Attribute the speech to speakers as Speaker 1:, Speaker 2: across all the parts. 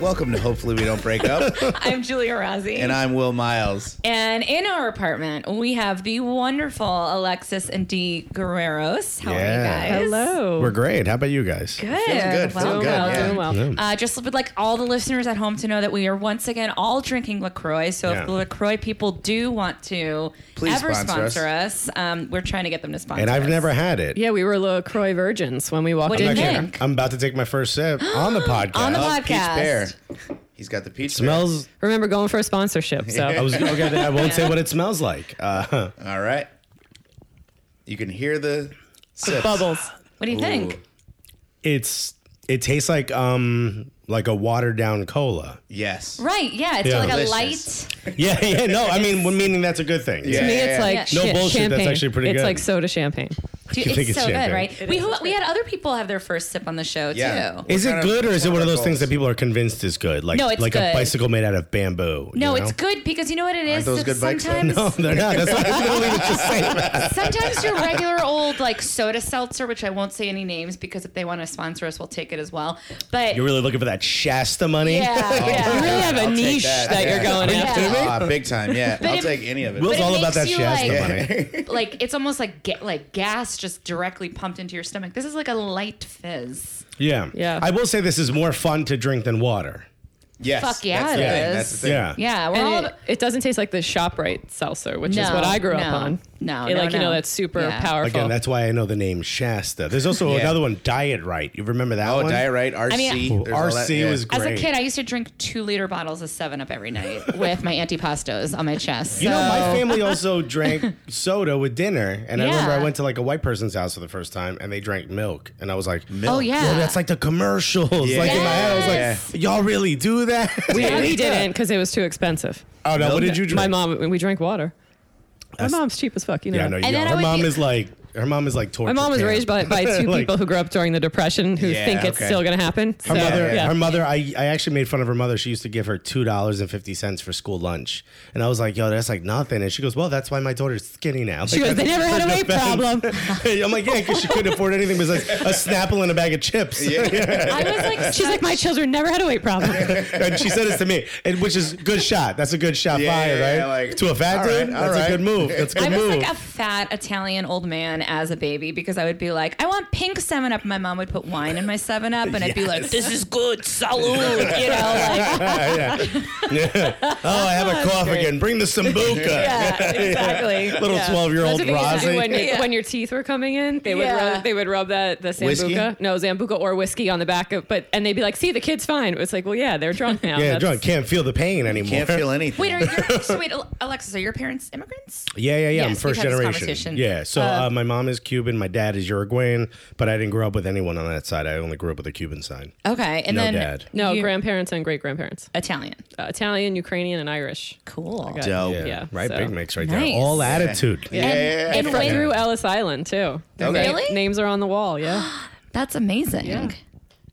Speaker 1: Welcome to Hopefully We Don't Break Up.
Speaker 2: I'm Julia Rossi.
Speaker 1: and I'm Will Miles.
Speaker 2: And in our apartment, we have the wonderful Alexis and Dee Guerreros. How
Speaker 1: Yeah.
Speaker 2: are you guys?
Speaker 3: Hello.
Speaker 4: We're great. How about you guys?
Speaker 2: Good.
Speaker 1: Feels good,
Speaker 2: Well,
Speaker 1: feels good,
Speaker 2: well,
Speaker 1: yeah.
Speaker 2: well.
Speaker 3: doing well.
Speaker 4: Yeah.
Speaker 2: Uh, just would like all the listeners at home to know that we are once again all drinking LaCroix. So
Speaker 4: Yeah.
Speaker 2: if the LaCroix people do want to
Speaker 1: Please
Speaker 2: ever
Speaker 1: sponsor
Speaker 2: sponsor,
Speaker 1: us.
Speaker 2: us, um, we're trying to get them to sponsor
Speaker 4: And I've
Speaker 2: us.
Speaker 4: never had it.
Speaker 3: Yeah, we were LaCroix virgins when we walked
Speaker 2: What do you
Speaker 3: in
Speaker 2: think?
Speaker 3: here.
Speaker 4: I'm about to take my first sip on the podcast.
Speaker 2: On the
Speaker 1: Love Oh, Peach
Speaker 2: podcast.
Speaker 1: Pear. He's got the peach
Speaker 4: smells.
Speaker 3: Remember going for a sponsorship. So
Speaker 4: I was okay. I won't say what it smells like. Uh,
Speaker 1: pear. All right. You can hear the sips.
Speaker 3: bubbles.
Speaker 2: What do you think?
Speaker 1: Ooh.
Speaker 4: it's it tastes like um like a watered down cola.
Speaker 1: Yes.
Speaker 2: Right. Yeah. It's
Speaker 4: Yeah.
Speaker 2: like a
Speaker 1: Delicious.
Speaker 2: light.
Speaker 4: Yeah, yeah. No, I mean, well, meaning that's a good thing.
Speaker 3: To
Speaker 1: Yeah.
Speaker 3: me, it's like
Speaker 2: No
Speaker 4: bullshit,
Speaker 3: shit,
Speaker 4: that's
Speaker 3: champagne.
Speaker 4: actually pretty
Speaker 3: It's
Speaker 4: good.
Speaker 3: like soda champagne.
Speaker 2: Dude,
Speaker 4: think
Speaker 2: it's,
Speaker 4: it's
Speaker 2: so good,
Speaker 4: champagne.
Speaker 2: right? we we had other people have their first sip on the show
Speaker 1: Yeah.
Speaker 2: too.
Speaker 4: Is
Speaker 1: We're
Speaker 4: it
Speaker 1: kind of-
Speaker 4: good or is
Speaker 1: it's
Speaker 4: it
Speaker 1: one
Speaker 4: one
Speaker 1: of
Speaker 4: of
Speaker 1: our
Speaker 4: those things
Speaker 1: goals.
Speaker 4: that people are convinced is good? Like
Speaker 2: No, it's
Speaker 4: like
Speaker 2: good.
Speaker 4: a bicycle made out of bamboo. you
Speaker 2: No,
Speaker 4: know?
Speaker 2: it's good because you know what it is?
Speaker 1: those
Speaker 2: That
Speaker 1: good bikes, though?
Speaker 2: sometimes
Speaker 4: No, they're not. That's why I'm gonna leave it the same.
Speaker 2: sometimes your regular old like soda seltzer, which I won't say any names because if they want to sponsor us, we'll take it as well. But
Speaker 4: You're really looking for that Shasta money?
Speaker 2: yeah,
Speaker 3: You
Speaker 2: yeah.
Speaker 3: really have a
Speaker 1: I'll take
Speaker 3: niche
Speaker 1: that,
Speaker 3: that,
Speaker 1: yeah.
Speaker 3: you're going after.
Speaker 1: Ah, big time. Yeah. I'll
Speaker 2: it-
Speaker 1: take any of it.
Speaker 4: Will's
Speaker 2: it
Speaker 4: all
Speaker 2: makes
Speaker 4: about that
Speaker 2: you,
Speaker 4: Shasta
Speaker 2: like-
Speaker 4: money.
Speaker 2: like it's almost like get like gas just directly pumped into your stomach. This is like a light fizz.
Speaker 4: Yeah.
Speaker 3: Yeah.
Speaker 4: I will say this is more fun to drink than water.
Speaker 1: Yes.
Speaker 2: Fuck yeah,
Speaker 1: that's
Speaker 2: it
Speaker 1: the thing.
Speaker 2: is.
Speaker 1: That's the thing.
Speaker 4: Yeah.
Speaker 2: Yeah, we're all
Speaker 3: And it,
Speaker 2: about-
Speaker 3: it doesn't taste like the Shoprite seltzer, which is
Speaker 2: No,
Speaker 3: what I grew
Speaker 2: no,
Speaker 3: up on.
Speaker 2: no,
Speaker 3: It,
Speaker 2: no,
Speaker 3: like you
Speaker 2: no.
Speaker 3: know that's super
Speaker 2: Yeah.
Speaker 3: powerful.
Speaker 4: Again, that's why I know the name Shasta. There's also
Speaker 1: Yeah.
Speaker 4: another one, Diet Right. You remember that
Speaker 1: Oh,
Speaker 4: one?
Speaker 1: diet right. RC.
Speaker 2: mean-
Speaker 1: There's all
Speaker 4: RC
Speaker 1: that, yeah.
Speaker 4: was
Speaker 2: As a
Speaker 4: Great.
Speaker 2: kid, I used to drink two liter bottles of Seven Up every night with my antipastos on my chest.
Speaker 4: You know,
Speaker 2: So-
Speaker 4: my family also drank soda with dinner, and I remember
Speaker 2: Yeah.
Speaker 4: I went to like a white person's house for the first time, and they drank milk, and I was like,
Speaker 2: Oh
Speaker 1: Milk.
Speaker 2: yeah,
Speaker 4: "Yo, that's like the commercials." Like in my head, I
Speaker 1: Yes.
Speaker 4: was like, "Y'all really do that?"
Speaker 3: we,
Speaker 4: oh
Speaker 3: we didn't because it was too expensive.
Speaker 4: no, Uh, what did you drink?
Speaker 3: My mom, we drank water. My mom's cheap as fuck. You know.
Speaker 4: Yeah, no, you
Speaker 2: And then
Speaker 4: don't.
Speaker 2: I
Speaker 4: her
Speaker 2: would
Speaker 4: mom
Speaker 2: be-
Speaker 4: is like, her mom is like torture.
Speaker 3: My mom was
Speaker 4: camp.
Speaker 3: raised by, by two
Speaker 4: Like,
Speaker 3: people who grew up during the Depression who
Speaker 1: Yeah,
Speaker 3: think it's
Speaker 1: okay.
Speaker 3: still going to happen.
Speaker 4: Her
Speaker 3: so-
Speaker 4: mother,
Speaker 3: yeah.
Speaker 4: her mother, I, I actually made fun of her mother. She used to give her two dollars and fifty cents for school lunch, and I was like, "Yo, that's like nothing." And she goes, "Well, that's why my daughter's skinny now."
Speaker 3: She goes, "They never had a weight problem."
Speaker 4: I'm like, "Yeah, because she couldn't afford anything besides a Snapple and a bag of chips."
Speaker 2: I was like,
Speaker 3: She's like, my children never had a weight problem.
Speaker 4: and she said this to me, and which is good shot. That's a good shot
Speaker 1: Yeah,
Speaker 4: fired,
Speaker 1: yeah,
Speaker 4: right?
Speaker 1: yeah, like,
Speaker 4: to a fat
Speaker 1: all right,
Speaker 4: dude,
Speaker 1: all
Speaker 4: that's
Speaker 1: right.
Speaker 4: a good move. That's a
Speaker 2: I
Speaker 4: good
Speaker 2: was
Speaker 4: move.
Speaker 2: like a fat Italian old man as a baby because I would be like, I want pink Seven Up. My mom would put wine in my Seven Up, and I'd be like, this is good, salud, you know, like
Speaker 4: Yeah. Oh, I have a cough again. Bring the sambuca.
Speaker 2: yeah, exactly.
Speaker 4: Little
Speaker 3: Yeah.
Speaker 4: twelve-year-old
Speaker 3: That's what they used to do
Speaker 4: Rosie.
Speaker 3: When, your-
Speaker 2: Yeah.
Speaker 3: when your teeth were coming in, they would
Speaker 2: Yeah.
Speaker 3: rub, they would rub that the
Speaker 1: Whiskey?
Speaker 3: sambuca, no sambuca or whiskey on the back of, but and they'd be like, "See, the kid's fine." It's like, well, yeah, they're drunk now.
Speaker 4: yeah,
Speaker 3: That's-
Speaker 4: drunk. Can't feel the pain anymore.
Speaker 1: Can't feel anything.
Speaker 2: Wait, are your, so wait, Alexis, are your parents immigrants?
Speaker 4: Yeah, yeah, yeah. I'm
Speaker 2: Yes, we've
Speaker 4: first
Speaker 2: had this
Speaker 4: generation.
Speaker 2: conversation.
Speaker 4: Yeah. So uh, my mom is Cuban. My dad is Uruguayan, but I didn't grow up with anyone on that side. I only grew up with the Cuban side.
Speaker 2: Okay, and
Speaker 4: No
Speaker 2: then
Speaker 4: dad.
Speaker 3: No,
Speaker 2: you-
Speaker 3: grandparents and great grandparents,
Speaker 2: Italian.
Speaker 3: uh, Italian, Ukrainian, and Irish.
Speaker 2: Cool.
Speaker 3: Got-
Speaker 1: Dope.
Speaker 3: Yeah,
Speaker 4: right.
Speaker 3: so-
Speaker 4: Big mix right
Speaker 2: Nice.
Speaker 4: there. All attitude.
Speaker 1: Yeah. yeah,
Speaker 2: And
Speaker 1: yeah.
Speaker 3: Right
Speaker 2: when-
Speaker 3: through Ellis Island too. Their
Speaker 1: Okay.
Speaker 3: name-
Speaker 2: Really?
Speaker 3: Names are on the wall. Yeah,
Speaker 2: That's amazing.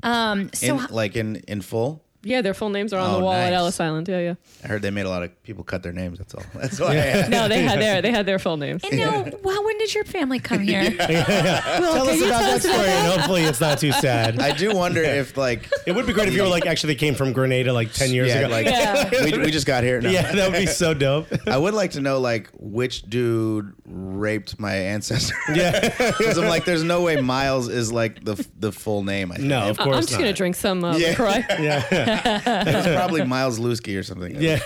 Speaker 2: Um, so
Speaker 1: in, like in in full.
Speaker 3: yeah. Their full names are on
Speaker 1: Oh,
Speaker 3: the wall at
Speaker 1: nice.
Speaker 3: Ellis Island. Yeah, yeah.
Speaker 1: I heard they made a lot of people cut their names. That's all. That's why.
Speaker 3: No, they had their they had their full names.
Speaker 2: and now, well, when did your family come here?
Speaker 4: Tell us
Speaker 3: you
Speaker 4: about
Speaker 3: tell
Speaker 4: that
Speaker 3: us
Speaker 4: story, and hopefully it's not too sad.
Speaker 1: I do wonder if like
Speaker 4: it would be great if you were like, actually, they came from Grenada like ten years
Speaker 1: yeah,
Speaker 4: ago.
Speaker 1: like
Speaker 3: Yeah.
Speaker 1: we, we just got here. No.
Speaker 4: yeah, that would be so dope.
Speaker 1: I would like to know like which dude raped my ancestor. Yeah, because I'm like, there's no way Miles is like the the full name. I think.
Speaker 4: No, of
Speaker 3: I'm
Speaker 4: course
Speaker 3: just
Speaker 4: not.
Speaker 3: gonna drink some uh,
Speaker 1: Yeah.
Speaker 3: LaCroix.
Speaker 1: it's probably Miles Lusky or something.
Speaker 4: Yeah,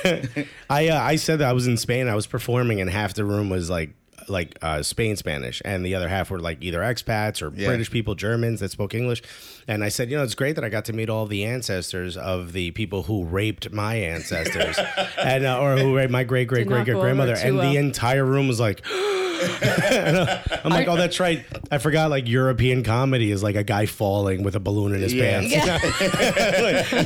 Speaker 4: I uh, I said that I was in Spain. I was performing, and half the room was like like uh, Spain Spanish, and the other half were like either expats or
Speaker 1: Yeah.
Speaker 4: British people, Germans that spoke English. And I said, you know, it's great that I got to meet all the ancestors of the people who raped my ancestors, and uh, or who raped my great great
Speaker 3: Did not
Speaker 4: great great
Speaker 3: go over
Speaker 4: grandmother.
Speaker 3: too
Speaker 4: And
Speaker 3: well.
Speaker 4: the entire room was like. And, uh, I'm like, oh, that's right. I forgot. Like European comedy is like a guy falling with a balloon in his
Speaker 1: Yeah.
Speaker 4: pants.
Speaker 2: Yeah. Oh my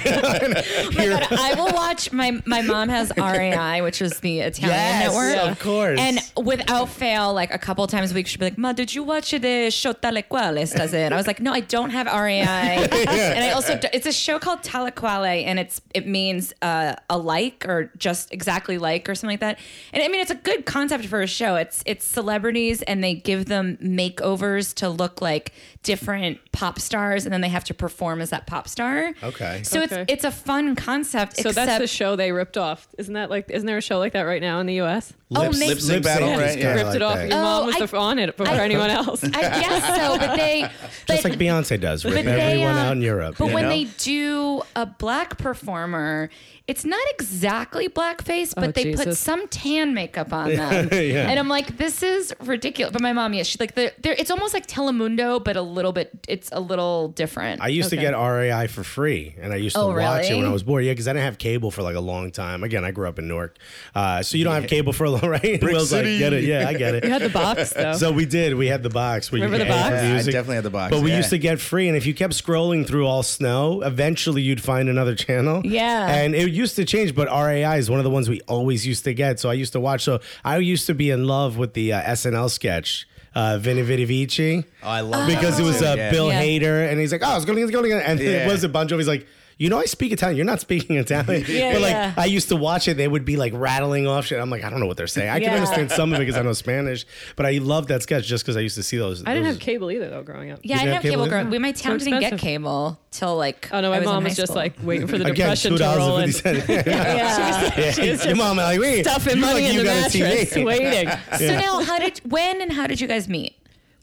Speaker 2: God, I will watch my my mom has RAI, which is the Italian
Speaker 4: Yes,
Speaker 2: network.
Speaker 4: of course.
Speaker 2: And without fail, like a couple times a week, she'd be like, Ma, did you watch the show Tale Quale estás in? I was like, No, I don't have RAI. And I also do- it's a show called Tale Quale, and it's it means uh, alike or just exactly like or something like that. And I mean it's a good concept for a show. It's it's celebrities and they give them makeovers to look like different pop stars, and then they have to perform as that pop star.
Speaker 4: Okay.
Speaker 2: So
Speaker 3: Okay.
Speaker 2: it's it's a fun concept.
Speaker 3: So that's
Speaker 2: except-
Speaker 3: the show they ripped off. Isn't that like? Isn't there a show like that right now in the U.S.?
Speaker 2: Oh,
Speaker 4: Lip-
Speaker 2: maybe-
Speaker 1: lip sync battle,
Speaker 4: is
Speaker 1: right?
Speaker 4: kinda
Speaker 1: Yeah.
Speaker 3: ripped it off.
Speaker 4: that.
Speaker 3: Your
Speaker 2: Oh,
Speaker 3: mom was
Speaker 2: I-
Speaker 3: the- on it before
Speaker 2: I-
Speaker 3: anyone else.
Speaker 2: I guess so, but they
Speaker 4: Just
Speaker 2: but-
Speaker 4: like Beyonce does, with
Speaker 2: But they,
Speaker 4: everyone
Speaker 2: um,
Speaker 4: out in Europe.
Speaker 2: But
Speaker 4: you
Speaker 2: when
Speaker 4: know?
Speaker 2: they do a black performer, it's not exactly blackface, but
Speaker 3: Oh,
Speaker 2: they put
Speaker 3: Jesus.
Speaker 2: some tan makeup on them.
Speaker 4: Yeah.
Speaker 2: And I'm like, this is ridiculous. But my mom, yes, she's like, they're, they're, it's almost like Telemundo, but a little bit, it's a little different.
Speaker 4: I used to
Speaker 3: Okay.
Speaker 4: get RAI for free, and I used to
Speaker 2: Oh,
Speaker 4: watch it when
Speaker 2: really?
Speaker 4: I was bored. Yeah, because I didn't have cable for like a long time. Again, I grew up in Newark, uh, so you don't have cable for a long right. Will's like,
Speaker 1: City.
Speaker 4: get it? Yeah, I get
Speaker 3: You
Speaker 4: it.
Speaker 3: had the box though.
Speaker 4: So we did. We had the box. Where
Speaker 3: Remember
Speaker 4: you
Speaker 3: the
Speaker 4: could pay for
Speaker 3: box?
Speaker 1: Yeah, I
Speaker 4: music.
Speaker 1: definitely had the box,
Speaker 4: But we
Speaker 1: yeah.
Speaker 4: used to get free, and if you kept scrolling through all snow, eventually you'd find another channel.
Speaker 2: Yeah.
Speaker 4: And it used to change, but RAI is one of the ones we always used to get. So I used to watch. So I used to be in love with the uh, SNL sketch. Uh, Vini Vidi Vici
Speaker 1: Oh, I love that
Speaker 4: because it
Speaker 1: one
Speaker 4: was
Speaker 1: too,
Speaker 4: uh,
Speaker 1: yeah.
Speaker 4: Bill
Speaker 2: Yeah.
Speaker 4: Hader, and he's like, "Oh, it's going, it's going," and
Speaker 1: Yeah.
Speaker 4: it was a bunch of. He's like, "You know, I speak Italian. You're not speaking Italian."
Speaker 2: Yeah,
Speaker 4: but like,
Speaker 2: yeah.
Speaker 4: I used to watch it. They would be like rattling off shit. I'm like, I don't know what they're saying. I
Speaker 2: Yeah.
Speaker 4: can understand some of it because I know Spanish, but I love that sketch just because I used to see those.
Speaker 3: I didn't
Speaker 4: those-
Speaker 3: have cable either though growing up.
Speaker 2: yeah, I
Speaker 4: didn't
Speaker 2: didn't
Speaker 4: have
Speaker 2: have cable
Speaker 4: cable
Speaker 2: growing up.
Speaker 4: either?
Speaker 2: We, my town
Speaker 3: So
Speaker 2: didn't get
Speaker 3: expensive.
Speaker 2: cable till like.
Speaker 3: Oh no, my
Speaker 2: I was in
Speaker 3: mom
Speaker 2: high
Speaker 3: was just
Speaker 2: school.
Speaker 3: like "Oh." waiting for the
Speaker 4: Again,
Speaker 3: depression
Speaker 4: two
Speaker 3: to
Speaker 4: dollars
Speaker 3: roll in.
Speaker 4: and fifty cents.
Speaker 2: Yeah.
Speaker 4: Your mom, like, wait,
Speaker 3: Stuffing
Speaker 4: you
Speaker 3: money
Speaker 4: look-
Speaker 3: in
Speaker 4: you
Speaker 3: the
Speaker 4: got a
Speaker 3: mattress,
Speaker 4: TV.
Speaker 3: waiting.
Speaker 2: So now, how did when and how did you guys meet?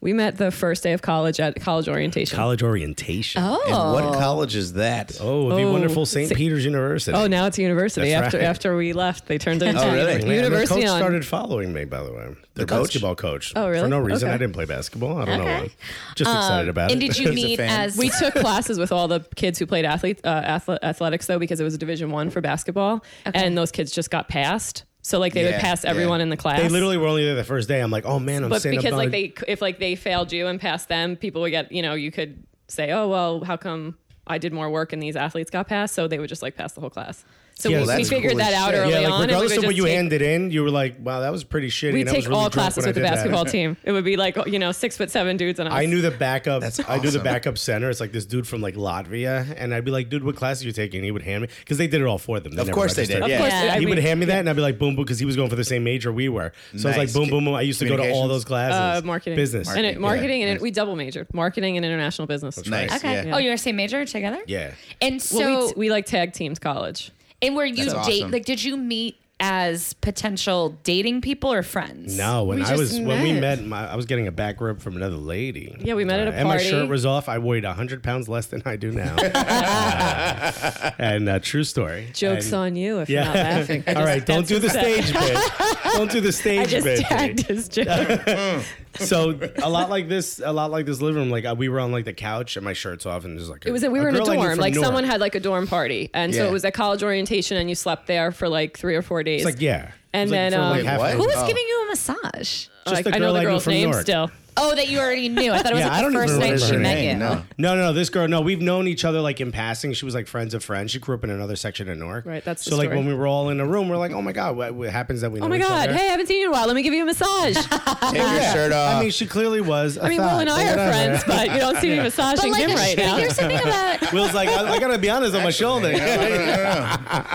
Speaker 3: We met the first day of college at college orientation.
Speaker 4: College orientation. Oh,
Speaker 1: And what college is that?
Speaker 4: the
Speaker 3: Oh.
Speaker 4: wonderful St. Peter's University.
Speaker 3: Oh, now it's university.
Speaker 4: That's
Speaker 3: after
Speaker 4: right.
Speaker 3: after we left, they turned it into
Speaker 1: Oh, really?
Speaker 3: uni-
Speaker 1: Yeah,
Speaker 4: Man, their
Speaker 3: university
Speaker 4: coach
Speaker 3: on.
Speaker 4: started following me, by the way. Their
Speaker 1: coach?
Speaker 4: basketball coach.
Speaker 3: Oh, really?
Speaker 4: For no reason.
Speaker 3: Okay. Um,
Speaker 4: I didn't play basketball. I don't know
Speaker 2: Okay.
Speaker 4: why. Just excited about
Speaker 2: and
Speaker 4: it.
Speaker 2: did you
Speaker 1: He's a
Speaker 2: meet
Speaker 1: fan.
Speaker 2: as
Speaker 3: we took classes with all the kids who played athlete uh, athle- athletics though because it was division one for basketball and those kids just got passed so like they
Speaker 1: Yeah,
Speaker 3: would pass
Speaker 1: yeah.
Speaker 3: everyone in the class
Speaker 4: They literally were only there the first day. I'm like, oh man, I'm
Speaker 3: but
Speaker 4: standing
Speaker 3: because
Speaker 4: up.
Speaker 3: like they if like they failed you and passed them people would get you know you could say oh well how come i did more work and these athletes got passed so they would just like pass the whole class so
Speaker 4: Yeah,
Speaker 3: we,
Speaker 4: that's
Speaker 3: we figured
Speaker 1: cool as
Speaker 3: that out
Speaker 1: shit.
Speaker 3: early
Speaker 4: yeah,
Speaker 3: on
Speaker 4: like
Speaker 3: and we
Speaker 4: regardless
Speaker 3: would
Speaker 4: of what
Speaker 3: just
Speaker 4: you
Speaker 3: take-
Speaker 4: handed in, you were like, wow, that was pretty shitty.
Speaker 3: we
Speaker 4: and I was
Speaker 3: take
Speaker 4: really
Speaker 3: all
Speaker 4: drunk
Speaker 3: classes
Speaker 4: when I
Speaker 3: with the
Speaker 4: did that.
Speaker 3: basketball team. It would be like you know six foot seven dudes and us.
Speaker 4: I knew the backup.
Speaker 1: That's
Speaker 4: I knew the
Speaker 1: awesome.
Speaker 4: backup center. It's like this dude from like Latvia, and I'd be like, "Dude, what class are you taking?" And he would hand me because they did it all for them.
Speaker 1: Of
Speaker 4: never
Speaker 1: course they
Speaker 4: registered.
Speaker 1: did,
Speaker 3: Of
Speaker 1: yeah.
Speaker 3: course,
Speaker 4: He
Speaker 3: I
Speaker 4: would
Speaker 3: mean,
Speaker 4: hand me that, and I'd be like, "Boom, boom," because he was going for the same major we were. So I
Speaker 1: Nice.
Speaker 4: was like, "Boom, boom, boom." I used to go to all
Speaker 1: Communications?
Speaker 4: those classes.
Speaker 3: uh, marketing,
Speaker 4: business,
Speaker 3: and it, marketing,
Speaker 4: yeah.
Speaker 3: and it, we double majored marketing and international business.
Speaker 1: Nice.
Speaker 2: Okay.
Speaker 1: Yeah.
Speaker 2: Oh, you were same major together?
Speaker 4: Yeah.
Speaker 2: And so,
Speaker 3: Well, we, we like tag teams college.
Speaker 2: and were you
Speaker 1: That's
Speaker 2: date?
Speaker 1: awesome.
Speaker 2: Like, did you meet as potential dating people or friends?
Speaker 4: No, when
Speaker 3: We
Speaker 4: I
Speaker 3: just
Speaker 4: was when we
Speaker 3: met.
Speaker 4: met, my, I was getting a back rub from another lady.
Speaker 3: Yeah, we met at a
Speaker 4: And my
Speaker 3: party.
Speaker 4: shirt was off. I weighed hundred pounds less than I do now. Uh, and uh, true story.
Speaker 3: Jokes
Speaker 4: And-
Speaker 3: on you if
Speaker 4: Yeah.
Speaker 3: you're not laughing. I
Speaker 4: All
Speaker 3: just-
Speaker 4: right, don't do the
Speaker 3: that's upset.
Speaker 4: stage bitch. Don't do the
Speaker 3: I
Speaker 4: stage
Speaker 3: just
Speaker 4: bitch.
Speaker 3: tagged his joke.
Speaker 4: So a lot like this, a lot like this living room. Like uh, we were on like the couch and my shirt's off, and there's like
Speaker 3: It was that we were in a
Speaker 4: girl I knew
Speaker 3: dorm.
Speaker 4: from
Speaker 3: Like
Speaker 4: Newark.
Speaker 3: someone had like a dorm party, and so
Speaker 1: Yeah.
Speaker 3: it was at college orientation, and you slept there for like three or four days.
Speaker 4: It's like yeah, It was, like,
Speaker 3: And then,
Speaker 4: for, like,
Speaker 3: um,
Speaker 4: half
Speaker 1: Wait,
Speaker 4: an
Speaker 1: what?
Speaker 2: Who
Speaker 4: hour.
Speaker 2: was giving you a massage?
Speaker 4: just
Speaker 3: Like,
Speaker 4: the
Speaker 3: I know
Speaker 4: girl I
Speaker 3: the
Speaker 4: knew
Speaker 3: girl's
Speaker 4: from
Speaker 3: name
Speaker 4: Newark.
Speaker 3: still.
Speaker 2: Oh, that you already knew. I thought it was
Speaker 4: Yeah, I
Speaker 2: like
Speaker 4: don't
Speaker 2: the
Speaker 4: even
Speaker 2: first night
Speaker 4: remember
Speaker 2: she
Speaker 4: her
Speaker 2: met you.
Speaker 1: name, no.
Speaker 4: No, no, this girl. No, we've known each other like in passing. She was like friends of friends. She grew up in another section of Newark.
Speaker 3: Right, that's the
Speaker 4: so like
Speaker 3: story.
Speaker 4: when we were all in a room, we're like, oh my god, what, what happens that we?
Speaker 3: Oh my god! Hey, I haven't seen you in a while. Let me give you a massage.
Speaker 1: Take your shirt off.
Speaker 4: I mean, she clearly was. I
Speaker 3: uh, I mean, Will and I are friends, but you don't see me
Speaker 2: But
Speaker 3: massaging
Speaker 2: like,
Speaker 3: him right now.
Speaker 2: there's something about
Speaker 4: Will's like, I, I gotta be honest on my shoulder.
Speaker 2: but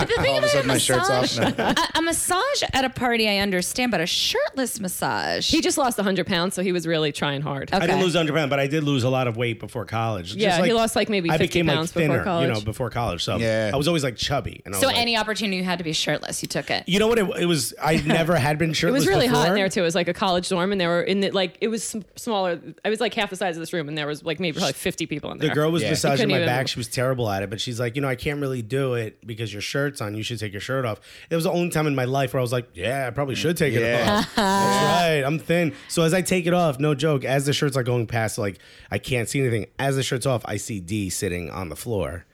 Speaker 2: the thing
Speaker 1: All of a
Speaker 2: about a
Speaker 1: sudden, my shirt's off.
Speaker 2: massage.
Speaker 1: now.
Speaker 2: a, a massage at a party, I understand, but a shirtless massage.
Speaker 3: He just lost 100 pounds, so he was really trying hard.
Speaker 4: I didn't
Speaker 2: Okay.
Speaker 4: lose 100 pounds, but I did lose a lot of weight before college. Just
Speaker 3: Yeah, he
Speaker 4: like-
Speaker 3: lost, like, maybe
Speaker 4: I
Speaker 3: 50
Speaker 4: became
Speaker 3: pounds
Speaker 4: like
Speaker 3: before
Speaker 4: thinner, you
Speaker 3: college.
Speaker 4: know, before college. So
Speaker 1: Yeah.
Speaker 4: I was always like chubby. And I
Speaker 2: so
Speaker 4: was, like-
Speaker 2: any opportunity you had to be shirtless, you took it.
Speaker 4: You know what? It, it was. I never had been
Speaker 3: It
Speaker 4: shirtless.
Speaker 3: was really hot in
Speaker 4: before.
Speaker 3: there too. It was like a college dorm, and there were in the, like it was sm- smaller. I was like half the size of this room, and there was like maybe probably 50 people in there.
Speaker 4: The girl was
Speaker 1: Yeah.
Speaker 4: massaging
Speaker 3: Couldn't
Speaker 4: my
Speaker 3: even-
Speaker 4: back. She was terrible at it, but she's like, you know, I can't really do it because your shirt's on. You should take your shirt off. It was the only time in my life where I was like, yeah, I probably should take it
Speaker 1: Yeah.
Speaker 4: off. That's right. I'm thin. So as I take it off, no joke, as the shirt's like going past, like I can't see anything. As the shirt's off, I see D sitting on the floor.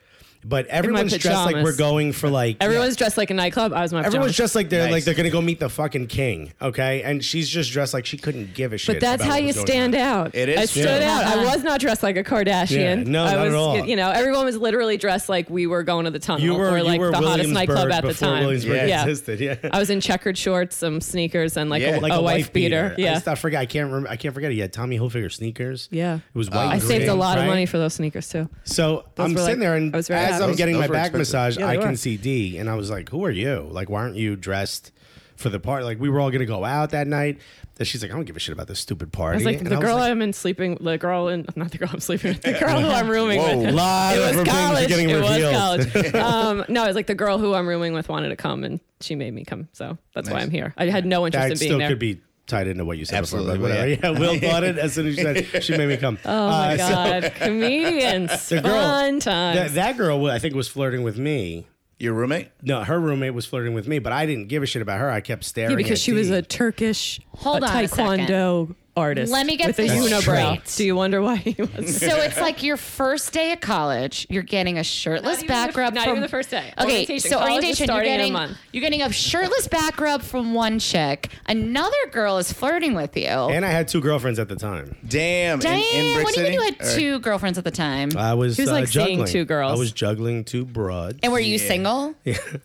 Speaker 4: But everyone's dressed like
Speaker 3: pajamas.
Speaker 4: we're going for like
Speaker 3: Everyone's dressed like a nightclub. I was my
Speaker 4: Everyone's
Speaker 3: pajamas.
Speaker 4: just like they're
Speaker 1: Nice.
Speaker 4: like they're gonna go meet the fucking king, okay? And she's just dressed like she couldn't give a shit.
Speaker 3: But that's
Speaker 4: about
Speaker 3: how
Speaker 4: what
Speaker 3: you
Speaker 4: was going
Speaker 3: stand
Speaker 4: on.
Speaker 3: out.
Speaker 1: It is
Speaker 3: I
Speaker 1: true.
Speaker 3: stood out. I was not dressed like a Kardashian.
Speaker 4: Yeah, no,
Speaker 3: I
Speaker 4: not
Speaker 3: was,
Speaker 4: at all.
Speaker 3: You know, everyone was literally dressed like we were going to the tunnel
Speaker 4: You were
Speaker 3: or
Speaker 4: you
Speaker 3: like
Speaker 4: were
Speaker 3: the hottest nightclub
Speaker 4: Williamsburg
Speaker 3: at the
Speaker 4: before
Speaker 3: time.
Speaker 4: Williamsburg
Speaker 3: Yeah.
Speaker 4: existed. Yeah.
Speaker 3: I was in checkered shorts, some sneakers, and like
Speaker 1: Yeah.
Speaker 3: a,
Speaker 4: like
Speaker 3: a, wife beater.
Speaker 4: I,
Speaker 3: Yeah.
Speaker 4: just, I forget. I can't remember. I can't forget. He had Tommy Hilfiger sneakers.
Speaker 3: Yeah. Oh,
Speaker 4: it was white.
Speaker 3: I
Speaker 4: and
Speaker 3: saved a
Speaker 4: green,
Speaker 3: lot of
Speaker 4: right?
Speaker 3: money for those sneakers too.
Speaker 4: So I'm
Speaker 3: were,
Speaker 4: sitting
Speaker 3: like-
Speaker 4: there, and
Speaker 3: I was
Speaker 4: as
Speaker 3: very happy.
Speaker 4: I'm
Speaker 3: Those-
Speaker 4: getting
Speaker 1: those
Speaker 4: my
Speaker 1: were
Speaker 4: back
Speaker 1: expensive.
Speaker 4: massage,
Speaker 3: Yeah,
Speaker 4: I
Speaker 3: they
Speaker 4: can
Speaker 3: were.
Speaker 4: see D, and I was like, "Who are you? Like, why aren't you dressed for the party. Like we were all gonna go out that night. And she's like, I don't give a shit about this stupid party.
Speaker 3: I was like,
Speaker 4: And
Speaker 3: the
Speaker 4: I was
Speaker 3: girl
Speaker 4: like,
Speaker 3: I'm in sleeping, the girl in, not the girl I'm sleeping with, the girl who I'm rooming
Speaker 4: Whoa,
Speaker 3: with.
Speaker 4: lot of
Speaker 3: it was
Speaker 4: things are
Speaker 3: college.
Speaker 4: getting
Speaker 3: it
Speaker 4: revealed.
Speaker 3: was college. um, no, it was like the girl who I'm rooming with wanted to come, and she made me come. So that's why I'm here. I had no interest
Speaker 4: that
Speaker 3: in being
Speaker 4: still
Speaker 3: there.
Speaker 4: could be tied into what you said
Speaker 1: Absolutely,
Speaker 4: before, but whatever.
Speaker 1: yeah.
Speaker 4: Yeah, Will bought it as soon as she said she made me come.
Speaker 3: oh my god, comedians,
Speaker 4: The girl,
Speaker 3: fun
Speaker 4: That,
Speaker 3: times.
Speaker 4: that girl, I think, was flirting with me.
Speaker 1: Your roommate?
Speaker 4: No, her roommate was flirting with me, but I didn't give a shit about her. I kept staring.
Speaker 3: Yeah, because
Speaker 4: at
Speaker 3: she was
Speaker 4: Dee.
Speaker 3: a Turkish
Speaker 2: Hold
Speaker 3: uh,
Speaker 2: on a second.
Speaker 3: taekwondo artist.
Speaker 2: Let me get
Speaker 3: with a
Speaker 2: this
Speaker 3: unibrow.
Speaker 2: straight.
Speaker 3: Do you wonder why he was?
Speaker 2: So it's like your first day of college. You're getting a shirtless
Speaker 3: Not even
Speaker 2: back
Speaker 3: the-
Speaker 2: rub.
Speaker 3: not
Speaker 2: from,
Speaker 3: even the first day.
Speaker 2: Okay,
Speaker 3: Orientation.
Speaker 2: so
Speaker 3: College is
Speaker 2: orientation. You're
Speaker 3: starting in a
Speaker 2: getting
Speaker 3: month.
Speaker 2: you're getting a shirtless back rub from one chick. Another girl is flirting with you.
Speaker 4: and I had two girlfriends at the time.
Speaker 1: Damn.
Speaker 2: Damn,
Speaker 1: In, in Brick
Speaker 2: what do you
Speaker 1: City?
Speaker 2: mean you had
Speaker 1: Or-
Speaker 2: two girlfriends at the time?
Speaker 4: I was,
Speaker 3: Who's,
Speaker 4: uh,
Speaker 3: like, seeing
Speaker 4: juggling.
Speaker 3: two girls?
Speaker 4: I was juggling two broads.
Speaker 2: and were you
Speaker 1: yeah.
Speaker 2: single?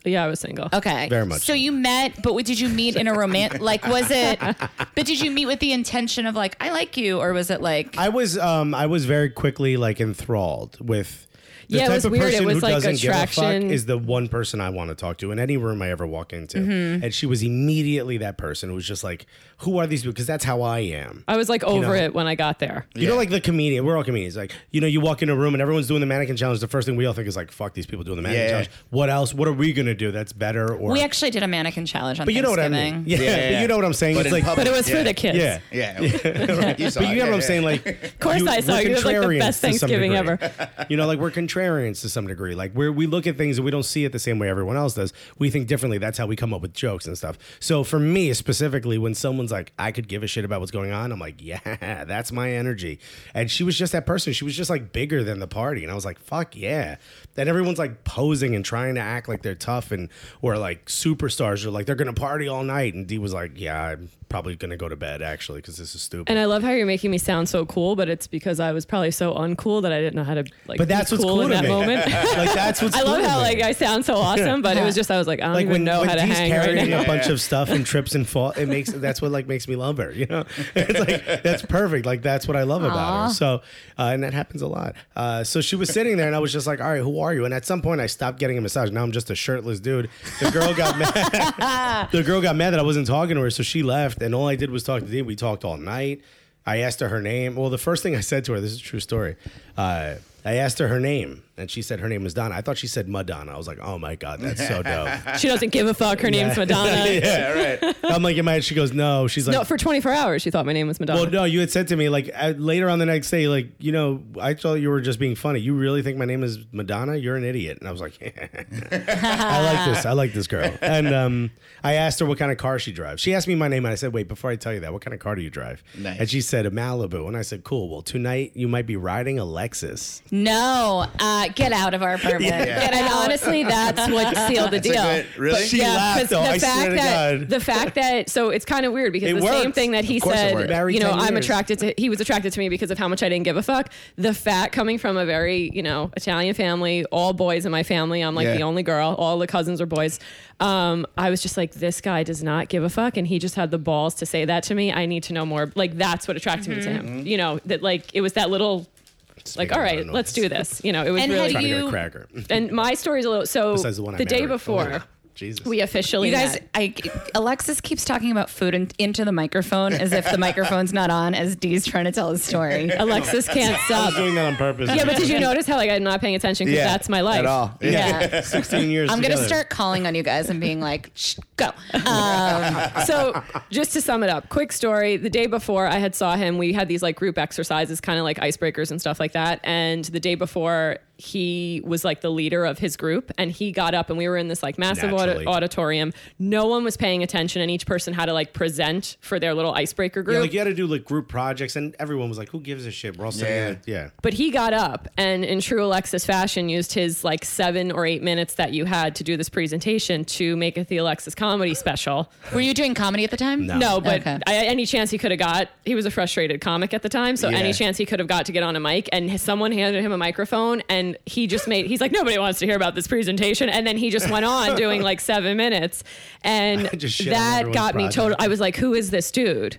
Speaker 3: yeah, I was single.
Speaker 2: Okay.
Speaker 4: Very much
Speaker 2: So
Speaker 4: so.
Speaker 2: you met, but did you meet in a romantic? like, was it? But did you meet with the intention of like, I like you, or was it like?
Speaker 4: I was um I was very quickly like enthralled with the
Speaker 3: Yeah, it
Speaker 4: type
Speaker 3: was
Speaker 4: of
Speaker 3: weird. It
Speaker 4: person
Speaker 3: was,
Speaker 4: who
Speaker 3: like,
Speaker 4: doesn't give a
Speaker 3: attraction.
Speaker 4: fuck is the one person I want to talk to in any room I ever walk into.
Speaker 3: Mm-hmm.
Speaker 4: And she was immediately that person who was just like, Who are these people? Because that's how I am.
Speaker 3: I was like over
Speaker 4: know.
Speaker 3: it when I got there.
Speaker 4: You know, like the comedian, we're all comedians. Like, you know, you walk in a room and everyone's doing the mannequin challenge. The first thing we all think is like, fuck these people doing the mannequin
Speaker 1: Yeah.
Speaker 4: challenge. What else? What are we gonna do that's better? Or
Speaker 2: we actually did a mannequin challenge on
Speaker 4: But you know what I
Speaker 2: Thanksgiving.
Speaker 4: mean. Yeah,
Speaker 1: Yeah, yeah,
Speaker 4: but
Speaker 1: yeah.
Speaker 4: you know what I'm saying.
Speaker 1: But
Speaker 4: it's
Speaker 1: in
Speaker 4: like
Speaker 1: public,
Speaker 3: But it was
Speaker 1: yeah.
Speaker 3: for the kids.
Speaker 4: Yeah.
Speaker 1: Yeah. You saw
Speaker 4: But
Speaker 1: it,
Speaker 4: you know
Speaker 1: yeah,
Speaker 4: what
Speaker 1: yeah.
Speaker 4: I'm saying? Like, of
Speaker 3: course I saw it. It was like the best Thanksgiving ever.
Speaker 4: You know, like we're contrarians to some degree. Like we we look at things and we don't see it the same way everyone else does. We think differently. That's how we come up with jokes and stuff. So for me specifically, when someone's like, I could give a shit about what's going on, I'm like, yeah, that's my energy. And she was just that person. She was just like bigger than the party, and I was like, fuck yeah. Then everyone's like posing and trying to act like they're tough and or like superstars or like they're gonna party all night. And Dee was like, yeah, I'm probably gonna go to bed actually because this is stupid.
Speaker 3: And I love how you're making me sound so cool, but it's because I was probably so uncool that I didn't know how to like.
Speaker 4: But that's
Speaker 3: be
Speaker 4: what's
Speaker 3: cool,
Speaker 4: cool
Speaker 3: in
Speaker 4: to
Speaker 3: that
Speaker 4: me.
Speaker 3: moment.
Speaker 4: like that's what's
Speaker 3: I love
Speaker 4: cool to
Speaker 3: how
Speaker 4: me.
Speaker 3: like I sound so awesome, but it was just I was like I don't
Speaker 4: like
Speaker 3: even
Speaker 4: when
Speaker 3: know
Speaker 4: when
Speaker 3: how to
Speaker 4: Dee's
Speaker 3: hang right
Speaker 4: carrying
Speaker 3: now.
Speaker 4: a bunch of stuff and trips and fall, it makes that's what like makes me love her. You know, it's like that's perfect. Like that's what I love about her. So, uh, and that happens a lot. Uh, so she was sitting there, and I was just like, "All right, who are you?" And at some point, I stopped getting a massage. Now I'm just a shirtless dude. The girl got mad. the girl got mad that I wasn't talking to her, so she left, and all I did was talk to Dee. We talked all night. I asked her her name. Well, the first thing I said to her, this is a true story. Uh, I asked her her name, and she said her name was Donna. I thought she said Madonna. I was like, "Oh my god, that's so dope."
Speaker 3: She doesn't give a fuck. Her name's Madonna.
Speaker 4: yeah, right. I'm like in my head. She goes, no. She's like,
Speaker 3: No, for 24 hours she thought my name was Madonna.
Speaker 4: well, no. You had said to me like uh, later on the next day, like you know, I thought you were just being funny. You really think my name is Madonna? You're an idiot. And I was like, I like this. I like this girl. And um, I asked her what kind of car she drives. She asked me my name, and I said, wait, before I tell you that, what kind of car do you drive?
Speaker 1: Nice.
Speaker 4: And she said a Malibu, and I said, cool. Well, tonight you might be riding a Lexus.
Speaker 2: No, uh, get out of our apartment. Get
Speaker 3: and
Speaker 2: out.
Speaker 3: honestly, that's what sealed the deal.
Speaker 1: good- really? She
Speaker 4: laughed,
Speaker 3: Uh, 'cause
Speaker 4: though.
Speaker 3: The
Speaker 4: I
Speaker 3: fact
Speaker 4: swear to
Speaker 3: that
Speaker 4: God.
Speaker 3: the fact that so it's kind of weird because
Speaker 4: It
Speaker 3: the same
Speaker 4: worked.
Speaker 3: thing that he
Speaker 1: Of course it
Speaker 3: said,
Speaker 1: worked.
Speaker 4: Married
Speaker 3: you know,
Speaker 4: 10
Speaker 3: I'm
Speaker 4: years.
Speaker 3: attracted to. He was attracted to me because of how much I didn't give a fuck. The fact coming from a very you know Italian family, all boys in my family. I'm like
Speaker 1: Yeah.
Speaker 3: the only girl. All the cousins were boys. Um, I was just like, this guy does not give a fuck, and he just had the balls to say that to me. I need to know more. Like that's what attracted me to
Speaker 4: Mm-hmm.
Speaker 3: him. You know that like it was that little. Like,
Speaker 4: Speaking
Speaker 3: all
Speaker 4: of
Speaker 3: right,
Speaker 4: Madonna.
Speaker 3: let's do this. You know, it was
Speaker 2: And had
Speaker 3: really
Speaker 4: Trying to get
Speaker 2: You-
Speaker 4: a cracker.
Speaker 3: and my story's a little so
Speaker 4: Besides the one I
Speaker 3: the day
Speaker 4: married. Oh,
Speaker 3: before
Speaker 4: Jesus.
Speaker 3: we officially
Speaker 2: You guys,
Speaker 3: met.
Speaker 2: I, Alexis keeps talking about food and into the microphone as if the microphone's not on, as Dee's trying to tell his story.
Speaker 3: Alexis can't stop.
Speaker 4: doing that on purpose.
Speaker 3: Yeah, but did you notice how like I'm not paying attention because that's my life.
Speaker 1: At all. Yeah.
Speaker 2: Yeah.
Speaker 4: 16 years.
Speaker 2: I'm going to
Speaker 4: together.
Speaker 2: start calling on you guys and being like, Shh, go. Um,
Speaker 3: So just to sum it up, quick story. The day before I had saw him, we had these like group exercises, kind of like icebreakers and stuff like that. And the day before he was like the leader of his group and he got up and we were in this like massive
Speaker 4: Naturally.
Speaker 3: aud- auditorium. No one was paying attention and each person had to like present for their little icebreaker group.
Speaker 4: Yeah, like you had to do like group projects, and everyone was like, "Who gives a shit?" We're all sitting
Speaker 1: Yeah.
Speaker 4: there. Yeah.
Speaker 3: But he got up and, in true Alexis fashion, used his like seven or eight minutes that you had to do this presentation to make it the Alexis comedy special.
Speaker 2: were you doing comedy at the time?
Speaker 3: No, but
Speaker 2: Okay.
Speaker 3: I, any chance he could have got, he was a frustrated comic at the time. So
Speaker 1: Yeah.
Speaker 3: any chance he could have got to get on a mic, and his- someone handed him a microphone, and he just made, he's like, nobody wants to hear about this presentation. And then he just went on doing like seven minutes. And
Speaker 4: Just shit on
Speaker 3: that
Speaker 4: everyone's
Speaker 3: got me
Speaker 4: project.
Speaker 3: total. I was like, who is this dude?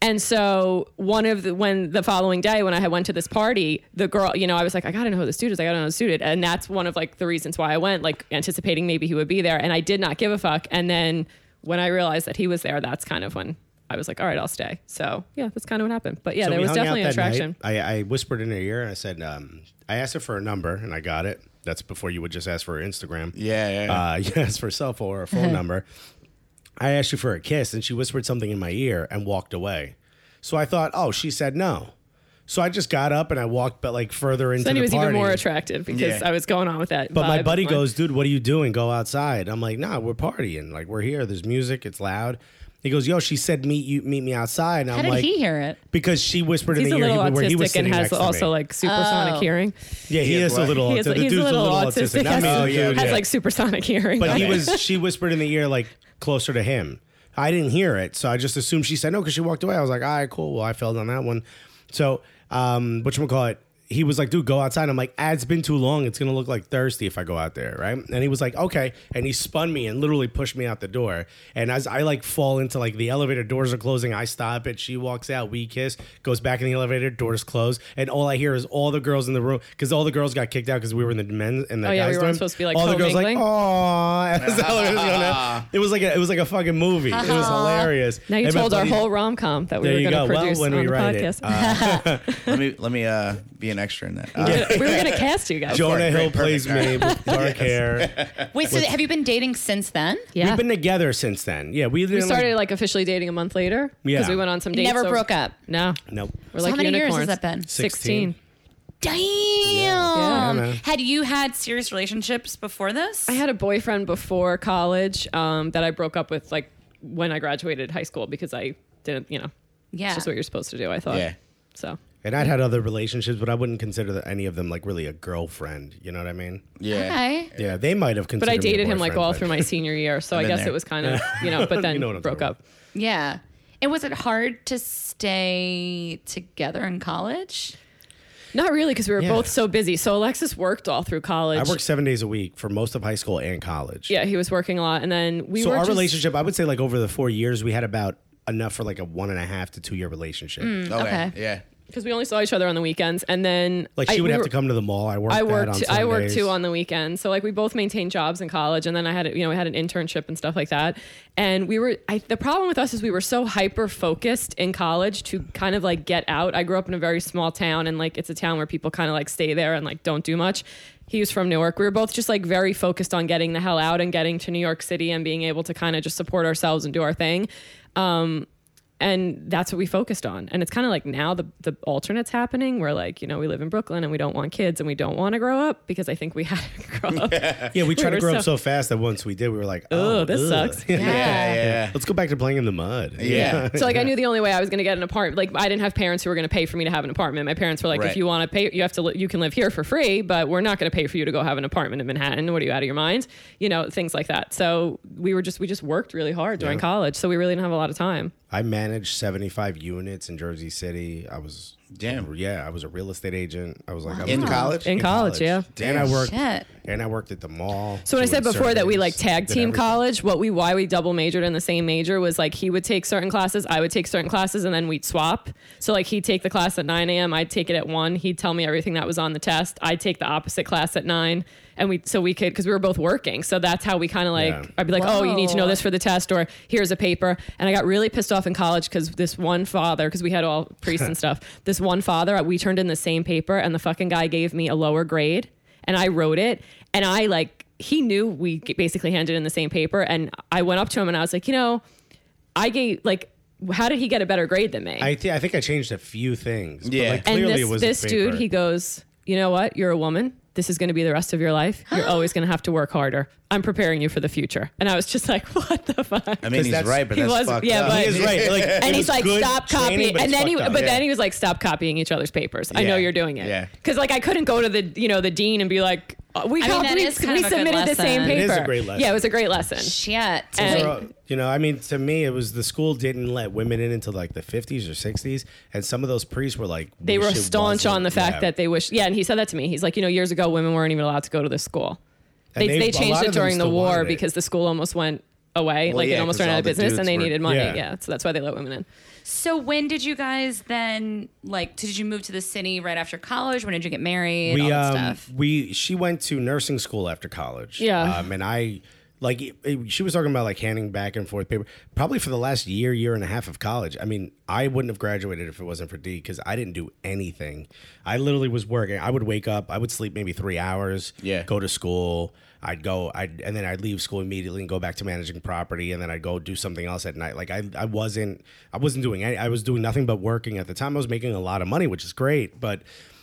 Speaker 3: And so one of the when the following day when I had went to this party, the girl, you know, I was like, I gotta know who this dude is. I gotta know who this dude is. And that's one of like the reasons why I went, like anticipating maybe he would be there. And I did not give a fuck. And then when I realized that he was there, that's kind of when I was like, all right, I'll stay. So yeah, that's kind of what happened. But yeah,
Speaker 4: So
Speaker 3: there
Speaker 4: we
Speaker 3: was
Speaker 4: hung out
Speaker 3: definitely an
Speaker 4: that night.
Speaker 3: attraction.
Speaker 4: I, I whispered in her ear and I said, um, I asked her for a number and I got it. That's before you would just ask for her Instagram.
Speaker 1: Yeah, yeah, yeah.
Speaker 4: Uh, you asked for a cell phone or a phone number. I asked you for a kiss and she whispered something in my ear and walked away. So I thought, oh, she said no. So I just got up and I walked, but like further into
Speaker 3: Then he
Speaker 4: the
Speaker 3: was
Speaker 4: party.
Speaker 3: even more attractive because
Speaker 1: Yeah.
Speaker 3: I was going on with that.
Speaker 4: But my
Speaker 3: vibe
Speaker 4: buddy
Speaker 3: more.
Speaker 4: goes, dude, what are you doing? Go outside. I'm like, nah, we're partying. Like we're here. There's music. It's loud. He goes, yo, she said meet you meet me outside. And
Speaker 2: How
Speaker 4: I'm
Speaker 2: did
Speaker 4: like,
Speaker 2: he hear it?
Speaker 4: because she whispered
Speaker 3: He's a
Speaker 4: in the ear
Speaker 3: little
Speaker 4: he- where he was
Speaker 3: autistic and
Speaker 4: sitting
Speaker 3: has
Speaker 4: next to
Speaker 3: also
Speaker 4: me.
Speaker 3: like supersonic
Speaker 2: Oh.
Speaker 3: hearing.
Speaker 4: yeah, he
Speaker 1: Yeah,
Speaker 4: is a
Speaker 1: what?
Speaker 4: little
Speaker 3: He has,
Speaker 4: autistic. The
Speaker 3: he's
Speaker 4: dude's
Speaker 3: a little,
Speaker 4: autistic.
Speaker 3: autistic.
Speaker 4: Not
Speaker 3: Has,
Speaker 4: me,
Speaker 1: Oh,
Speaker 4: dude,
Speaker 1: yeah,
Speaker 4: yeah.
Speaker 3: has like supersonic hearing.
Speaker 4: But he
Speaker 3: Okay.
Speaker 4: was she whispered in the ear like closer to him. I didn't hear it, so I just assumed she said no because she walked away. I was like, all right, cool. Well, I failed on that one. So, um, what call it? He was like, dude, go outside. I'm like, ah, it's been too long. It's gonna look like thirsty if I go out there, right? And he was like, okay. And he spun me and literally pushed me out the door. And as I like fall into like the elevator, doors are closing. I stop it. She walks out. We kiss. Goes back in the elevator. Doors close. And all I hear is all the girls in the room because all the girls got kicked out because we were in the men's in the
Speaker 3: Oh, yeah,
Speaker 4: guys
Speaker 3: we weren't
Speaker 4: dorm.
Speaker 3: supposed to be, like,
Speaker 4: all the girls like, "Oh,
Speaker 3: co-mingling.
Speaker 4: Aw, as the elevator's going up. It was like a, it was like a fucking movie. It was hilarious.
Speaker 3: Uh-huh. now you
Speaker 4: And my
Speaker 3: told our
Speaker 4: buddy-
Speaker 3: whole rom com that we
Speaker 4: There
Speaker 3: were
Speaker 4: you
Speaker 3: going
Speaker 4: go.
Speaker 3: to
Speaker 4: Well,
Speaker 3: produce
Speaker 4: when
Speaker 3: on
Speaker 4: we
Speaker 3: the
Speaker 4: write it, Uh,
Speaker 3: podcast.
Speaker 1: let me let me uh, be an extra in that. Uh,
Speaker 3: we were going to cast you guys.
Speaker 1: Joe- Great,
Speaker 4: Jonah Hill
Speaker 1: perfect,
Speaker 4: plays
Speaker 1: all
Speaker 4: me
Speaker 1: right.
Speaker 4: with dark hair.
Speaker 2: Wait, so have you been dating since then?
Speaker 3: yeah.
Speaker 4: We've been together since then. Yeah, we,
Speaker 3: we started like officially dating a month later
Speaker 4: Yeah.
Speaker 3: because we went on some
Speaker 2: You
Speaker 3: dates.
Speaker 2: never
Speaker 3: over-
Speaker 2: broke up.
Speaker 3: No,
Speaker 4: nope.
Speaker 3: we're
Speaker 2: So
Speaker 3: like
Speaker 2: how many years has
Speaker 3: unicorns.
Speaker 2: that been?
Speaker 3: 16.
Speaker 2: Damn.
Speaker 3: Yeah,
Speaker 4: man.
Speaker 2: Had you had serious relationships before this?
Speaker 3: I had a boyfriend before college um, that I broke up with like when I graduated high school because I didn't, you know,
Speaker 2: Yeah.
Speaker 3: it's just what you're supposed to do. I thought.
Speaker 1: Yeah.
Speaker 3: So
Speaker 4: And I'd had other relationships, but I wouldn't consider that any of them like really a girlfriend. You know what I mean?
Speaker 1: yeah.
Speaker 2: Okay.
Speaker 4: Yeah, they might have considered.
Speaker 3: but I
Speaker 4: me a
Speaker 3: dated him like
Speaker 4: boyfriend,
Speaker 3: all
Speaker 4: but-
Speaker 3: through my senior year. So I
Speaker 1: been
Speaker 3: guess
Speaker 1: there.
Speaker 3: it was kind of, you know, but then
Speaker 4: know what I'm
Speaker 3: broke
Speaker 4: talking
Speaker 3: up.
Speaker 2: Yeah. And was it hard to stay together in college?
Speaker 3: Not really because we were
Speaker 4: Yeah.
Speaker 3: both so busy. So Alexis worked all through college.
Speaker 4: I worked seven days a week for most of high school and college.
Speaker 3: Yeah, he was working a lot. And then we
Speaker 4: so
Speaker 3: were
Speaker 4: our
Speaker 3: just-
Speaker 4: relationship, I would say, like over the four years, we had about enough for like a one and a half to two year relationship.
Speaker 3: Mm.
Speaker 1: Okay.
Speaker 2: Okay.
Speaker 1: Yeah.
Speaker 3: because we only saw each other on the weekends, and then
Speaker 4: Like she
Speaker 3: I-
Speaker 4: would
Speaker 3: we
Speaker 4: have
Speaker 3: were-
Speaker 4: to come to the mall. I worked.
Speaker 3: I
Speaker 4: that
Speaker 3: worked.
Speaker 4: on
Speaker 3: I worked
Speaker 4: Sundays.
Speaker 3: too on the weekends. So like we both maintained jobs in college, and then I had you know I had an internship and stuff like that. And we were. I, the problem with us is we were so hyper focused in college to kind of like get out. I grew up in a very small town, and like it's a town where people kind of like stay there and like don't do much. He was from Newark. We were both just like very focused on getting the hell out and getting to New York City and being able to kind of just support ourselves and do our thing. Um, and that's what we focused on and it's kind of like now the, the alternate's happening where like you know we live in brooklyn and we don't want kids and we don't want to grow up because i think we had to grow up
Speaker 4: Yeah, we tried to
Speaker 3: were
Speaker 4: grow up
Speaker 3: so-
Speaker 4: so fast that once we did, we were like,
Speaker 3: oh
Speaker 4: oh,
Speaker 3: this
Speaker 4: ugh.
Speaker 3: sucks
Speaker 1: Yeah. Yeah.
Speaker 4: Let's go back to playing in the mud.
Speaker 1: Yeah.
Speaker 3: so like i knew the only way i was going to get an apartment like i didn't have parents who were going to pay for me to have an apartment my parents were like
Speaker 1: Right.
Speaker 3: if you want to pay you have to li- you can live here for free but we're not going to pay for you to go have an apartment in manhattan what are you out of your mind you know things like that so we were just we just worked really hard during college so we really didn't have a lot of time
Speaker 4: I managed 75 units in Jersey City. I was
Speaker 1: Damn.
Speaker 4: Yeah, I was a real estate agent. I was like I was
Speaker 1: In
Speaker 4: a-
Speaker 1: college?
Speaker 3: in, college, yeah
Speaker 4: And I worked
Speaker 2: Shit.
Speaker 4: and I worked at the mall.
Speaker 3: So when I said
Speaker 4: doing
Speaker 3: before that we
Speaker 4: surveys,
Speaker 3: like tag
Speaker 4: did
Speaker 3: team
Speaker 4: everything.
Speaker 3: college, what we why we double majored in the same major was like he would take certain classes, I would take certain classes, and then we'd swap. So like he'd take the class at 9 a.m., I'd take it at one. He'd tell me everything that was on the test. I'd take the opposite class at nine, and we so we could because we were both working. So that's how we kind of like
Speaker 4: Yeah.
Speaker 3: I'd be like, oh, you need to know
Speaker 2: Whoa.
Speaker 3: this for the test, or here's a paper. And I got really pissed off in college because this one father, because we had all priests and stuff. This one father, we turned in the same paper, and the fucking guy gave me a lower grade and I wrote it. And I like, he knew we g- basically handed in the same paper. And I went up to him and I was like, you know, I gave, like, how did he get a better grade than me?
Speaker 4: I, thi- I think I changed a few things. but,
Speaker 1: Yeah.
Speaker 4: like,
Speaker 3: and
Speaker 4: clearly
Speaker 3: this,
Speaker 4: it was
Speaker 3: this
Speaker 4: the
Speaker 3: dude,
Speaker 4: paper.
Speaker 3: he goes, you know what? You're a woman. This is going to be the rest of your life. You're always going to have to work harder. I'm preparing you for the future. And I was just like, what the fuck?
Speaker 1: I mean, he's
Speaker 4: that's-
Speaker 1: right, but
Speaker 3: he
Speaker 1: that's
Speaker 3: was-
Speaker 1: fucked
Speaker 3: yeah,
Speaker 1: up.
Speaker 3: but-
Speaker 4: He is right. Like, it
Speaker 3: and
Speaker 4: was
Speaker 3: he's like,
Speaker 4: good
Speaker 3: "Stop
Speaker 4: training,
Speaker 3: copying."
Speaker 4: but
Speaker 3: and
Speaker 4: it's
Speaker 3: then he,
Speaker 4: fucked
Speaker 3: but
Speaker 4: up.
Speaker 3: then he was like, "Stop copying each other's papers." I know
Speaker 1: Yeah.
Speaker 3: you're doing it.
Speaker 1: Yeah.
Speaker 3: Because like I couldn't go to the you know the dean and be like, "Uh, "We
Speaker 2: I mean,
Speaker 3: copied-
Speaker 2: that
Speaker 3: we,
Speaker 2: is kind
Speaker 3: we
Speaker 2: of a good
Speaker 3: submitted the same
Speaker 2: lesson.
Speaker 3: paper."
Speaker 2: It
Speaker 4: is a great lesson.
Speaker 3: Yeah, it was a great lesson.
Speaker 2: Shit.
Speaker 3: And-
Speaker 4: Well, you know, I mean, to me, it was the school didn't let women in until like the 50s or 60s, and some of those priests were like,
Speaker 3: They
Speaker 4: "Wish
Speaker 3: were
Speaker 4: it
Speaker 3: staunch
Speaker 4: wasn't."
Speaker 3: on the fact
Speaker 4: Yeah.
Speaker 3: that they wish. Yeah, and he said that to me. He's like, you know, years ago, women weren't even allowed to go to this school. They,
Speaker 4: And
Speaker 3: they,
Speaker 4: they- a
Speaker 3: changed
Speaker 4: lot
Speaker 3: it
Speaker 4: of them
Speaker 3: during the
Speaker 4: still
Speaker 3: war
Speaker 4: wanted it.
Speaker 3: because the school almost went away. like
Speaker 1: yeah,
Speaker 3: it almost
Speaker 1: 'cause
Speaker 3: ran out
Speaker 1: all
Speaker 3: of
Speaker 1: the
Speaker 3: business, and
Speaker 1: dudes
Speaker 3: they
Speaker 1: were-
Speaker 3: needed money.
Speaker 4: Yeah.
Speaker 3: yeah, so that's why they let women in.
Speaker 2: So when did you guys then like? Did you move to the city right after college? When did you get
Speaker 4: um,
Speaker 2: married? all that stuff.
Speaker 4: we she went to nursing school after college.
Speaker 3: Yeah.
Speaker 4: um, and I like it- it- she was talking about like handing back and forth paper probably for the last year year and a half of college i mean i wouldn't have graduated if it wasn't for d because i didn't do anything i literally was working i would wake up i would sleep maybe three hours
Speaker 1: Yeah.
Speaker 4: go to school i'd go i'd and then i'd leave school immediately and go back to managing property and then i'd go do something else at night like i, I wasn't i wasn't doing any, i was doing nothing but working at the time i was making a lot of money which is great but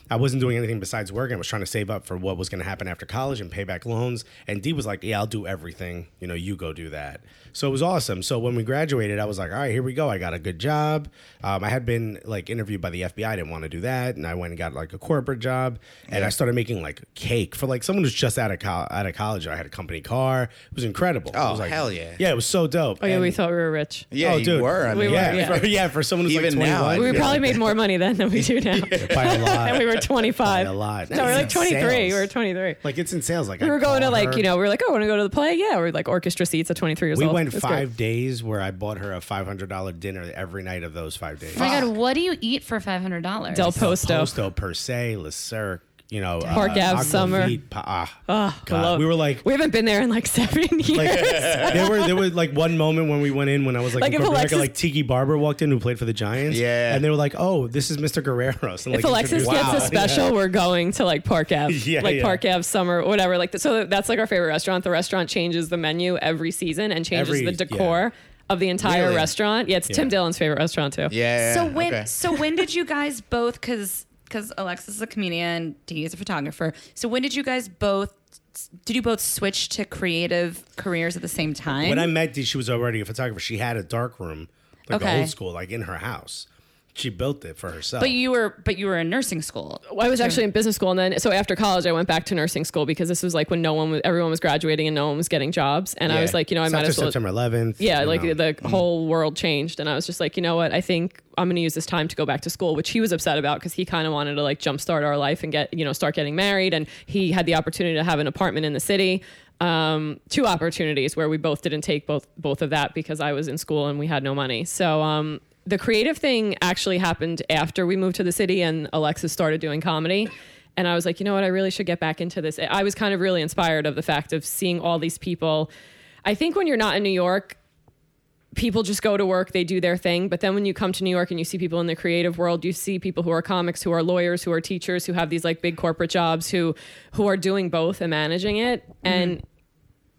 Speaker 4: I wasn't doing anything besides working. I was trying to save up for what was going to happen after college and pay back loans. And D was like, "Yeah, I'll do everything. You know, you go do that." So it was awesome. So when we graduated, I was like, "All right, here we go. I got a good job." Um, I had been like interviewed by the FBI. I didn't want to do that, and I went and got like a corporate job. And I started making like cake for like someone who's just out of col out of college. I had a company car. It was incredible. It
Speaker 1: Oh,
Speaker 4: was like,
Speaker 1: hell yeah.
Speaker 4: Yeah, it was so dope.
Speaker 3: Oh yeah, we
Speaker 4: And-
Speaker 3: thought we were rich.
Speaker 1: Yeah,
Speaker 4: oh,
Speaker 1: you
Speaker 4: dude.
Speaker 1: were. I
Speaker 3: We
Speaker 1: mean,
Speaker 3: were,
Speaker 4: yeah,
Speaker 3: yeah.
Speaker 4: For, yeah, for someone who's
Speaker 1: Even
Speaker 4: like
Speaker 1: now,
Speaker 4: 21.
Speaker 1: I
Speaker 3: We
Speaker 1: Yeah.
Speaker 3: probably made more money then than we do now.
Speaker 4: by a lot.
Speaker 3: and we were 25.
Speaker 4: By a lot.
Speaker 3: No, we we're like
Speaker 4: It's
Speaker 3: 23.
Speaker 4: sales.
Speaker 3: We were 23.
Speaker 4: Like it's in sales. Like
Speaker 3: we
Speaker 4: I
Speaker 3: were going to
Speaker 4: call
Speaker 3: like
Speaker 4: her.
Speaker 3: you know we were like oh want to go to the play yeah we we're like orchestra seats at 23 years
Speaker 4: We
Speaker 3: old
Speaker 4: went
Speaker 3: It's
Speaker 4: five
Speaker 3: great.
Speaker 4: days where I bought her a five hundred dollar dinner every night of those five days.
Speaker 2: Oh my god, what do you eat for five hundred dollars?
Speaker 3: Del Posto
Speaker 4: Posto per se, Le Cirque, you know,
Speaker 3: Park Ave
Speaker 4: Aqua
Speaker 3: Summer.
Speaker 4: Vitae, pa- ah,
Speaker 3: I
Speaker 4: God.
Speaker 3: love-
Speaker 4: we were like,
Speaker 3: we haven't been there in like seven years
Speaker 4: like there were there was like one moment when we went in when I was like,
Speaker 3: Like
Speaker 4: in
Speaker 3: if
Speaker 4: Puerto Rico,
Speaker 3: Alexis-
Speaker 4: like Tiki Barber walked in who played for the Giants,
Speaker 1: Yeah.
Speaker 4: and they were like, oh, this is Mr. Guerrero. So, like,
Speaker 3: if Alexis
Speaker 4: introduced-
Speaker 3: gets
Speaker 1: Wow.
Speaker 3: a special, we're going to like Park Ave,
Speaker 4: Yeah,
Speaker 3: like
Speaker 4: yeah.
Speaker 3: Park Ave summer, whatever. Like th- so, that's like our favorite restaurant. The restaurant changes the menu every season and changes
Speaker 4: Every-
Speaker 3: the decor of the entire
Speaker 1: Really?
Speaker 3: restaurant. Yeah, it's Tim Dillon's favorite restaurant too.
Speaker 1: yeah.
Speaker 2: so when
Speaker 1: okay.
Speaker 2: so when did you guys both because because Alexis is a comedian, Dee is a photographer. So when did you guys both did you both switch to creative careers at the same time?
Speaker 4: When I met Dee, she was already a photographer. She had a dark room, like
Speaker 2: Okay.
Speaker 4: old school, like in her house. She built it for herself.
Speaker 2: but you were but you were in nursing school.
Speaker 3: I was actually in business school, and then so after college, I went back to nursing school because this was like when no one, was, everyone was graduating and no one was getting jobs, and I
Speaker 1: Yeah.
Speaker 3: was like, you know, I
Speaker 4: It's
Speaker 3: might
Speaker 4: after
Speaker 3: as well.
Speaker 4: September 11th.
Speaker 3: yeah,
Speaker 4: you
Speaker 3: like
Speaker 4: know. Mm.
Speaker 3: the whole world changed, and I was just like, you know what? I think I'm going to use this time to go back to school, which he was upset about because he kind of wanted to like jumpstart our life and get you know start getting married, and he had the opportunity to have an apartment in the city. Um, two opportunities where we both didn't take both both of that because I was in school and we had no money. So um, the creative thing actually happened after we moved to the city and Alexis started doing comedy. And I was like, you know what? I really should get back into this. I was kind of really inspired of the fact of seeing all these people. I think when you're not in New York, people just go to work, they do their thing. But then when you come to New York and you see people in the creative world, you see people who are comics, who are lawyers, who are teachers, who have these like big corporate jobs, who who are doing both and managing it. And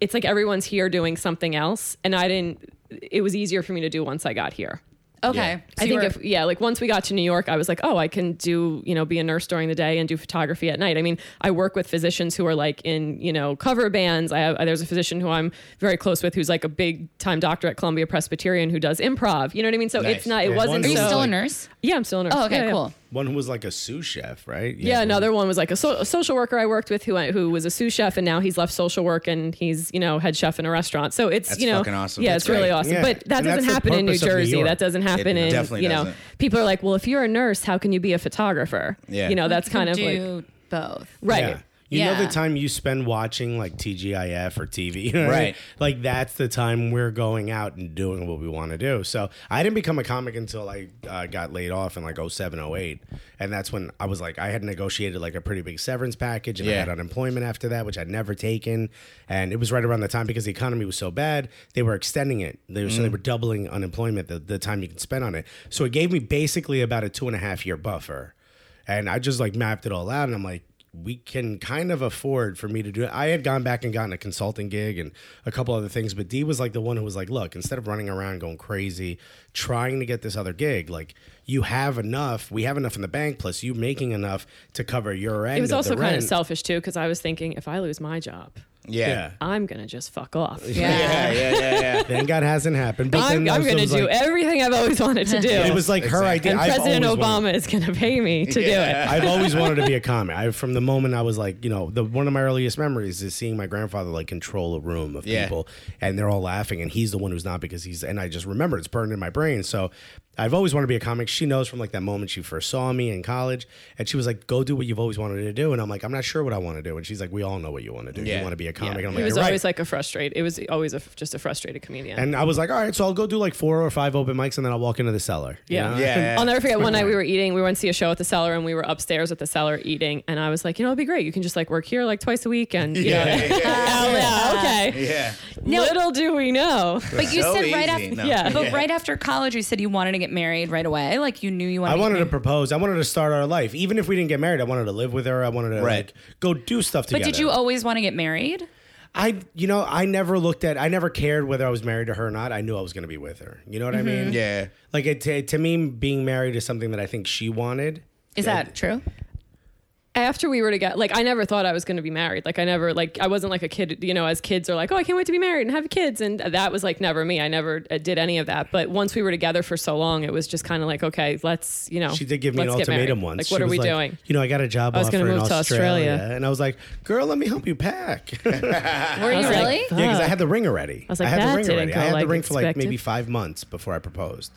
Speaker 3: it's like everyone's here doing something else. And I didn't. It was easier for me to do once I got here.
Speaker 2: Okay. So
Speaker 3: I
Speaker 2: you
Speaker 3: think
Speaker 2: were-
Speaker 3: if yeah, like once we got to New York, I was like, oh, I can do you know be a nurse during the day and do photography at night. I mean, I work with physicians who are like in you know cover bands. I have there's a physician who I'm very close with who's like a big time doctor at Columbia Presbyterian who does improv. You know what I mean? So it's
Speaker 1: Nice.
Speaker 3: not it
Speaker 4: Yeah.
Speaker 3: wasn't
Speaker 4: Are you
Speaker 3: so
Speaker 2: still a nurse?
Speaker 3: yeah, I'm still a nurse.
Speaker 2: Oh, okay,
Speaker 3: Yeah, yeah.
Speaker 2: cool.
Speaker 4: One who was like a sous chef, right?
Speaker 3: Yeah,
Speaker 4: another.
Speaker 3: another one was like a, so, a social worker I worked with who I, who was a sous chef and now he's left social work and he's you know head chef in a restaurant. So it's
Speaker 1: That's
Speaker 3: you know
Speaker 1: fucking awesome.
Speaker 3: yeah,
Speaker 1: That's
Speaker 3: it's really
Speaker 1: great.
Speaker 3: awesome.
Speaker 4: Yeah.
Speaker 3: But that
Speaker 4: And that's
Speaker 3: doesn't
Speaker 4: the
Speaker 3: happen in New
Speaker 4: purpose of New
Speaker 3: Jersey.
Speaker 4: York.
Speaker 3: that doesn't happen in
Speaker 1: definitely
Speaker 3: you know
Speaker 1: doesn't.
Speaker 3: people are like, well, if you're a nurse, how can you be a photographer?
Speaker 1: Yeah.
Speaker 3: you know that's kind of like
Speaker 2: do both.
Speaker 3: right.
Speaker 4: Yeah. You know
Speaker 2: Yeah.
Speaker 4: the time you spend watching like TGIF or TV, you know what I
Speaker 1: Right.
Speaker 4: mean? Like that's the time we're going out and doing what we want to do. So I didn't become a comic until I uh, got laid off in like 07, 08. and that's when I was like I had negotiated like a pretty big severance package and I
Speaker 1: Yeah.
Speaker 4: had unemployment after that, which I'd never taken. And it was right around the time because the economy was so bad, they were extending it. They were, So they were doubling unemployment the, the time you could spend on it. So it gave me basically about a two and a half year buffer. And I just like mapped it all out and I'm like, we can kind of afford for me to do it. I had gone back and gotten a consulting gig and a couple other things, but D was like the one who was like, look, instead of running around going crazy, trying to get this other gig, like you have enough, we have enough in the bank, plus you making enough to cover your end.
Speaker 3: It was
Speaker 4: of
Speaker 3: also
Speaker 4: the
Speaker 3: kind of
Speaker 4: rent.
Speaker 3: selfish too because I was thinking if I lose my job,
Speaker 1: yeah.
Speaker 4: Yeah.
Speaker 3: I'm gonna just fuck off.
Speaker 1: Yeah, yeah, yeah, yeah.
Speaker 4: Thank God hasn't happened. But
Speaker 3: I'm,
Speaker 4: then
Speaker 3: I'm
Speaker 4: also
Speaker 3: gonna
Speaker 4: was
Speaker 3: do
Speaker 4: like-
Speaker 3: everything I've always wanted to do.
Speaker 4: It was like her
Speaker 1: Exactly.
Speaker 4: idea.
Speaker 3: and
Speaker 4: I've
Speaker 3: President
Speaker 4: always wanted-
Speaker 3: Obama is gonna pay me to do it.
Speaker 4: I've always wanted to be a comic. I from the moment I was like, you know, the one of my earliest memories is seeing my grandfather like control a room of
Speaker 1: Yeah.
Speaker 4: people and they're all laughing and he's the one who's not because he's and I just remember it's burned in my brain. So I've always wanted to be a comic. She knows from like that moment she first saw me in college and she was like, Go do what you've always wanted to do. And I'm like, I'm not sure what I want to do. And she's like, We all know what you want to do.
Speaker 1: Yeah.
Speaker 4: You want to be a comic.
Speaker 1: Yeah.
Speaker 4: And I'm
Speaker 3: It
Speaker 4: like,
Speaker 3: was
Speaker 4: "You're
Speaker 3: always
Speaker 4: right."
Speaker 3: like a frustrate. It was always a, just a frustrated comedian.
Speaker 4: And I was like, all right, so I'll go do like four or five open mics and then I'll walk into the cellar. you
Speaker 3: yeah.
Speaker 4: know?
Speaker 1: Yeah.
Speaker 3: I'll never forget one night we were eating, we went to see a show at the cellar and we were upstairs at the cellar eating. And I was like, you know, it'd be great. You can just like work here like twice a week. And, you know,
Speaker 1: Yeah, yeah,
Speaker 3: Oh, yeah, okay.
Speaker 1: Yeah.
Speaker 3: Little do we know.
Speaker 2: But you
Speaker 1: So
Speaker 2: said right
Speaker 1: easy.
Speaker 2: after,
Speaker 1: No.
Speaker 3: Yeah.
Speaker 2: but right after college, you said you wanted to get married right away. Like you knew you wanted.
Speaker 4: I
Speaker 2: to.
Speaker 4: wanted to
Speaker 2: Get married.
Speaker 4: propose. I wanted to start our life. Even if we didn't get married, I wanted to live with her. I wanted to
Speaker 1: Right.
Speaker 4: like go do stuff
Speaker 2: But
Speaker 4: together.
Speaker 2: did you always want to get married?
Speaker 4: I, you know, I never looked at. I never cared whether I was married to her or not. I knew I was going to be with her. You know what
Speaker 3: Mm-hmm.
Speaker 4: I mean?
Speaker 1: Yeah.
Speaker 4: Like it, to, to me, being married is something that I think she wanted.
Speaker 2: Is that true?
Speaker 3: after we were together, like I never thought I was going to be married. Like I never, like I wasn't like a kid, you know, as kids are like, oh, I can't wait to be married and have kids. And that was like never me. I never uh, did any of that. But once we were together for so long, it was just kind of like, okay, let's, you know,
Speaker 4: She did give me an
Speaker 3: let's get
Speaker 4: ultimatum
Speaker 3: married.
Speaker 4: once.
Speaker 3: Like, what
Speaker 4: She
Speaker 3: are
Speaker 4: was
Speaker 3: we doing?
Speaker 4: You know, I got a job
Speaker 3: I was
Speaker 4: offer
Speaker 3: gonna
Speaker 4: in
Speaker 3: move to
Speaker 4: Australia.
Speaker 3: Australia.
Speaker 4: and I was like, "Girl, let me help you pack." yeah,
Speaker 2: Were you
Speaker 3: was like,
Speaker 2: really?
Speaker 3: "Fuck."
Speaker 4: because I had the ring already. I
Speaker 3: was like,
Speaker 4: had
Speaker 3: "That
Speaker 4: the ring
Speaker 3: didn't
Speaker 4: already.
Speaker 3: go
Speaker 4: I had
Speaker 3: like
Speaker 4: the ring for like
Speaker 3: expected.
Speaker 4: maybe five months before I proposed.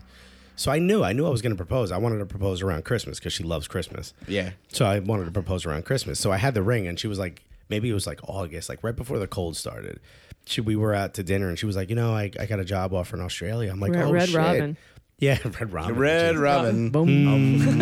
Speaker 4: So I knew, I knew I was going to propose. I wanted to propose around Christmas because she loves Christmas.
Speaker 1: Yeah.
Speaker 4: So I wanted to propose around Christmas. So I had the ring, and she was like, maybe it was like August, like right before the cold started. She, we were out to dinner, and she was like, you know, I, I got a job offer in Australia. I'm like,
Speaker 3: We're at
Speaker 4: oh
Speaker 3: Red
Speaker 4: shit.
Speaker 3: Robin.
Speaker 4: Yeah, Red Robin.
Speaker 1: Red Robin.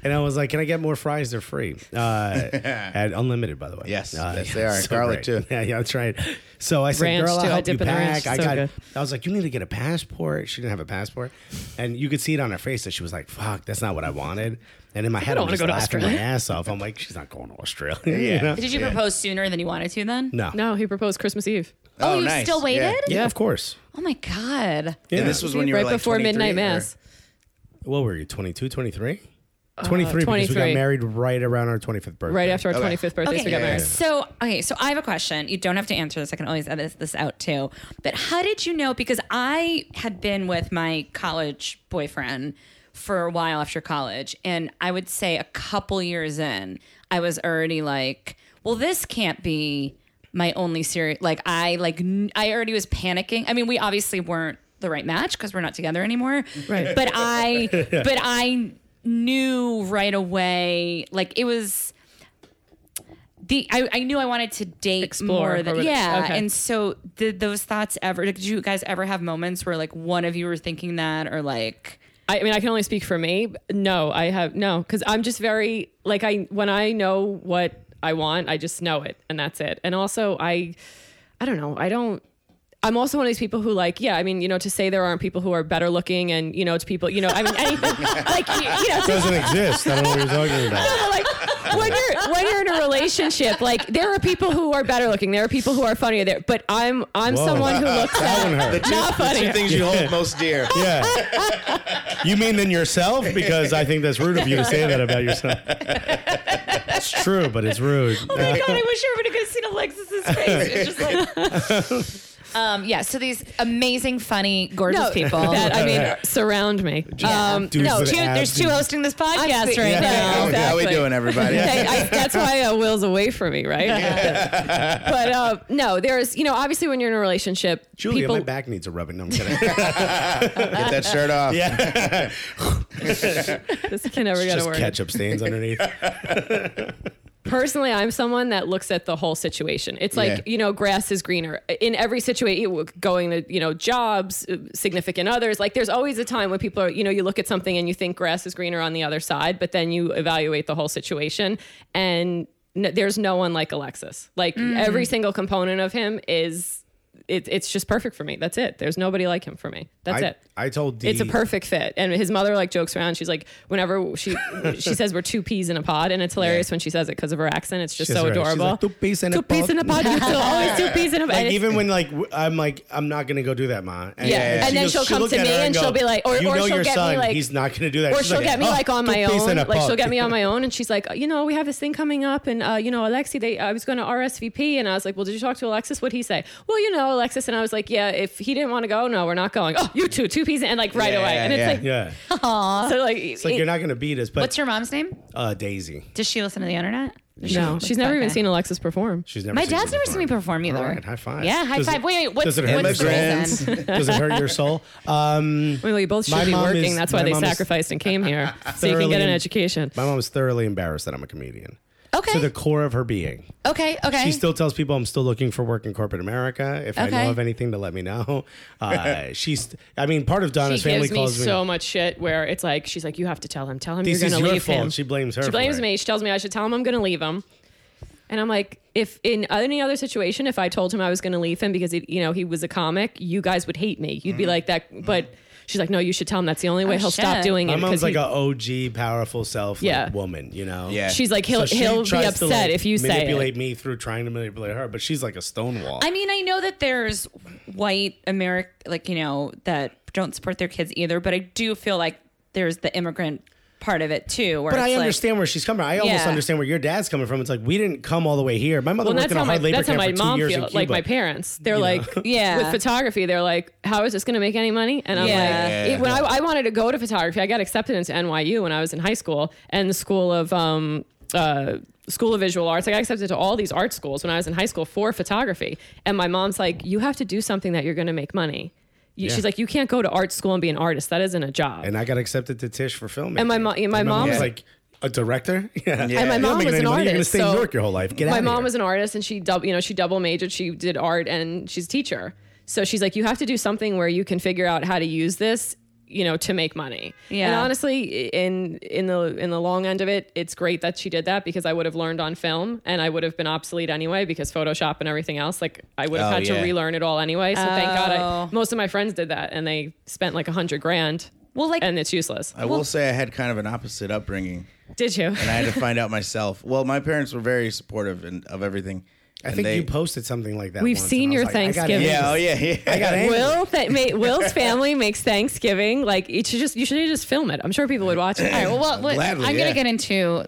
Speaker 4: And I was like, "Can I get more fries? They're free uh, at unlimited, by the way."
Speaker 1: Yes,
Speaker 4: Uh,
Speaker 1: yes, they are. Garlic,
Speaker 4: great.
Speaker 1: too.
Speaker 4: Yeah, yeah, that's right. So I said,
Speaker 3: Ranch,
Speaker 4: "Girl, I'll
Speaker 3: too. I
Speaker 4: help you
Speaker 3: dip in the ranch.
Speaker 4: pack." I
Speaker 3: So
Speaker 4: got.
Speaker 3: good.
Speaker 4: I was like, "You need to get a passport." She didn't have a passport, and you could see it on her face that she was like, "Fuck, that's not what I wanted." And in my head,
Speaker 3: don't
Speaker 4: I'm
Speaker 3: wanna
Speaker 4: just
Speaker 3: go to
Speaker 4: laughing my
Speaker 3: Australia.
Speaker 4: ass off. I'm like, "She's not going to Australia." you know?
Speaker 2: Did you propose sooner than you wanted to? Then
Speaker 4: No.
Speaker 3: No, he proposed Christmas Eve.
Speaker 2: Oh,
Speaker 1: Oh,
Speaker 2: you
Speaker 1: nice.
Speaker 2: still
Speaker 1: Yeah.
Speaker 2: waited?
Speaker 4: Yeah, of course.
Speaker 2: Oh my god.
Speaker 4: Yeah.
Speaker 1: And this was when you
Speaker 3: right
Speaker 1: were like
Speaker 3: before
Speaker 1: 23
Speaker 3: midnight
Speaker 1: or-
Speaker 3: mass.
Speaker 4: What were you? 22, 23? 23 because we
Speaker 3: 23.
Speaker 4: got married right around our 25th birthday.
Speaker 3: Uh, Right after our
Speaker 1: Okay.
Speaker 3: 25th birthday, so we got
Speaker 1: Yeah,
Speaker 3: married.
Speaker 2: So okay, so I have a question. You don't have to answer this. I can always edit this out too. But how did you know? Because I had been with my college boyfriend for a while after college, and I would say a couple years in, I was already like, well, this can't be my only serious. Like I like n- I already was panicking. I mean, we obviously weren't the right match because we're not together anymore.
Speaker 3: Right.
Speaker 2: But I, but I knew right away. Like it was the I, I knew I wanted to date
Speaker 3: Explore
Speaker 2: more than
Speaker 3: or-
Speaker 2: yeah.
Speaker 3: okay.
Speaker 2: And so did those thoughts ever? Did you guys ever have moments where like one of you were thinking that or like
Speaker 3: I, I mean, I can only speak for me. but No, I have no, because I'm just very like I when I know what I want, I just know it, and that's it. And also, I, I don't know, I don't. I'm also one of these people who like, yeah, I mean, you know, to say there aren't people who are better looking, and you know, to people, you know, I mean, anything like you, you know, to
Speaker 4: Doesn't exist. I don't know what you're talking about.
Speaker 3: but, like when you're when you're in a relationship, like there are people who are better looking, there are people who are funnier. There, but I'm I'm
Speaker 4: Whoa.
Speaker 3: someone who looks
Speaker 4: That one
Speaker 3: at
Speaker 4: hurt.
Speaker 1: The two,
Speaker 3: Not
Speaker 1: the
Speaker 3: funny.
Speaker 1: two things you hold most dear.
Speaker 4: Yeah. You mean than yourself? Because I think that's rude of you to say that about yourself. It's true, but it's rude.
Speaker 2: oh my god, I wish everybody could have seen Alexis's face. It's just like Um, yeah, so these amazing, funny, gorgeous
Speaker 3: No,
Speaker 2: people.
Speaker 3: that. I mean, surround me. Um,
Speaker 4: Dudes
Speaker 2: no,
Speaker 4: with
Speaker 2: two, there's
Speaker 4: abs
Speaker 2: two
Speaker 4: and-
Speaker 2: hosting this podcast
Speaker 3: I've
Speaker 2: right
Speaker 3: seen- Yeah.
Speaker 1: How,
Speaker 2: now.
Speaker 1: how we
Speaker 3: Exactly.
Speaker 1: doing, everybody?
Speaker 3: Okay, I, that's why uh, Will's away from me, right? but uh, no, there's you know obviously when you're in a relationship,
Speaker 4: Julia,
Speaker 3: people
Speaker 4: my back needs a rubbing. No, I'm kidding.
Speaker 1: Get that shirt off. Yeah.
Speaker 3: this can never get
Speaker 4: Just
Speaker 3: work.
Speaker 4: ketchup stains underneath.
Speaker 3: Personally, I'm someone that looks at the whole situation. It's like
Speaker 1: Yeah.
Speaker 3: you know grass is greener in every situation. Going to you know jobs, uh, significant others. Like there's always a time when people are you know you look at something and you think grass is greener on the other side, but then you evaluate the whole situation and. No, there's no one like Alexis. Like every single component of him is, it, it's just perfect for me. That's it. There's nobody like him for me. That's
Speaker 4: I,
Speaker 3: it.
Speaker 4: I told D.
Speaker 3: it's a perfect fit. And his mother like jokes around. She's like, whenever she she says we're two peas in a pod, and it's hilarious when she says it because of her accent. It's just
Speaker 4: She's
Speaker 3: so
Speaker 4: right. She's
Speaker 3: adorable.
Speaker 4: like, "Two peas in a
Speaker 3: Two peas
Speaker 4: pod."
Speaker 3: in a pod. You two always two peas in a pod.
Speaker 4: Like
Speaker 3: And
Speaker 4: even when like w- I'm like I'm not gonna go do that, ma. And
Speaker 3: Yeah.
Speaker 1: And
Speaker 4: she
Speaker 3: then she'll come
Speaker 4: looked
Speaker 3: to
Speaker 4: at
Speaker 3: me
Speaker 4: her
Speaker 3: and
Speaker 4: go,
Speaker 3: she'll be like- or-
Speaker 4: you
Speaker 3: or
Speaker 4: know
Speaker 3: she'll
Speaker 4: your
Speaker 3: get me,
Speaker 4: son,
Speaker 3: like-
Speaker 4: he's not gonna do that.
Speaker 3: or
Speaker 4: She's
Speaker 3: she'll
Speaker 4: like,
Speaker 3: get me
Speaker 4: "Oh,
Speaker 3: like on
Speaker 4: two
Speaker 3: my
Speaker 4: peas
Speaker 3: own.
Speaker 4: in a
Speaker 3: Like she'll
Speaker 4: pod."
Speaker 3: get me on my own, and she's like, you know, we have this thing coming up, and uh, you know, Alexi, they, I was going to RSVP, and I was like, well, did you talk to Alexis? What'd he say? Well, you know, Alexis, and I was like, yeah, if he didn't want to go, no, we're not going. Oh, you two, two peas, in, and like right
Speaker 1: Yeah,
Speaker 3: away, and it's
Speaker 1: yeah.
Speaker 3: like,
Speaker 4: Yeah, it's
Speaker 3: so like,
Speaker 4: like
Speaker 3: it-
Speaker 4: you're not gonna beat us. But
Speaker 2: What's your mom's name?
Speaker 4: uh, Daisy,
Speaker 2: Does she listen to the internet?
Speaker 3: no, she's never even
Speaker 2: Okay.
Speaker 3: seen Alexis perform.
Speaker 4: she's never.
Speaker 2: My
Speaker 4: seen
Speaker 2: dad's
Speaker 4: you
Speaker 2: never seen me perform either.
Speaker 4: All right, high five.
Speaker 2: Yeah, high
Speaker 4: Does it-
Speaker 2: five. wait, wait, what's,
Speaker 4: does it hurt
Speaker 2: what's the
Speaker 1: Immigrants.
Speaker 2: reason?
Speaker 4: Does it hurt your soul? Um,
Speaker 3: Well, you both should
Speaker 4: My
Speaker 3: be
Speaker 4: mom
Speaker 3: working.
Speaker 4: is-
Speaker 3: That's why
Speaker 4: my
Speaker 3: they
Speaker 4: mom is
Speaker 3: sacrificed and came here so you can get an
Speaker 4: thoroughly-
Speaker 3: education.
Speaker 4: my mom was thoroughly embarrassed that I'm a comedian.
Speaker 2: Okay.
Speaker 4: to the core of her being.
Speaker 2: Okay. Okay.
Speaker 4: She still tells people I'm still looking for work in corporate America. If I
Speaker 2: Okay.
Speaker 4: know of anything, to let me know. Uh, she's, I mean, part of Donna's
Speaker 3: she
Speaker 4: family
Speaker 3: gives me
Speaker 4: calls me.
Speaker 3: so much shit where it's like she's like you have to tell him tell him
Speaker 4: This
Speaker 3: you're
Speaker 4: is
Speaker 3: going to
Speaker 4: your
Speaker 3: leave
Speaker 4: fault.
Speaker 3: him
Speaker 4: She blames her
Speaker 3: she
Speaker 4: for
Speaker 3: blames
Speaker 4: it.
Speaker 3: me she tells me i should tell him i'm going to leave him and i'm like if in any other situation if i told him i was going to leave him because it, you know he was a comic you guys would hate me you'd be
Speaker 4: Mm-hmm.
Speaker 3: like that but she's like no you should tell him that's the only way
Speaker 2: Oh,
Speaker 3: he'll
Speaker 2: shit.
Speaker 3: stop doing
Speaker 4: My
Speaker 3: it
Speaker 4: mom's like
Speaker 3: he-
Speaker 4: a OG, powerful self, like,
Speaker 3: Yeah.
Speaker 4: woman. You know,
Speaker 1: Yeah.
Speaker 3: she's like he'll
Speaker 4: So she
Speaker 3: he'll be
Speaker 4: tries to,
Speaker 3: upset
Speaker 4: like,
Speaker 3: if you say
Speaker 4: manipulate
Speaker 3: it.
Speaker 4: me through trying to manipulate her, but she's like a stonewall.
Speaker 2: I mean, I know that there's white America, like you know, that don't support their kids either, but I do feel like there's the immigrant part of it too. Where
Speaker 4: But I
Speaker 2: it's like-
Speaker 4: understand where she's coming. from. I almost
Speaker 2: Yeah.
Speaker 4: understand where your dad's coming from. It's like we didn't come all the way here. My mother
Speaker 3: Well, and
Speaker 4: worked
Speaker 3: that's
Speaker 4: in a
Speaker 3: how my
Speaker 4: hard labor
Speaker 3: that's how
Speaker 4: camp
Speaker 3: my
Speaker 4: for two
Speaker 3: mom
Speaker 4: years in
Speaker 3: feels.
Speaker 4: Cuba.
Speaker 3: Like my parents, they're like,
Speaker 2: Yeah.
Speaker 3: with photography, they're like, how is this going to make any money? And I'm
Speaker 2: Yeah.
Speaker 3: like, it- when I, I wanted to go to photography, I got accepted into NYU when I was in high school and the school of um uh school of visual arts. I got accepted to all these art schools when I was in high school for photography. And my mom's like, you have to do something that you're going to make money. You,
Speaker 4: Yeah.
Speaker 3: She's like, you can't go to art school and be an artist. That isn't a job.
Speaker 4: and I got accepted to Tish for filming.
Speaker 3: And my mo- yeah, my mom
Speaker 4: was
Speaker 1: was-
Speaker 4: like a director. Yeah,
Speaker 1: Yeah.
Speaker 3: And my
Speaker 1: You're
Speaker 3: mom
Speaker 4: making
Speaker 3: was
Speaker 4: any
Speaker 3: an
Speaker 4: money.
Speaker 3: artist.
Speaker 4: You're gonna stay in
Speaker 3: so
Speaker 4: New York your whole life. Get
Speaker 3: my
Speaker 4: outta
Speaker 3: mom
Speaker 4: here.
Speaker 3: was an artist, and she double, you know, she double majored. She did art, and she's a teacher. So she's like, you have to do something where you can figure out how to use this, you know, to make money. And
Speaker 2: Yeah.
Speaker 3: honestly, in in the in the long end of it, it's great that she did that because I would have learned on film, and I would have been obsolete anyway because Photoshop and everything else. Like I would have
Speaker 1: Oh,
Speaker 3: had to
Speaker 1: yeah.
Speaker 3: relearn it all anyway. So thank God, I,
Speaker 2: Oh.
Speaker 3: most of my friends did that, and they spent like a hundred grand.
Speaker 2: Well, like-
Speaker 3: and it's useless.
Speaker 1: I will say I had kind of an opposite upbringing.
Speaker 3: did you?
Speaker 1: and I had to find out myself. Well, my parents were very supportive and of everything.
Speaker 4: I
Speaker 1: and
Speaker 4: think
Speaker 1: they-
Speaker 4: you posted something like that.
Speaker 3: We've
Speaker 4: once,
Speaker 3: seen
Speaker 4: and I
Speaker 3: your
Speaker 4: was like, I gotta
Speaker 3: Thanksgiving.
Speaker 1: Yeah, oh yeah, yeah.
Speaker 4: I got angry.
Speaker 3: Will that ma- Will's family makes Thanksgiving like you should just you should just film it. I'm sure people would watch it.
Speaker 2: All right, well, what, what-
Speaker 1: Gladly,
Speaker 2: I'm going
Speaker 1: yeah.
Speaker 2: to get into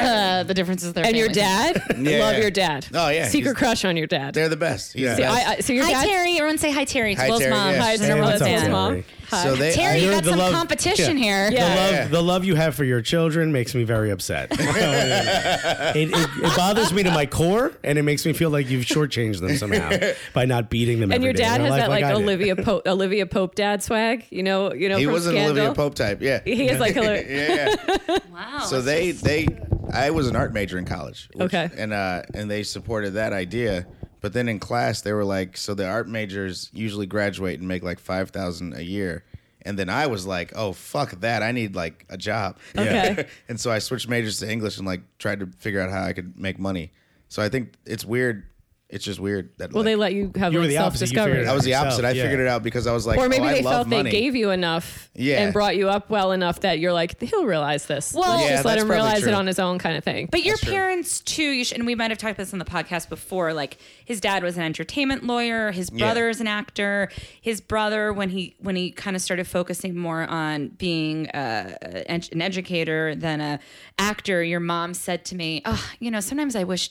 Speaker 2: uh, the differences there.
Speaker 3: And your dad,
Speaker 1: Yeah,
Speaker 3: love
Speaker 1: yeah.
Speaker 3: your dad.
Speaker 1: Oh, yeah,
Speaker 3: secret
Speaker 1: he's-
Speaker 3: crush on your dad.
Speaker 1: They're the best. He's
Speaker 4: Yeah.
Speaker 1: the
Speaker 3: See,
Speaker 1: best.
Speaker 3: I, I, so your
Speaker 2: Hi,
Speaker 3: dad.
Speaker 2: Terry. Everyone say hi, Terry. It's
Speaker 1: Hi,
Speaker 2: Will's
Speaker 1: Terry,
Speaker 2: mom.
Speaker 1: yeah.
Speaker 3: Hi,
Speaker 1: Hey,
Speaker 2: She's
Speaker 3: Terry.
Speaker 2: a
Speaker 4: what's up,
Speaker 2: relative.
Speaker 3: Terry's
Speaker 4: Terry?
Speaker 3: mom. Hi.
Speaker 1: so they
Speaker 2: Terry, you
Speaker 4: heard
Speaker 2: got
Speaker 4: the
Speaker 2: some
Speaker 4: love-
Speaker 2: competition
Speaker 4: yeah.
Speaker 2: here.
Speaker 3: Yeah.
Speaker 4: The love, the love you have for your children makes me very upset. it, it, it bothers me to my core, and it makes me feel like you've shortchanged them somehow by not beating them.
Speaker 3: And
Speaker 4: every
Speaker 3: your
Speaker 4: day in
Speaker 3: dad
Speaker 4: their
Speaker 3: has
Speaker 4: life
Speaker 3: that like,
Speaker 4: I did.
Speaker 3: Olivia Pope, Olivia Pope dad swag. You know, you know.
Speaker 1: he
Speaker 3: from
Speaker 1: was an
Speaker 3: Scandal.
Speaker 1: Olivia Pope type. Yeah.
Speaker 3: He is like a.
Speaker 1: yeah. yeah.
Speaker 2: Wow.
Speaker 1: So they they I was an art major in college. which-
Speaker 3: Okay.
Speaker 1: And uh and they supported that idea. But then in class they were like, so the art majors usually graduate and make like five thousand a year. And then I was like, oh fuck that. I need like a job.
Speaker 3: Okay.
Speaker 1: and so I switched majors to English and like tried to figure out how I could make money. So I think it's weird. It's just weird that
Speaker 3: Well,
Speaker 1: like,
Speaker 3: they let you have
Speaker 4: You were
Speaker 3: like
Speaker 4: the
Speaker 3: self
Speaker 4: opposite. You figured
Speaker 3: discovery.
Speaker 4: it
Speaker 1: I was the
Speaker 4: yourself,
Speaker 1: opposite. I
Speaker 4: yeah.
Speaker 1: figured it out because I was like,
Speaker 3: Or maybe
Speaker 1: oh, I
Speaker 3: they
Speaker 1: love
Speaker 3: felt
Speaker 1: money.
Speaker 3: they gave you enough
Speaker 1: Yeah.
Speaker 3: and brought you up well enough that you're like, he'll realize this.
Speaker 2: Well-
Speaker 3: Let's
Speaker 2: Yeah,
Speaker 3: just let
Speaker 1: that's
Speaker 3: him
Speaker 1: probably
Speaker 3: realize it
Speaker 1: true.
Speaker 3: on his own, kind of thing.
Speaker 2: But your parents too, you should, and we might have talked about this on the podcast before. Like his dad was an entertainment lawyer, his brother is an actor. His brother, when he when he kind of started focusing more on being uh, an an educator than a actor, your mom said to me, "Oh, you know, sometimes I wish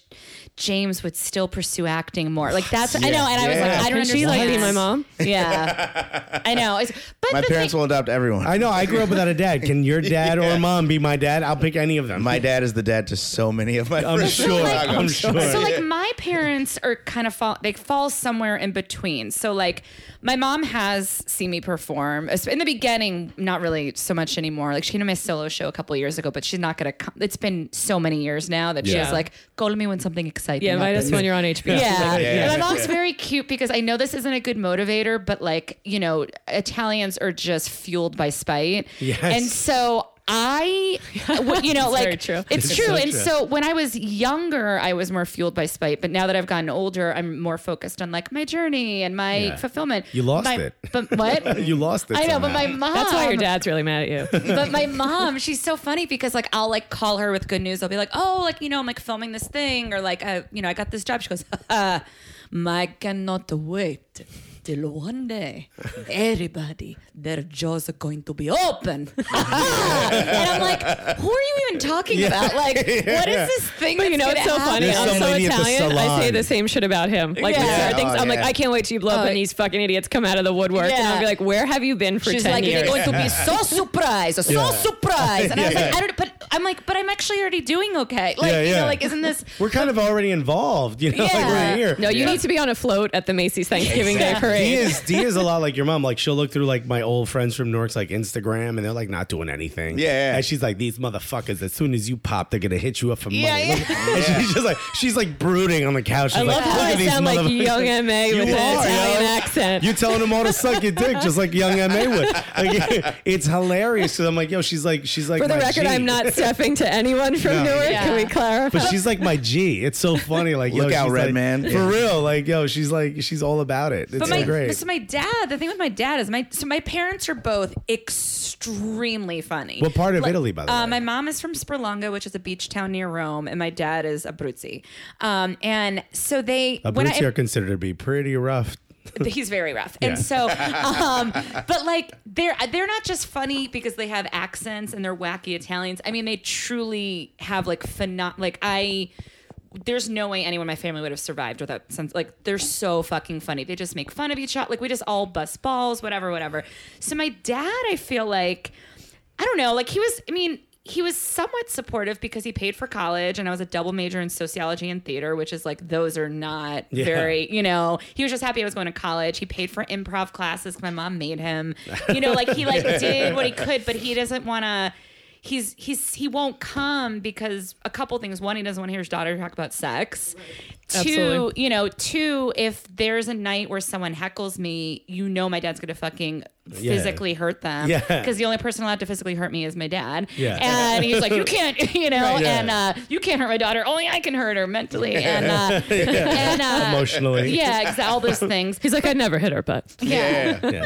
Speaker 2: James would still pursue acting more." Like that's I know, and I was
Speaker 1: Yeah.
Speaker 2: like, I don't
Speaker 3: Can she
Speaker 2: understand.
Speaker 3: like be my mom?
Speaker 2: Yeah, I know. It's, but
Speaker 1: My
Speaker 2: the
Speaker 1: parents
Speaker 2: thing,
Speaker 1: will adopt everyone.
Speaker 4: I know. I grew up without a dad. Can your dad or mom be my dad? I'll pick any of them.
Speaker 1: my dad is the dad to so many of my
Speaker 4: I'm
Speaker 1: friends.
Speaker 4: sure. I'm sure.
Speaker 2: So like my parents are kind of fall they fall somewhere in between. So like my mom has seen me perform Es- in the beginning, not really so much anymore. Like she came to my solo show a couple years ago, but she's not gonna come. It's been so many years now that
Speaker 3: Yeah.
Speaker 2: she's like, go to me when something exciting.
Speaker 3: Yeah, invite us
Speaker 2: happens."
Speaker 3: when you're on HBO.
Speaker 2: Yeah.
Speaker 1: Yeah.
Speaker 2: And my mom's very cute because I know this isn't a good motivator, but like, you know, Italians are just fueled by spite.
Speaker 4: Yes.
Speaker 2: And so I, w- you know, like,
Speaker 3: very true.
Speaker 2: it's
Speaker 4: It's
Speaker 2: true.
Speaker 4: so
Speaker 2: and
Speaker 4: true.
Speaker 2: so when I was younger, I was more fueled by spite. But now that I've gotten older, I'm more focused on like my journey and my
Speaker 4: Yeah.
Speaker 2: fulfillment.
Speaker 4: You lost
Speaker 2: My-
Speaker 4: it.
Speaker 2: But what?
Speaker 4: you lost it.
Speaker 2: I know, but
Speaker 4: somehow.
Speaker 2: my mom.
Speaker 3: That's why your dad's really mad at you.
Speaker 2: Um, but my mom, she's so funny because like I'll like call her with good news. I'll be like, oh, like you know, I'm like filming this thing, or like uh, you know, I got this job. She goes, uh, I cannot wait till one day everybody their jaws are going to be open. and I'm like, who are you even talking about? Like, what is this thing?
Speaker 3: But you know,
Speaker 2: that's
Speaker 3: it's so
Speaker 2: gonna happen?
Speaker 3: funny.
Speaker 4: There's
Speaker 3: I'm
Speaker 4: some
Speaker 3: so
Speaker 4: lady at the
Speaker 3: Italian. I say
Speaker 4: salon.
Speaker 3: the same shit about him. Like, when
Speaker 2: Yeah.
Speaker 3: Sarah thinks,
Speaker 1: Oh,
Speaker 3: I'm like,
Speaker 1: yeah.
Speaker 3: I can't wait till you blow up
Speaker 2: Oh,
Speaker 3: and these fucking idiots come out of the woodwork. And
Speaker 2: Yeah.
Speaker 3: I'll be like, where have you been for
Speaker 2: She's
Speaker 3: 10
Speaker 2: like,
Speaker 3: years?
Speaker 2: you're going to be so surprised, so
Speaker 4: Yeah.
Speaker 2: surprised. And I was like, I don't, but I'm like, but I'm actually already doing okay. Like,
Speaker 4: Yeah,
Speaker 2: you
Speaker 4: yeah.
Speaker 2: know, like, isn't this
Speaker 4: We're kind of already involved, you know. Like
Speaker 2: Yeah.
Speaker 4: we're here.
Speaker 3: no, you need to be on a float at the Macy's Thanksgiving Day
Speaker 1: Exactly.
Speaker 3: grade.
Speaker 4: Dee is Dee is a lot like your mom. Like she'll look through like my old friends from Nork's like Instagram, and they're like not doing anything.
Speaker 1: Yeah, yeah.
Speaker 4: And she's like, these motherfuckers. As soon as you pop, they're gonna hit you up for
Speaker 3: Yeah,
Speaker 4: money.
Speaker 3: yeah.
Speaker 4: And she's just like she's like brooding on the couch. She's
Speaker 3: I
Speaker 4: like,
Speaker 3: love how
Speaker 4: look
Speaker 3: I
Speaker 4: at these
Speaker 3: sound like
Speaker 4: motherfuckers.
Speaker 3: young MA
Speaker 4: You
Speaker 3: with an
Speaker 4: are,
Speaker 3: Italian
Speaker 4: yo.
Speaker 3: accent.
Speaker 4: You're telling them all to suck your dick, just like young MA would. Like, it's hilarious. Cause I'm like, yo, she's like, she's like.
Speaker 3: For the
Speaker 4: my
Speaker 3: record,
Speaker 4: G.
Speaker 3: I'm not stepping to anyone from
Speaker 4: No.
Speaker 3: Newark.
Speaker 2: Yeah.
Speaker 3: Can we clarify?
Speaker 4: But she's like my G. It's so funny. Like, yo,
Speaker 1: Look out,
Speaker 4: she's
Speaker 1: red
Speaker 4: like-
Speaker 1: man.
Speaker 4: For
Speaker 1: Yeah.
Speaker 4: real, like, yo, she's like, she's all about it. It's
Speaker 2: But
Speaker 4: so
Speaker 2: my
Speaker 4: great.
Speaker 2: so my dad, the thing with my dad is my so my parents are both extremely funny.
Speaker 4: What part of Italy, by the
Speaker 2: uh,
Speaker 4: way?
Speaker 2: My mom is from Sperlonga, which is a beach town near Rome, and my dad is Abruzzi. Um, and so they when
Speaker 4: Abruzzi
Speaker 2: I,
Speaker 4: are considered to be pretty rough.
Speaker 3: Uh,
Speaker 2: he's very rough. And
Speaker 4: Yeah.
Speaker 2: so um but like they're they're not just funny because they have accents and they're wacky Italians. I mean they truly have like phenom like I there's no way anyone in my family would have survived without sense like they're so fucking funny. They just make fun of each other. Like we just all bust balls, whatever, whatever. So my dad, I feel like I don't know, like he was I mean he was somewhat supportive because he paid for college and I was a double major in sociology and theater, which is like those are not
Speaker 4: Yeah.
Speaker 2: very you know he was just happy i was going to college he paid for improv classes 'cause my mom made him you know like he like did what he could but he doesn't want to he's he's he won't come because a couple things one he doesn't want to hear his daughter talk about sex Two,
Speaker 3: Absolutely.
Speaker 2: you know, two, if there's a night where someone heckles me, you know my dad's gonna fucking physically hurt them.
Speaker 4: Yeah.
Speaker 2: Because the only person allowed to physically hurt me is my dad.
Speaker 4: Yeah.
Speaker 2: And he's like, You can't, you know,
Speaker 4: Yeah.
Speaker 2: and uh, you can't hurt my daughter, only I can hurt her mentally. And uh, and uh,
Speaker 4: Emotionally.
Speaker 2: yeah, exactly. All those things.
Speaker 3: He's like, I'd never hit her, but
Speaker 2: Yeah.
Speaker 1: Yeah.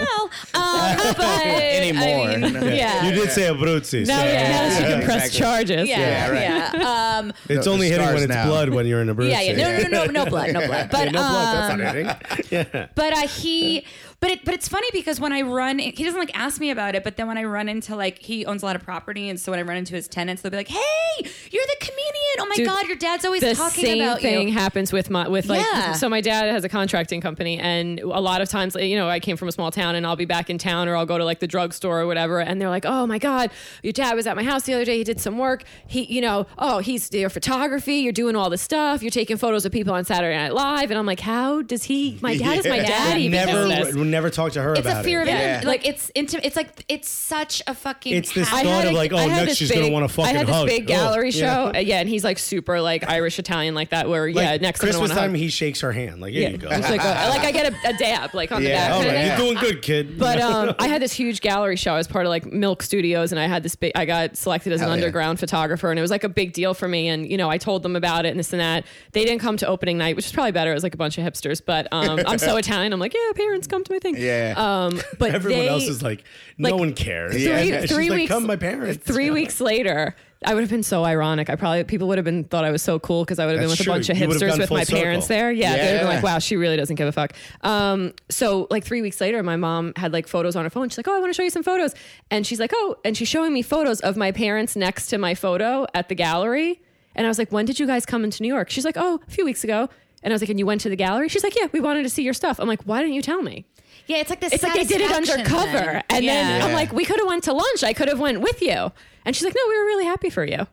Speaker 2: Well, um, but
Speaker 1: Anymore.
Speaker 2: I mean,
Speaker 1: Yeah.
Speaker 2: yeah.
Speaker 4: You did say Abruzzi.
Speaker 3: now,
Speaker 4: so
Speaker 2: yeah.
Speaker 3: now she
Speaker 1: Yeah,
Speaker 3: can press
Speaker 1: exactly.
Speaker 3: charges.
Speaker 2: yeah,
Speaker 1: Yeah, right.
Speaker 2: yeah. Um,
Speaker 4: It's
Speaker 1: No,
Speaker 4: only
Speaker 1: the
Speaker 4: hitting when
Speaker 1: scars
Speaker 4: it's
Speaker 1: now.
Speaker 4: blood when you're in Abruzzi.
Speaker 2: yeah, yeah. No, no, no, no, no blood, no blood. But
Speaker 4: Yeah, no blood. That's
Speaker 2: um,
Speaker 4: not hitting. Yeah.
Speaker 2: but uh, he but it but it's funny because when I run he doesn't like ask me about it but then when I run into like he owns a lot of property and so when I run into his tenants they'll be like hey you're the comedian oh my
Speaker 3: Dude,
Speaker 2: god your dad's always
Speaker 3: the
Speaker 2: talking
Speaker 3: same
Speaker 2: about
Speaker 3: thing
Speaker 2: you
Speaker 3: happens with my with like
Speaker 2: Yeah.
Speaker 3: so my dad has a contracting company and a lot of times you know i came from a small town and i'll be back in town or i'll go to like the drugstore or whatever and they're like oh my god your dad was at my house the other day he did some work he you know oh he's your photography you're doing all this stuff you're taking photos of people on saturday night live and i'm like how does he my dad is my
Speaker 1: Yeah.
Speaker 3: dad
Speaker 4: We
Speaker 3: even
Speaker 4: never,
Speaker 3: does this?
Speaker 4: we never talk to her
Speaker 2: it's
Speaker 4: about
Speaker 2: a fear
Speaker 4: it.
Speaker 2: of
Speaker 1: Yeah.
Speaker 2: it like it's intimate it's like it's such a fucking
Speaker 4: It's this
Speaker 2: habit.
Speaker 3: I had
Speaker 4: thought of
Speaker 3: a-
Speaker 4: like, oh,
Speaker 3: I had
Speaker 4: next
Speaker 3: this
Speaker 4: she's gonna
Speaker 3: big-
Speaker 4: wanna fucking
Speaker 3: I had this
Speaker 4: hug.
Speaker 3: big
Speaker 4: Oh,
Speaker 3: gallery
Speaker 4: yeah.
Speaker 3: show, yeah. and he's like super like Irish Italian like that. Where yeah,
Speaker 4: Like,
Speaker 3: next
Speaker 4: Christmas
Speaker 3: time I wanna
Speaker 4: time,
Speaker 3: hug.
Speaker 4: he shakes her hand. Like, here you go.
Speaker 3: I'm just like, oh, like I get a, a dab like on the
Speaker 1: Yeah.
Speaker 3: back.
Speaker 1: Oh,
Speaker 4: All
Speaker 3: And
Speaker 4: right,
Speaker 3: I-
Speaker 1: yeah.
Speaker 4: you're doing good, kid.
Speaker 3: But um, I had this huge gallery show. I was part of like Milk Studios, and I had this. Big, I got selected as an
Speaker 1: Hell yeah.
Speaker 3: underground photographer, and it was like a big deal for me. And you know, I told them about it and this and that. They didn't come to opening night, which is probably better. It was like a bunch of hipsters, but um, I'm so Italian. I'm like, yeah, parents come to my thing.
Speaker 1: Yeah.
Speaker 3: Um, but
Speaker 4: Everyone
Speaker 3: they-
Speaker 4: else is like, no
Speaker 3: like,
Speaker 4: one cares.
Speaker 1: Yeah.
Speaker 3: three,
Speaker 4: She's
Speaker 3: three
Speaker 4: like,
Speaker 3: weeks.
Speaker 4: come, my parents.
Speaker 3: Three weeks later. I would have been so ironic. I probably people would have been thought I was so cool because I would have been
Speaker 4: That's
Speaker 3: with
Speaker 4: true.
Speaker 3: a bunch of
Speaker 4: You would have
Speaker 3: hipsters
Speaker 4: gone
Speaker 3: with
Speaker 4: full
Speaker 3: my parents
Speaker 4: circle.
Speaker 3: there. Yeah, they'd have been
Speaker 1: Yeah.
Speaker 3: like, "Wow, she really doesn't give a fuck." Um, so like three weeks later, my mom had like photos on her phone. She's like, "Oh, I want to show you some photos," and she's like, "Oh," and she's showing me photos of my parents next to my photo at the gallery. And I was like, "When did you guys come into New York?" She's like, "Oh, a few weeks ago." And I was like, "And you went to the gallery?" She's like, "Yeah, we wanted to see your stuff." I'm like, "Why didn't you tell me?"
Speaker 2: yeah it's like this
Speaker 3: it's like they did it undercover and then i'm
Speaker 1: Yeah.
Speaker 3: like we could have went to lunch i could have went with you and she's like no we were really happy for you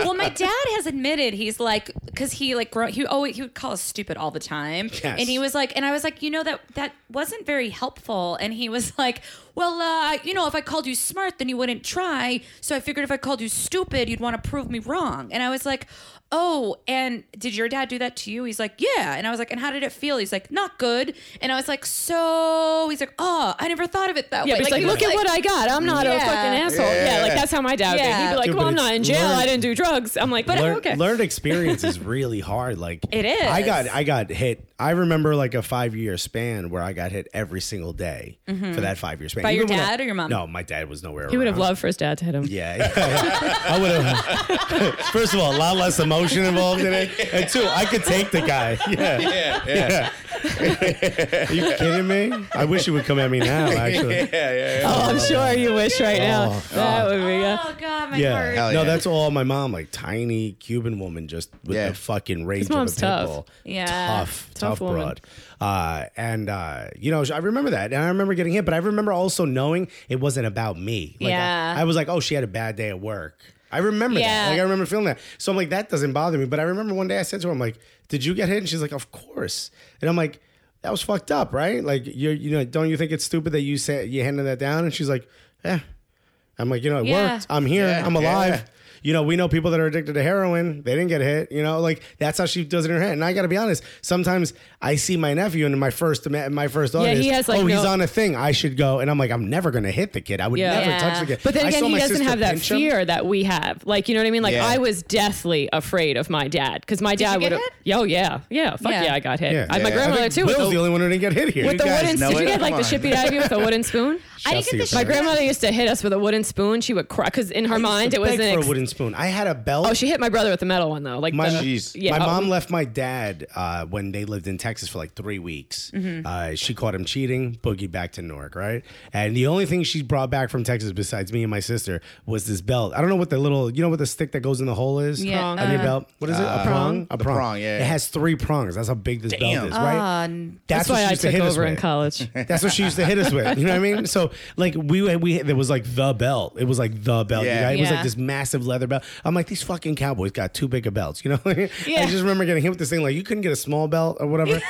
Speaker 2: well, my dad has admitted he's like, because he like grow, he always he would call us stupid all the time,
Speaker 4: Yes.
Speaker 2: and he was like, and I was like, you know that that wasn't very helpful, and he was like, well, uh, you know, if I called you smart, then you wouldn't try, so I figured if I called you stupid, you'd want to prove me wrong, and I was like. Oh, and did your dad do that to you? He's like, yeah. And I was like, and how did it feel? He's like, not good. And I was like, so he's like, oh, I never thought of it that
Speaker 3: yeah
Speaker 2: way.
Speaker 3: but it's like
Speaker 2: he was
Speaker 3: look at what i got i'm not a
Speaker 2: Yeah.
Speaker 3: fucking asshole yeah.
Speaker 1: Yeah.
Speaker 3: like that's how my dad would
Speaker 2: Yeah.
Speaker 3: be. he'd be like
Speaker 4: Dude,
Speaker 3: well
Speaker 4: but
Speaker 3: i'm not
Speaker 4: it's
Speaker 3: in jail i
Speaker 4: learned-
Speaker 3: didn't do drugs i'm like but
Speaker 4: Learn-
Speaker 3: okay
Speaker 4: Learned experience is really hard. Like
Speaker 2: It is.
Speaker 4: I got I got hit. I remember like a five year span where I got hit every single day for that five year span.
Speaker 2: Mm-hmm. By your
Speaker 4: when I-
Speaker 2: dad or your mom?
Speaker 4: No, my dad was nowhere.
Speaker 3: he would have
Speaker 4: around.
Speaker 3: loved for his dad to hit him
Speaker 4: Yeah, yeah. I would have. First of all, a lot less emotion involved in it, and two, I could take the guy. Yeah,
Speaker 1: Yeah, yeah,
Speaker 4: are you kidding me? I wish he would come at me now. Actually,
Speaker 1: yeah, yeah.
Speaker 3: oh i'm sure you wish right now
Speaker 4: Oh,
Speaker 3: that would be good
Speaker 2: Oh God, my
Speaker 4: Yeah.
Speaker 2: heart.
Speaker 1: Hell
Speaker 4: No,
Speaker 1: yeah.
Speaker 4: that's all my mom, like tiny Cuban woman just with
Speaker 1: Yeah.
Speaker 4: the fucking rage
Speaker 3: His
Speaker 4: of a
Speaker 3: mom's
Speaker 4: pit
Speaker 3: tough.
Speaker 4: bull.
Speaker 2: Yeah.
Speaker 4: Tough,
Speaker 3: Tough
Speaker 4: tough,
Speaker 3: woman.
Speaker 4: broad. Uh, and, uh, you know, I remember that. And I remember getting hit, but I remember also knowing it wasn't about me. Like, I-
Speaker 2: Yeah.
Speaker 4: I, was like, oh, she had a bad day at work. I remember
Speaker 2: Yeah.
Speaker 4: that. Like, I remember feeling that. So I'm like, that doesn't bother me. But I remember one day I said to her, I'm like, did you get hit? And she's like, of course. And I'm like, that was fucked up, right? Like you you know, don't you think it's stupid that you said you handed that down? And she's like, yeah. I'm like, you know, it
Speaker 2: Yeah.
Speaker 4: worked. I'm here.
Speaker 1: Yeah,
Speaker 4: I'm alive.
Speaker 1: yeah.
Speaker 4: You know, we know people that are addicted to heroin. They didn't get hit. You know, like that's how she does it in her head. And I got to be honest. Sometimes I see my nephew and my first my first thought
Speaker 3: Yeah,
Speaker 4: is,
Speaker 3: he has, like,
Speaker 4: oh, he's
Speaker 3: no-
Speaker 4: on a thing. I should go. And I'm like, I'm never gonna hit the kid. I would
Speaker 3: Yeah.
Speaker 4: never
Speaker 2: Yeah.
Speaker 4: touch the kid.
Speaker 3: But then
Speaker 4: I
Speaker 3: again,
Speaker 4: saw
Speaker 3: he
Speaker 4: my
Speaker 3: doesn't
Speaker 4: sister
Speaker 3: have that
Speaker 4: pinch him.
Speaker 3: fear that we have. Like, you know what I mean? Like,
Speaker 1: Yeah.
Speaker 3: I was deathly afraid of my dad because my dad
Speaker 2: you
Speaker 3: would
Speaker 2: get
Speaker 3: have. Oh, yeah. Yeah. Fuck
Speaker 2: Yeah.
Speaker 3: yeah, I got hit.
Speaker 4: Yeah.
Speaker 3: I, my
Speaker 1: Yeah.
Speaker 3: grandmother,
Speaker 1: I
Speaker 3: too. With
Speaker 4: Will's the
Speaker 3: the,
Speaker 4: only one who didn't get hit here.
Speaker 3: with the
Speaker 1: guys
Speaker 3: wooden
Speaker 1: know
Speaker 3: Did you
Speaker 1: it?
Speaker 3: get, like,
Speaker 1: Come
Speaker 3: the
Speaker 1: on.
Speaker 3: shit beat out of you with a wooden spoon?
Speaker 2: I didn't get the
Speaker 4: Chelsea,
Speaker 3: My
Speaker 2: shit.
Speaker 3: grandmother used to hit us with a wooden spoon. She would cry because in her
Speaker 4: I used
Speaker 3: mind
Speaker 4: to
Speaker 3: it was
Speaker 4: beg
Speaker 3: an.
Speaker 4: for
Speaker 3: ex-
Speaker 4: a wooden spoon. I had a belt.
Speaker 3: oh, she hit my brother with the metal one though. Like
Speaker 4: My,
Speaker 3: the,
Speaker 1: Jeez.
Speaker 3: yeah,
Speaker 4: my
Speaker 3: oh,
Speaker 4: mom left my dad uh, when they lived in Texas for like three weeks. Uh, she caught him cheating, boogie back to Newark, right? And the only thing she brought back from Texas besides me and my sister was this belt. I don't know what the little, you know what the stick that goes in the hole is?
Speaker 2: Yeah,
Speaker 4: On
Speaker 2: Prong.
Speaker 4: your belt? What is it? A prong? A
Speaker 1: The
Speaker 4: prong.
Speaker 1: prong, yeah,
Speaker 4: It
Speaker 1: yeah.
Speaker 4: has three prongs. That's how big this
Speaker 1: Damn.
Speaker 4: belt is, right?
Speaker 3: That's,
Speaker 4: what
Speaker 3: why
Speaker 4: she
Speaker 3: I
Speaker 4: used to
Speaker 3: took
Speaker 4: hit us
Speaker 3: over in
Speaker 4: with.
Speaker 3: college.
Speaker 4: That's what she used to hit us with. You know what I mean? So like we we there was like the belt. It was like the belt. you
Speaker 1: Yeah.
Speaker 4: guys. It was
Speaker 2: Yeah.
Speaker 4: like this massive leather belt. I'm like these fucking cowboys got too big of belts. You know? I
Speaker 3: Yeah.
Speaker 4: just remember getting hit with this thing. Like you couldn't get a small belt or whatever. like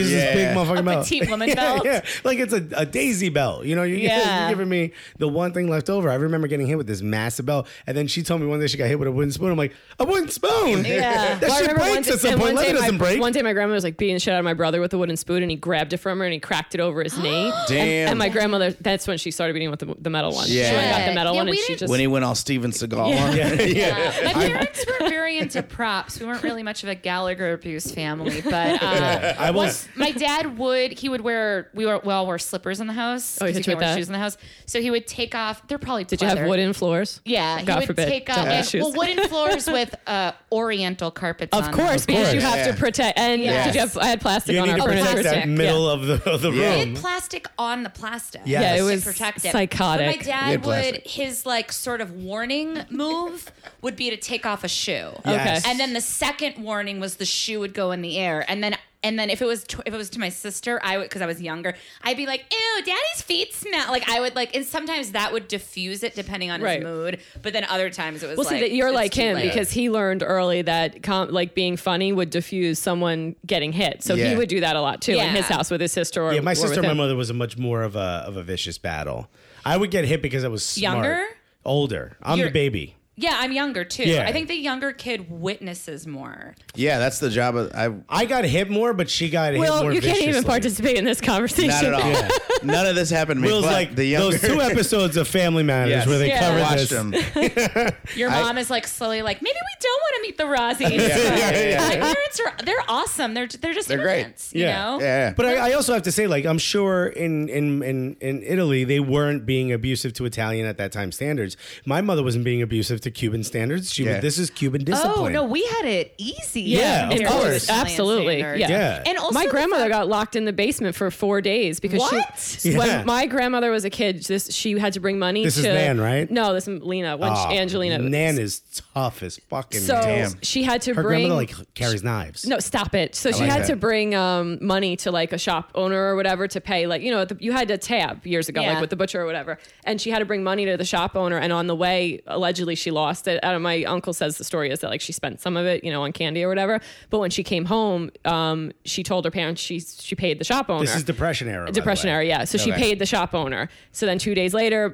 Speaker 4: it's this
Speaker 1: Yeah.
Speaker 4: big motherfucking
Speaker 2: A
Speaker 4: belt.
Speaker 2: petite woman
Speaker 4: Yeah,
Speaker 2: belt.
Speaker 4: Yeah, like it's a, a daisy belt. You know? You're,
Speaker 2: Yeah.
Speaker 4: you're giving me the one thing left over. I remember getting hit with this massive belt, and then she told me one day she got hit with a wooden spoon. I'm like a wooden spoon.
Speaker 2: Yeah.
Speaker 4: that
Speaker 3: Well, I
Speaker 4: shit
Speaker 3: remember one
Speaker 4: breaks
Speaker 3: day-
Speaker 4: at some
Speaker 3: and
Speaker 4: point.
Speaker 3: one
Speaker 4: Leather
Speaker 3: day
Speaker 4: doesn't
Speaker 3: my-
Speaker 4: break.
Speaker 3: One day, my grandmother was like beating shit out of my brother with a wooden spoon, and he grabbed it from her and he cracked it over his knee.
Speaker 1: Damn.
Speaker 3: And, and my grandmother, that's when she started beating with the, the metal one.
Speaker 1: Yeah.
Speaker 3: She went and got the metal
Speaker 2: Yeah,
Speaker 3: one, and
Speaker 2: we
Speaker 3: she
Speaker 2: didn't-
Speaker 3: just.
Speaker 1: when he went all Steven Seagal. on it.
Speaker 2: My parents were very into props. We weren't really much of a Gallagher abuse family, but uh,
Speaker 4: I was.
Speaker 2: once my dad would he would wear we were we all wore slippers in the house.
Speaker 3: Oh, he
Speaker 2: 'cause you
Speaker 3: hit you
Speaker 2: can't
Speaker 3: with
Speaker 2: wear
Speaker 3: that?
Speaker 2: shoes in the house. So he would take off. They're probably
Speaker 3: did you have wooden floors?
Speaker 2: Yeah,
Speaker 3: God
Speaker 2: he would
Speaker 3: forbid.
Speaker 2: take
Speaker 3: Don't
Speaker 2: off
Speaker 3: wear
Speaker 2: and,
Speaker 3: shoes.
Speaker 2: well wooden floors with uh, Oriental carpets.
Speaker 3: Of
Speaker 2: on
Speaker 3: course,
Speaker 2: them.
Speaker 3: because you
Speaker 4: course.
Speaker 3: have
Speaker 1: Yeah.
Speaker 3: to protect. And
Speaker 2: Yeah.
Speaker 3: did you have? I had plastic
Speaker 4: You
Speaker 3: on
Speaker 4: need
Speaker 3: our
Speaker 4: to
Speaker 3: furniture.
Speaker 4: protect that
Speaker 2: plastic,
Speaker 4: middle of the of the
Speaker 1: Yeah.
Speaker 4: room.
Speaker 2: They had plastic on the plastic.
Speaker 4: Yes. Yeah, it
Speaker 2: to
Speaker 3: was
Speaker 2: protect it.
Speaker 3: psychotic.
Speaker 2: But my dad
Speaker 1: Yeah,
Speaker 2: would
Speaker 1: plastic.
Speaker 2: his like sort of warning move would be to take off a shoe.
Speaker 4: Yes.
Speaker 2: And then the second warning was the shoe would go in the air, and then and then if it was to, if it was to my sister, I would because I was younger, I'd be like, "Ew, daddy's feet smell." Like I would like, and sometimes that would diffuse it depending on
Speaker 3: Right.
Speaker 2: his mood. But then other times it was
Speaker 3: Well,
Speaker 2: like,
Speaker 3: see, that you're
Speaker 2: it's
Speaker 3: like
Speaker 2: too
Speaker 3: him
Speaker 2: late.
Speaker 3: because he learned early that com- like being funny would diffuse someone getting hit. So
Speaker 1: Yeah.
Speaker 3: he would do that a lot too in
Speaker 2: Yeah.
Speaker 3: his house with his sister. Or,
Speaker 4: Yeah, my
Speaker 3: or
Speaker 4: sister
Speaker 3: with
Speaker 4: and my
Speaker 3: him.
Speaker 4: mother was a much more of a of a vicious battle. I would get hit because I was smart.
Speaker 2: Younger?
Speaker 4: older. I'm
Speaker 2: You're-
Speaker 4: the baby.
Speaker 2: yeah, I'm younger too.
Speaker 4: Yeah.
Speaker 2: I think the younger kid witnesses more.
Speaker 1: Yeah, that's the job. Of, I
Speaker 4: I got hit more, but she got hit
Speaker 3: Well,
Speaker 4: more.
Speaker 3: you can't even
Speaker 4: viciously.
Speaker 3: participate in this conversation.
Speaker 1: not at all.
Speaker 4: Yeah.
Speaker 1: None of this happened to me.
Speaker 4: Will's
Speaker 1: but
Speaker 4: like
Speaker 1: the younger,
Speaker 4: those two episodes of Family Matters
Speaker 1: Yes.
Speaker 4: where they
Speaker 3: Yeah.
Speaker 4: covered
Speaker 1: watched
Speaker 4: this.
Speaker 1: him.
Speaker 2: Your mom is like slowly like maybe we don't want to meet the Razzies.
Speaker 1: yeah, yeah,
Speaker 2: My parents are they're awesome. They're they're just
Speaker 1: They're great.
Speaker 2: immigrants, you
Speaker 4: Yeah.
Speaker 2: know.
Speaker 1: Yeah.
Speaker 4: But I, I also have to say, like, I'm sure in, in in in Italy they weren't being abusive to Italian at that time standards. My mother wasn't being abusive to Cuban standards. She
Speaker 1: Yeah.
Speaker 4: was, this is Cuban
Speaker 2: Oh
Speaker 4: discipline.
Speaker 2: no, we had it easy.
Speaker 4: Yeah, of
Speaker 2: compared to
Speaker 4: course.
Speaker 2: Italian
Speaker 3: Absolutely,
Speaker 2: standards.
Speaker 3: yeah.
Speaker 4: Yeah.
Speaker 2: And also
Speaker 3: my
Speaker 2: the
Speaker 3: grandmother
Speaker 2: fact-
Speaker 3: got locked in the basement for four days because
Speaker 2: What?
Speaker 3: she,
Speaker 4: Yeah.
Speaker 3: when my grandmother was a kid, this she had to bring money.
Speaker 4: This
Speaker 3: to,
Speaker 4: is Nan, right?
Speaker 3: No, this is Lena. When
Speaker 4: Ah,
Speaker 3: she, Angelina,
Speaker 4: Nan is tough as fucking
Speaker 3: so
Speaker 4: damn.
Speaker 3: she had to
Speaker 4: Her
Speaker 3: bring
Speaker 4: grandmother like carries knives.
Speaker 3: No, stop it. So she
Speaker 1: like
Speaker 3: had
Speaker 1: that.
Speaker 3: to bring um, money to like a shop owner or whatever to pay, like, you know, the, you had to tab years ago,
Speaker 2: Yeah.
Speaker 3: like with the butcher or whatever. And she had to bring money to the shop owner. And on the way, allegedly, she lost it. And my uncle says the story is that like she spent some of it, you know, on candy or whatever. But when she came home, um, she told her parents she, she paid the shop owner.
Speaker 4: This is Depression era. by the
Speaker 3: Depression
Speaker 4: way.
Speaker 3: era, yeah. So she
Speaker 1: Okay.
Speaker 3: paid the shop owner. So then two days later,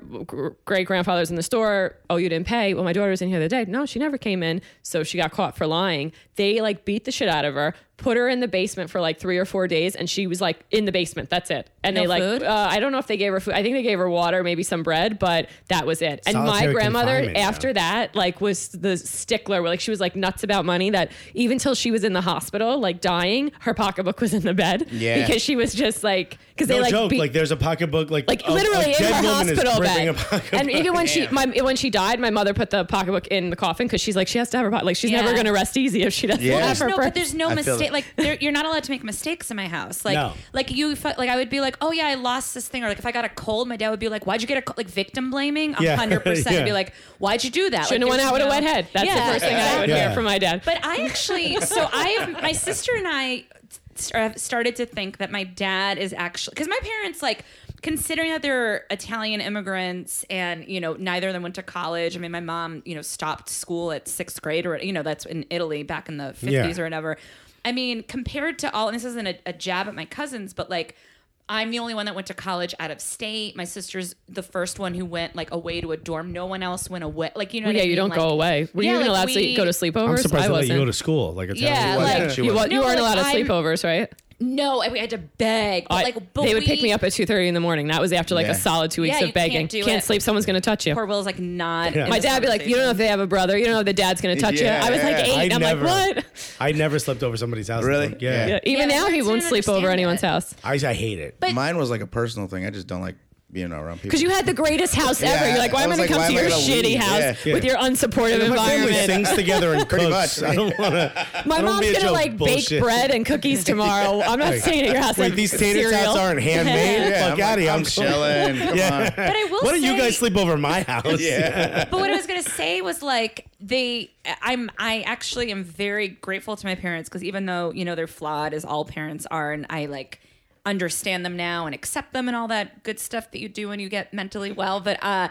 Speaker 3: great grandfather's in the store. Oh, you didn't pay. Well, my daughter was in here the other day. No, she never came in. So she got caught for lying. They like beat the shit out of her, put her in the basement for like three or four days, and she was like in the basement. That's it. And
Speaker 2: No
Speaker 3: they like,
Speaker 2: food?
Speaker 3: Uh, I don't know if they gave her food. I think they gave her water, maybe some bread, but that was it. And
Speaker 4: Solitary
Speaker 3: my grandmother,
Speaker 4: confinement, yeah.
Speaker 3: after that, like, was the stickler. Where like she was like nuts about money. That even till she was in the hospital, like dying, her pocketbook was in the bed.
Speaker 1: Yeah.
Speaker 3: because she was just like because
Speaker 4: No
Speaker 3: they like
Speaker 4: joke.
Speaker 3: beat-
Speaker 4: like there's a pocketbook. Like
Speaker 3: like
Speaker 4: a- a
Speaker 3: literally in
Speaker 4: dead
Speaker 3: her
Speaker 4: woman is
Speaker 3: hospital
Speaker 4: gripping a
Speaker 3: bed.
Speaker 4: pocketbook.
Speaker 3: And even when she my when she died, my mother put the pocketbook in the coffin because she's like she has to have her pocket. Like she's
Speaker 2: Yeah.
Speaker 3: never gonna rest easy if she doesn't
Speaker 1: Yeah.
Speaker 3: have
Speaker 2: There's
Speaker 3: her.
Speaker 2: no,
Speaker 3: purse.
Speaker 2: but there's no
Speaker 1: I feel
Speaker 2: mistake.
Speaker 1: it.
Speaker 2: Like there, you're not allowed to make mistakes in my house. Like,
Speaker 4: No.
Speaker 2: like you, fu- like I would be like, oh yeah, I lost this thing, or like if I got a cold, my dad would be like, why'd you get a cold? like victim blaming? A
Speaker 4: Yeah.
Speaker 2: hundred percent.
Speaker 4: Yeah.
Speaker 2: I'd be like, why'd you do that?
Speaker 3: Shouldn't have
Speaker 2: like,
Speaker 3: went
Speaker 2: there's
Speaker 3: out with a
Speaker 2: no-
Speaker 3: wet head. That's
Speaker 2: Yeah,
Speaker 3: the first thing I would
Speaker 2: exactly.
Speaker 3: hear from my dad.
Speaker 2: But I actually, so I have my sister and I st- have started to think that my dad is actually because my parents like considering that they're Italian immigrants and you know neither of them went to college. I mean, my mom you know stopped school at sixth grade or you know that's in Italy back in the fifties
Speaker 4: Yeah.
Speaker 2: or whatever. I mean, compared to all, and this isn't a, a jab at my cousins, but like, I'm the only one that went to college out of state. My sister's the first one who went like away to a dorm. No one else went away. Like, you know, what
Speaker 3: yeah,
Speaker 2: I
Speaker 3: you
Speaker 2: mean?
Speaker 3: don't
Speaker 2: Like-
Speaker 3: go away. Were
Speaker 2: Yeah,
Speaker 3: you even
Speaker 2: like,
Speaker 3: allowed
Speaker 2: we-
Speaker 3: to go to sleepovers?
Speaker 4: I'm surprised
Speaker 3: I
Speaker 4: they let you
Speaker 3: wasn't.
Speaker 4: go to school. Like, it's
Speaker 2: Yeah,
Speaker 1: wasn't.
Speaker 2: like
Speaker 1: She
Speaker 3: you, wa-
Speaker 1: wasn't.
Speaker 3: you
Speaker 2: No,
Speaker 3: weren't
Speaker 2: like,
Speaker 3: allowed to
Speaker 2: I-
Speaker 3: sleepovers, right?
Speaker 2: No, I, we had to beg. But
Speaker 3: I-
Speaker 2: like, but
Speaker 3: they would
Speaker 2: we-
Speaker 3: pick me up at two thirty in the morning. That was after like
Speaker 1: Yeah.
Speaker 3: a solid two weeks
Speaker 2: Yeah, you
Speaker 3: of
Speaker 2: can't
Speaker 3: begging.
Speaker 2: do
Speaker 3: Can't,
Speaker 2: it.
Speaker 3: sleep. Someone's going to touch you.
Speaker 2: Poor Will's like not. in
Speaker 4: Yeah. My
Speaker 3: My
Speaker 2: this
Speaker 3: dad be like, you don't know if they have a brother. You don't know if the dad's going to touch
Speaker 1: Yeah.
Speaker 3: you. I was like
Speaker 1: Yeah,
Speaker 3: eight. and I'm
Speaker 4: never,
Speaker 3: like, what?
Speaker 4: I never slept over somebody's house.
Speaker 1: Really?
Speaker 4: Like, yeah.
Speaker 1: Yeah.
Speaker 3: Yeah, even
Speaker 2: Yeah,
Speaker 3: now he
Speaker 2: parents
Speaker 3: won't
Speaker 2: don't
Speaker 3: sleep over
Speaker 2: understand
Speaker 3: anyone's
Speaker 2: it.
Speaker 3: house.
Speaker 4: I, I hate it.
Speaker 2: But-
Speaker 1: Mine was like a personal thing. I just don't like being around people.
Speaker 3: Because you had the greatest house ever.
Speaker 1: I-
Speaker 3: You're like, why
Speaker 1: I
Speaker 3: am I
Speaker 1: was
Speaker 3: going
Speaker 1: like,
Speaker 3: to come
Speaker 1: why am
Speaker 3: to
Speaker 1: I
Speaker 3: your
Speaker 1: gonna
Speaker 3: shitty
Speaker 1: leave?
Speaker 3: house
Speaker 1: Yeah,
Speaker 4: yeah.
Speaker 3: with your unsupportive
Speaker 4: my family
Speaker 3: environment?
Speaker 4: sings together and
Speaker 1: Pretty
Speaker 4: cooks.
Speaker 1: much.
Speaker 4: I don't want to.
Speaker 3: My
Speaker 4: don't
Speaker 3: mom's
Speaker 4: be a
Speaker 3: gonna
Speaker 4: joke
Speaker 3: like
Speaker 4: bullshit.
Speaker 3: bake bread and cookies tomorrow. I'm not staying at your house.
Speaker 4: Wait,
Speaker 3: I'm
Speaker 4: these tater tots
Speaker 3: cereal.
Speaker 4: aren't handmade.
Speaker 1: yeah,
Speaker 4: Fuck
Speaker 1: I'm,
Speaker 4: out of
Speaker 1: like,
Speaker 4: here.
Speaker 1: I'm chilling. Come
Speaker 4: Yeah.
Speaker 2: But I will
Speaker 4: Why do you
Speaker 2: say-
Speaker 4: guys sleep over my
Speaker 1: on.
Speaker 4: house?
Speaker 1: Yeah.
Speaker 2: but what I was gonna say was like they. I'm. I actually am very grateful to my parents because even though you know they're flawed as all parents are, and I like understand them now and accept them and all that good stuff that you do when you get mentally well. But uh,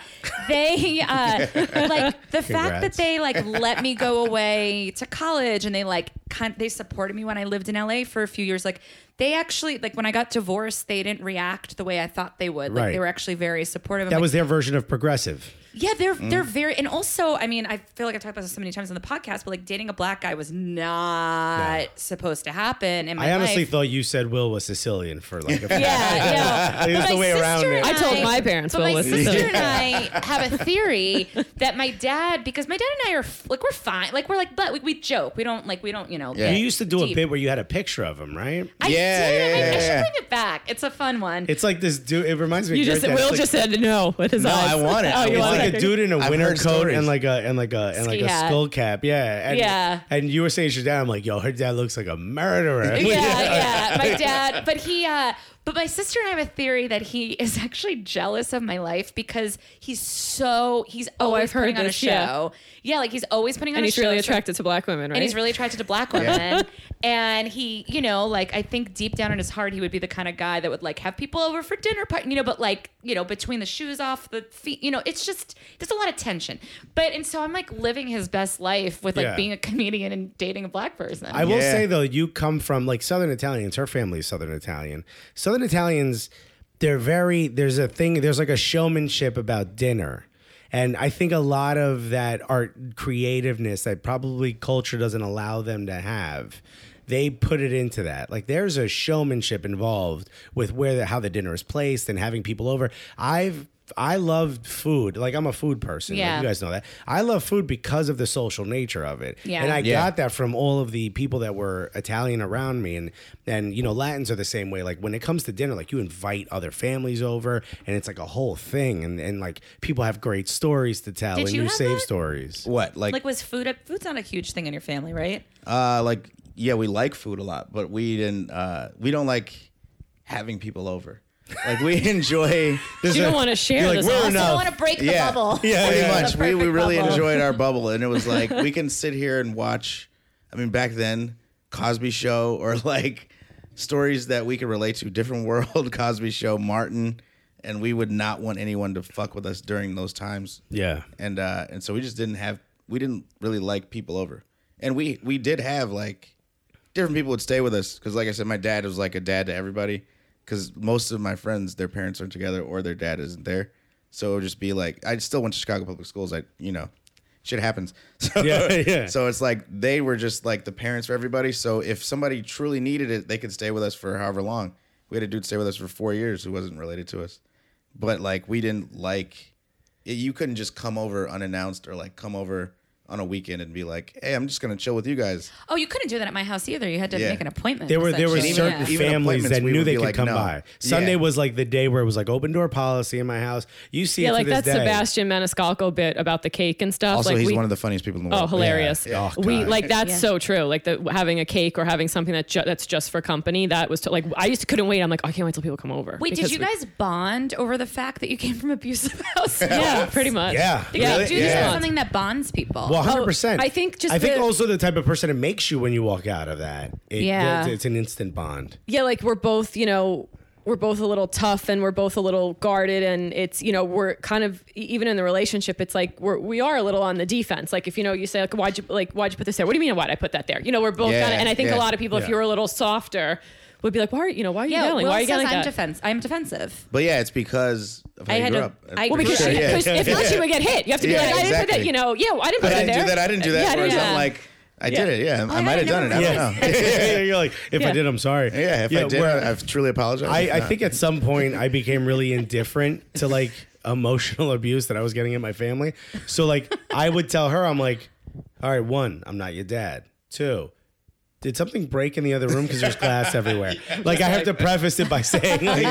Speaker 2: they uh, like the fact that
Speaker 4: Congrats.
Speaker 2: they like let me go away to college and they like kind they supported me when I lived in LA for a few years. Like they actually like when I got divorced, they didn't react the way I thought they would. Like
Speaker 4: Right.
Speaker 2: they were actually very supportive. I'm
Speaker 4: That
Speaker 2: like,
Speaker 4: was their version of progressive.
Speaker 2: yeah, they're
Speaker 4: Mm.
Speaker 2: they're very and also I mean I feel like I've talked about this so many times on the podcast, but like dating a black guy was not
Speaker 4: No.
Speaker 2: supposed to happen in my
Speaker 4: I honestly
Speaker 2: life.
Speaker 4: thought you said Will was Sicilian for like a
Speaker 2: yeah, yeah.
Speaker 4: It was
Speaker 2: But
Speaker 4: the
Speaker 2: my
Speaker 4: way around
Speaker 2: sister
Speaker 4: it.
Speaker 2: and
Speaker 3: I told my parents
Speaker 2: But
Speaker 3: Will
Speaker 2: my
Speaker 3: was
Speaker 2: sister and
Speaker 3: Sicilian.
Speaker 2: I have a theory that my dad, because my dad and I are like we're fine, like we're like but we, we joke, we don't like we don't you know.
Speaker 1: Yeah.
Speaker 2: get
Speaker 4: You used to do a
Speaker 2: deep.
Speaker 4: bit where you had a picture of him, right?
Speaker 2: I
Speaker 1: Yeah,
Speaker 2: did. I,
Speaker 1: yeah,
Speaker 2: mean, I
Speaker 1: yeah,
Speaker 2: should
Speaker 1: yeah.
Speaker 2: bring it back. It's a fun one.
Speaker 4: It's like this dude. It reminds me.
Speaker 3: You
Speaker 4: of
Speaker 3: just
Speaker 4: Jared
Speaker 3: Will
Speaker 4: Dad. It's
Speaker 3: just said no with his
Speaker 1: No,
Speaker 3: eyes.
Speaker 1: I want it.
Speaker 3: Oh,
Speaker 1: I
Speaker 3: you
Speaker 1: want
Speaker 3: want
Speaker 4: like,
Speaker 1: it.
Speaker 4: it's like a dude in a
Speaker 1: I've
Speaker 4: winter
Speaker 1: heard
Speaker 4: coat
Speaker 1: stories.
Speaker 4: and like a and like a and like
Speaker 2: Ski
Speaker 4: a
Speaker 2: hat.
Speaker 4: skull cap. Yeah. And,
Speaker 2: Yeah.
Speaker 4: And you were saying to your dad, I'm like, yo, her dad looks like a murderer.
Speaker 2: yeah, yeah. Uh, My dad, but he, uh, but my sister and I have a theory that he is actually jealous of my life because he's so he's always
Speaker 3: Oh, I've heard
Speaker 2: putting on a
Speaker 3: this, yeah.
Speaker 2: show. Yeah. like he's always putting on
Speaker 3: And
Speaker 2: a
Speaker 3: he's
Speaker 2: show.
Speaker 3: really
Speaker 2: so-
Speaker 3: attracted to black women, right?
Speaker 2: and he's really attracted to black women. and he, you know, like I think deep down in his heart, he would be the kind of guy that would like have people over for dinner party, you know, but like, you know, between the shoes off the feet, you know, it's just there's a lot of tension. But and so I'm like living his best life with like
Speaker 4: Yeah.
Speaker 2: being a comedian and dating a black person.
Speaker 4: I will
Speaker 1: Yeah.
Speaker 4: say though, you come from like Southern Italians. Her family is Southern Italian. Southern Italians, they're very. There's a thing. There's like a showmanship about dinner, and I think a lot of that art creativeness that probably culture doesn't allow them to have. They put it into that. Like there's a showmanship involved with where the, how the dinner is placed and having people over. I've I love food. Like I'm a food person. Like,
Speaker 2: Yeah.
Speaker 4: you guys know that. I love food because of the social nature of it.
Speaker 2: Yeah.
Speaker 4: And I
Speaker 1: Yeah.
Speaker 4: got that from all of the people that were Italian around me, and and you know Latins are the same way. Like when it comes to dinner, like you invite other families over, and it's like a whole thing, and and like people have great stories to tell,
Speaker 2: Did
Speaker 4: and
Speaker 2: you
Speaker 4: you
Speaker 2: have
Speaker 4: save
Speaker 2: that?
Speaker 4: stories.
Speaker 1: What? Like,
Speaker 2: Like was food a, food's not a huge thing in your family, right?
Speaker 1: uh, like, yeah, we like food a lot, but we didn't. Uh, we don't like having people over. Like, we enjoy.
Speaker 4: There's
Speaker 3: You don't
Speaker 4: a-
Speaker 3: wanna share
Speaker 4: you're like,
Speaker 3: this
Speaker 4: we're
Speaker 3: awesome-
Speaker 2: I
Speaker 4: enough.
Speaker 2: want to break the
Speaker 1: yeah,
Speaker 2: bubble.
Speaker 4: Yeah,
Speaker 1: pretty
Speaker 4: yeah, yeah.
Speaker 1: much. We, we
Speaker 2: Perfect
Speaker 1: really
Speaker 2: bubble.
Speaker 1: enjoyed our bubble, and it was like we can sit here and watch. I mean, back then, Cosby Show or like stories that we could relate to, different world, Cosby Show, Martin, and we would not want anyone to fuck with us during those times.
Speaker 4: Yeah.
Speaker 1: and uh, and so we just didn't have we didn't really like people over, and we we did have like different people would stay with us because like I said, my dad was like a dad to everybody because most of my friends their parents aren't together or their dad isn't there, so it would just be like I still went to Chicago public schools. I you know shit happens. So,
Speaker 4: Yeah, yeah.
Speaker 1: So it's like they were just like the parents for everybody. So if somebody truly needed it, they could stay with us for however long. We had a dude stay with us for four years who wasn't related to us, but like we didn't like it, you couldn't just come over unannounced or like come over on a weekend and be like, "Hey, I'm just gonna chill with you guys."
Speaker 2: Oh, you couldn't do that at my house either. You had to
Speaker 1: Yeah.
Speaker 2: make an appointment.
Speaker 4: There were there were
Speaker 1: Even-
Speaker 2: essentially.
Speaker 4: certain
Speaker 1: even
Speaker 4: families
Speaker 1: appointments,
Speaker 4: that
Speaker 1: we
Speaker 4: knew
Speaker 1: would
Speaker 4: they
Speaker 1: be
Speaker 4: could
Speaker 1: like,
Speaker 4: come
Speaker 1: no.
Speaker 4: by.
Speaker 1: Yeah.
Speaker 4: Sunday was like the day where it was like open door policy in my house. You see,
Speaker 3: yeah,
Speaker 4: it to
Speaker 3: like
Speaker 4: this
Speaker 3: that
Speaker 4: day.
Speaker 3: Sebastian Maniscalco bit about the cake and stuff.
Speaker 1: Also,
Speaker 3: like
Speaker 1: he's
Speaker 3: we,
Speaker 1: one of the funniest people in the world.
Speaker 3: Oh, hilarious!
Speaker 4: Yeah. Oh,
Speaker 3: we
Speaker 4: God.
Speaker 3: like that's
Speaker 2: Yeah.
Speaker 3: so true. Like the, having a cake or having something that ju- that's just for company. That was to, like I used to couldn't wait. I'm like "Oh, I can't wait till people come over.
Speaker 2: Wait, did
Speaker 3: because
Speaker 2: you
Speaker 3: we-
Speaker 2: guys bond over the fact that you came from abusive houses?
Speaker 3: Yeah, pretty much.
Speaker 4: Yeah.
Speaker 2: Because
Speaker 3: yeah.
Speaker 2: you do this
Speaker 1: Yeah.
Speaker 2: is something that bonds people.
Speaker 4: Well, hundred percent.
Speaker 3: Oh, I think just
Speaker 4: I think
Speaker 3: the-
Speaker 4: also the type of person it makes you when you walk out of that. It,
Speaker 2: Yeah.
Speaker 4: it's, it's an instant bond.
Speaker 3: yeah, like we're both, you know, we're both a little tough and we're both a little guarded and it's you know we're kind of e- even in the relationship it's like we're we are a little on the defense like if you know you say like why'd you like why'd you put this there what do you mean why'd I put that there you know we're both
Speaker 1: Yeah,
Speaker 3: kinda, and I think
Speaker 1: yeah.
Speaker 3: a lot of people if
Speaker 4: Yeah.
Speaker 3: you were a little softer would be like why are you you know why are you
Speaker 2: Yeah,
Speaker 3: yelling
Speaker 2: Will
Speaker 3: why are you
Speaker 2: says
Speaker 3: yelling like
Speaker 2: I'm
Speaker 3: that?
Speaker 2: defense. I'm defensive.
Speaker 1: But yeah, it's because of how
Speaker 2: I
Speaker 1: you
Speaker 2: had
Speaker 1: grew
Speaker 2: a-
Speaker 1: up.
Speaker 2: I-
Speaker 3: Well, because
Speaker 2: Sure,
Speaker 3: she,
Speaker 2: yeah.
Speaker 3: because if not, she would get hit. You have to be
Speaker 1: Yeah,
Speaker 3: like, I didn't put
Speaker 1: exactly.
Speaker 3: that. You know, yeah, I didn't
Speaker 1: I
Speaker 3: put that
Speaker 1: didn't
Speaker 3: there.
Speaker 1: do that. I didn't do that.
Speaker 3: Yeah, I
Speaker 1: whereas
Speaker 3: didn't-
Speaker 1: I'm like, I did it. Yeah, I
Speaker 2: I
Speaker 1: might have
Speaker 2: never
Speaker 1: done it. I
Speaker 2: did
Speaker 1: don't know.
Speaker 4: You're like, if I
Speaker 3: Yeah.
Speaker 4: did, I'm sorry.
Speaker 1: Yeah, if I did,
Speaker 4: where-
Speaker 1: I've truly apologized.
Speaker 4: I,
Speaker 1: If
Speaker 4: I
Speaker 1: not-
Speaker 4: think at some point I became really indifferent to like emotional abuse that I was getting in my family. So like I would tell her, I'm like, all right, one, I'm not your dad. Two, did something break in the other room because there's glass everywhere? like I have to preface it by saying, like,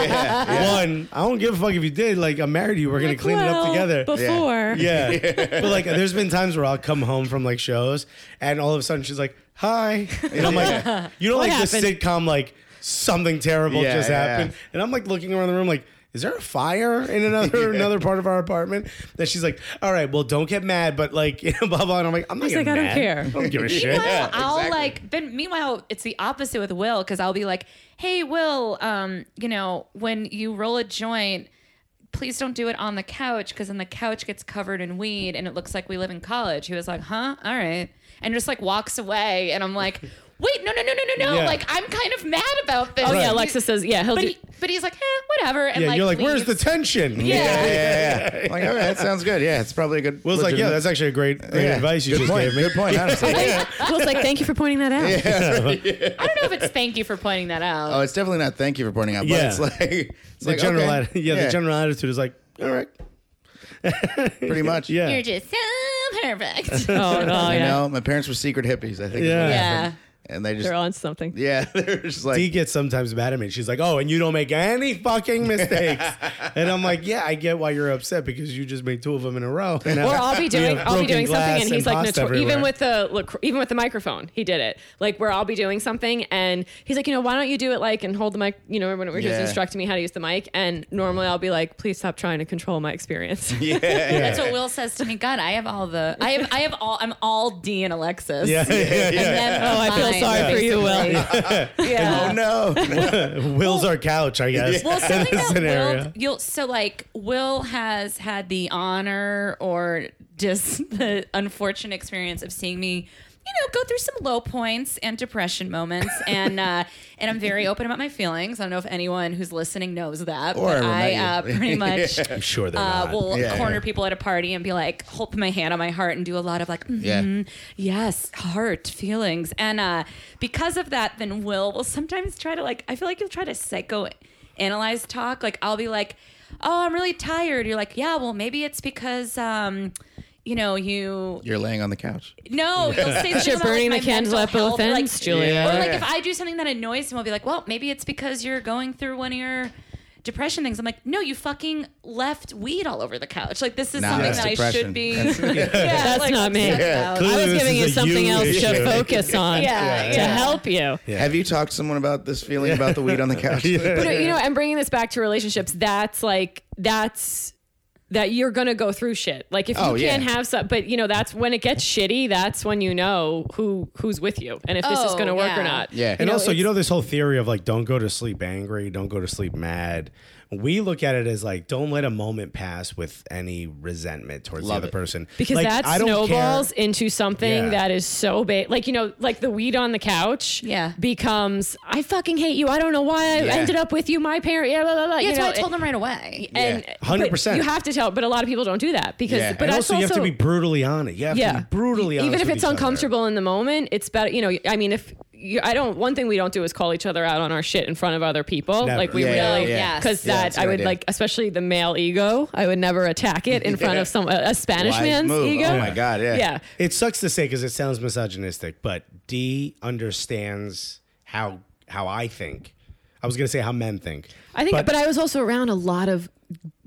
Speaker 4: one, I don't give a fuck if you did. Like I'm married to you, we're gonna clean it up together.
Speaker 3: Before.
Speaker 4: Yeah. but like there's been times where I'll come home from like shows and all of a sudden she's like, Hi. And I'm like, you know
Speaker 3: What
Speaker 4: like the
Speaker 3: happened?
Speaker 4: sitcom like something terrible
Speaker 1: Yeah,
Speaker 4: just
Speaker 1: yeah.
Speaker 4: happened. And I'm like looking around the room like is there a fire in another another part of our apartment? That she's like, all right, well, don't get mad, but like, you know, blah blah. And I'm like, I'm not
Speaker 3: He's like,
Speaker 4: getting
Speaker 3: I don't
Speaker 4: mad.
Speaker 3: care.
Speaker 4: I don't give a shit.
Speaker 2: Meanwhile, I'll
Speaker 1: exactly.
Speaker 2: like. But meanwhile, it's the opposite with Will because I'll be like, "Hey, Will, um, you know, when you roll a joint, please don't do it on the couch because then the couch gets covered in weed and it looks like we live in college." He was like, "Huh? All right," and just like walks away, and I'm like. Wait, no, no, no, no, no, no!
Speaker 4: Yeah.
Speaker 2: Like I'm kind of mad about this.
Speaker 3: Oh yeah,
Speaker 4: Right.
Speaker 3: Alexa says, yeah, he'll
Speaker 2: But
Speaker 3: do.
Speaker 2: he, but he's like, eh, whatever. And
Speaker 4: Yeah,
Speaker 2: like,
Speaker 4: you're like, where's the
Speaker 2: leaves.
Speaker 4: tension?
Speaker 2: Yeah.
Speaker 1: Yeah, yeah, yeah. yeah. like, all right, that sounds good. Yeah, it's probably a good.
Speaker 4: Will's like,
Speaker 1: legitimate-
Speaker 4: yeah, that's actually a great, great
Speaker 1: Yeah.
Speaker 4: advice you
Speaker 1: good
Speaker 4: just
Speaker 1: point.
Speaker 4: gave me.
Speaker 1: Good point. Honestly,
Speaker 3: Will's like, thank you for pointing that out.
Speaker 2: I don't know if it's thank you for pointing that out.
Speaker 1: oh, it's definitely not. Thank you for pointing out. But
Speaker 4: Yeah.
Speaker 1: it's like, it's
Speaker 4: The
Speaker 1: like
Speaker 4: general,
Speaker 1: okay,
Speaker 4: atti- yeah, the general attitude is like, all right,
Speaker 1: pretty much.
Speaker 4: Oh, yeah.
Speaker 2: You're just so perfect.
Speaker 3: Oh, no,
Speaker 1: You
Speaker 3: yeah.
Speaker 1: know, my parents were secret hippies. I think. is what
Speaker 4: Yeah.
Speaker 1: happened. And they just,
Speaker 3: They're on something.
Speaker 1: yeah, they're just like,
Speaker 4: Dee gets sometimes mad at me. She's like, "Oh, and you don't make any fucking mistakes," and I'm like, "Yeah, I get why you're upset because you just made two of them in a row." And
Speaker 3: Or
Speaker 4: I-
Speaker 3: I'll be
Speaker 4: we
Speaker 3: doing,
Speaker 4: have
Speaker 3: I'll be
Speaker 4: broken
Speaker 3: doing something,
Speaker 4: glass
Speaker 3: and he's like,
Speaker 4: pasta
Speaker 3: notor- even
Speaker 4: everywhere.
Speaker 3: with the lac- even with the microphone, he did it. Like where I'll be doing something, and he's like, you know, why don't you do it like and hold the mic? You know, when he was
Speaker 1: Yeah.
Speaker 3: instructing me how to use the mic, and normally I'll be like, please stop trying to control my experience.
Speaker 2: That's what Will says to me. God, I have all the I have I have all I'm all D and Alexis.
Speaker 4: yeah, yeah, yeah.
Speaker 2: Then
Speaker 3: Oh, I feel
Speaker 2: mine,
Speaker 3: sorry for you, Will.
Speaker 2: basically.
Speaker 1: oh
Speaker 3: Yeah.
Speaker 1: no,
Speaker 4: Will's our couch, I guess.
Speaker 2: Well, something that
Speaker 4: scenario.
Speaker 2: Will, you'll so like Will has had the honor or just the unfortunate experience of seeing me, you know, go through some low points and depression moments, and uh, and I'm very open about my feelings. I don't know if anyone who's listening knows that,
Speaker 1: Or
Speaker 2: but
Speaker 1: ever
Speaker 2: I uh,
Speaker 1: met you.
Speaker 2: pretty much.
Speaker 4: I'm sure they're
Speaker 2: Uh,
Speaker 4: not.
Speaker 2: will
Speaker 1: Yeah.
Speaker 2: corner people at a party and be like, hold my hand on my heart and do a lot of like, mhm,
Speaker 1: yeah.
Speaker 2: Yes, heart, feelings. And uh, because of that, then Will will sometimes try to like, I feel like you'll try to psychoanalyze talk. Like, I'll be like, oh, I'm really tired. You're like, yeah, well, maybe it's because, um, you know, you.
Speaker 1: You're laying on the couch.
Speaker 2: No, you'll say something
Speaker 3: You're
Speaker 2: about, like,
Speaker 3: burning
Speaker 2: my
Speaker 3: the candle
Speaker 2: mental
Speaker 3: at both
Speaker 2: health, or, like-
Speaker 3: ends, Julia.
Speaker 2: Or like if I do something that annoys him, I'll be like, well, maybe it's because you're going through one of your depression things. I'm like, no, you fucking left weed all over the couch. Like, this is
Speaker 1: Nah,
Speaker 2: something
Speaker 1: that's
Speaker 2: that I
Speaker 1: depression.
Speaker 2: should be.
Speaker 1: That's-
Speaker 2: Yeah,
Speaker 3: That's not me.
Speaker 2: obsessed
Speaker 1: Yeah,
Speaker 2: about.
Speaker 4: clearly
Speaker 3: I was
Speaker 4: this
Speaker 3: giving
Speaker 4: is
Speaker 3: you
Speaker 4: a
Speaker 3: something
Speaker 4: you
Speaker 3: else
Speaker 4: issue.
Speaker 3: to focus on
Speaker 2: Yeah,
Speaker 3: to
Speaker 2: yeah.
Speaker 3: help you.
Speaker 1: Have you talked to someone about this feeling about the weed on the couch?
Speaker 3: But uh, you know, and bringing this back to relationships, that's like that's that you're gonna go through shit. Like if you
Speaker 1: Oh,
Speaker 3: can't
Speaker 1: yeah.
Speaker 3: have some, but you know, that's when it gets shitty. That's when you know who who's with you and if this is
Speaker 2: Oh,
Speaker 3: gonna work
Speaker 2: yeah.
Speaker 3: or not.
Speaker 1: Yeah.
Speaker 4: And
Speaker 3: know,
Speaker 4: also, you
Speaker 3: it's-
Speaker 4: know, this whole theory of like, don't go to sleep angry, don't go to sleep mad. We look at it as like, don't let a moment pass with any resentment towards
Speaker 1: Love
Speaker 4: the other
Speaker 1: it.
Speaker 4: person.
Speaker 3: Because
Speaker 4: Like,
Speaker 3: that
Speaker 4: I don't care-
Speaker 3: snowballs into something
Speaker 4: Yeah.
Speaker 3: that is so big. Like, you know, like the weed on the couch
Speaker 2: Yeah.
Speaker 3: becomes, I fucking hate you. I don't know why I
Speaker 1: Yeah.
Speaker 3: ended up with you, my parent. Yeah, blah, blah, blah.
Speaker 2: Yeah,
Speaker 3: you
Speaker 2: that's
Speaker 3: know,
Speaker 2: why I told him right away.
Speaker 3: And
Speaker 1: Yeah.
Speaker 3: but
Speaker 4: 100%.
Speaker 3: You have to tell, but a lot of people don't do that because,
Speaker 1: Yeah.
Speaker 3: but
Speaker 4: and
Speaker 3: that's
Speaker 4: also, you have to be brutally honest. You have to
Speaker 3: yeah
Speaker 4: be brutally honest.
Speaker 3: even if
Speaker 4: with each
Speaker 3: it's
Speaker 4: other.
Speaker 3: uncomfortable in the moment it's better you know i mean if you, i don't one thing we don't do is call each other out on our shit in front of other people
Speaker 4: Never.
Speaker 3: like we
Speaker 1: Yeah,
Speaker 3: really
Speaker 1: yeah, yeah.
Speaker 3: because
Speaker 1: Yeah,
Speaker 3: that
Speaker 1: that's a
Speaker 3: i
Speaker 1: good
Speaker 3: would
Speaker 1: idea.
Speaker 3: like especially the male ego i would never attack it in front
Speaker 1: Yeah.
Speaker 3: of some a, a spanish
Speaker 1: Wise
Speaker 3: man's
Speaker 1: move.
Speaker 3: ego
Speaker 1: Oh my God, yeah.
Speaker 3: yeah
Speaker 4: It sucks to say because it sounds misogynistic, but D understands how how I think. I was gonna say how men think.
Speaker 3: i think but, i was also around a lot of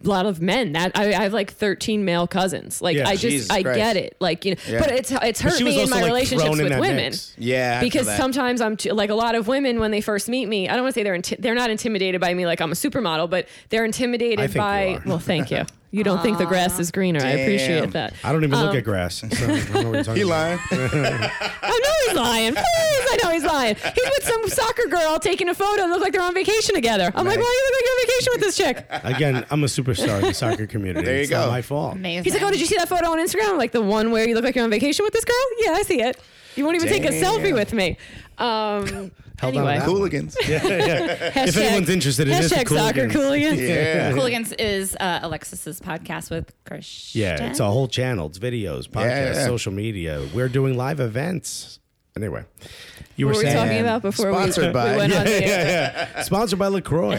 Speaker 3: lot of men that I, I have like 13 male cousins like
Speaker 4: Yeah.
Speaker 3: i just
Speaker 1: Jesus
Speaker 3: I
Speaker 1: Christ.
Speaker 3: get it like you know
Speaker 1: Yeah.
Speaker 3: but it's it's hurt
Speaker 4: she was
Speaker 3: me in
Speaker 4: also,
Speaker 3: my
Speaker 4: like,
Speaker 3: relationships
Speaker 4: thrown in
Speaker 3: with
Speaker 4: that
Speaker 3: women
Speaker 4: mix.
Speaker 1: Yeah, I feel
Speaker 3: because
Speaker 1: that.
Speaker 3: sometimes I'm too, like a lot of women when they first meet me. I don't want to say they're inti- they're not intimidated by me like I'm a supermodel, but they're intimidated
Speaker 4: I think you
Speaker 3: by.
Speaker 4: are.
Speaker 3: Well, thank you. You don't think the grass is greener. I
Speaker 1: Damn.
Speaker 3: appreciate that.
Speaker 4: I don't even
Speaker 3: Um,
Speaker 4: look at grass. So I don't know what you're talking
Speaker 1: He
Speaker 4: about.
Speaker 1: lying.
Speaker 3: I know he's lying. Please, I know he's lying. He's with some soccer girl taking a photo. Look like they're on vacation together. I'm like, why do you look like you're on vacation with this chick?
Speaker 4: Again, I'm a superstar in the soccer community.
Speaker 1: There you
Speaker 4: it's not
Speaker 1: go.
Speaker 4: my fault.
Speaker 2: Amazing.
Speaker 3: He's like, oh, did you see that photo on Instagram? I'm like the one where you look like you're on vacation with this girl? Yeah, I see it. You won't even take a
Speaker 1: Damn.
Speaker 3: selfie with me. Um,
Speaker 4: Held on
Speaker 3: anyway,
Speaker 4: that.
Speaker 1: Hooligans.
Speaker 3: Hashtag-
Speaker 4: anyone's interested, it is the
Speaker 3: hashtag soccer
Speaker 4: Cooligans.
Speaker 3: cooligans.
Speaker 1: Yeah.
Speaker 2: Hooligans is uh, Alexis's podcast with Christian.
Speaker 4: Yeah, it's a whole channel. It's videos, podcasts,
Speaker 1: Yeah, yeah.
Speaker 4: social media. We're doing live events. Anyway, you were
Speaker 3: What were we
Speaker 4: saying
Speaker 3: talking about before we-
Speaker 1: Sponsored
Speaker 3: we,
Speaker 1: by-
Speaker 3: went on the air?
Speaker 4: sponsored by Lacroix.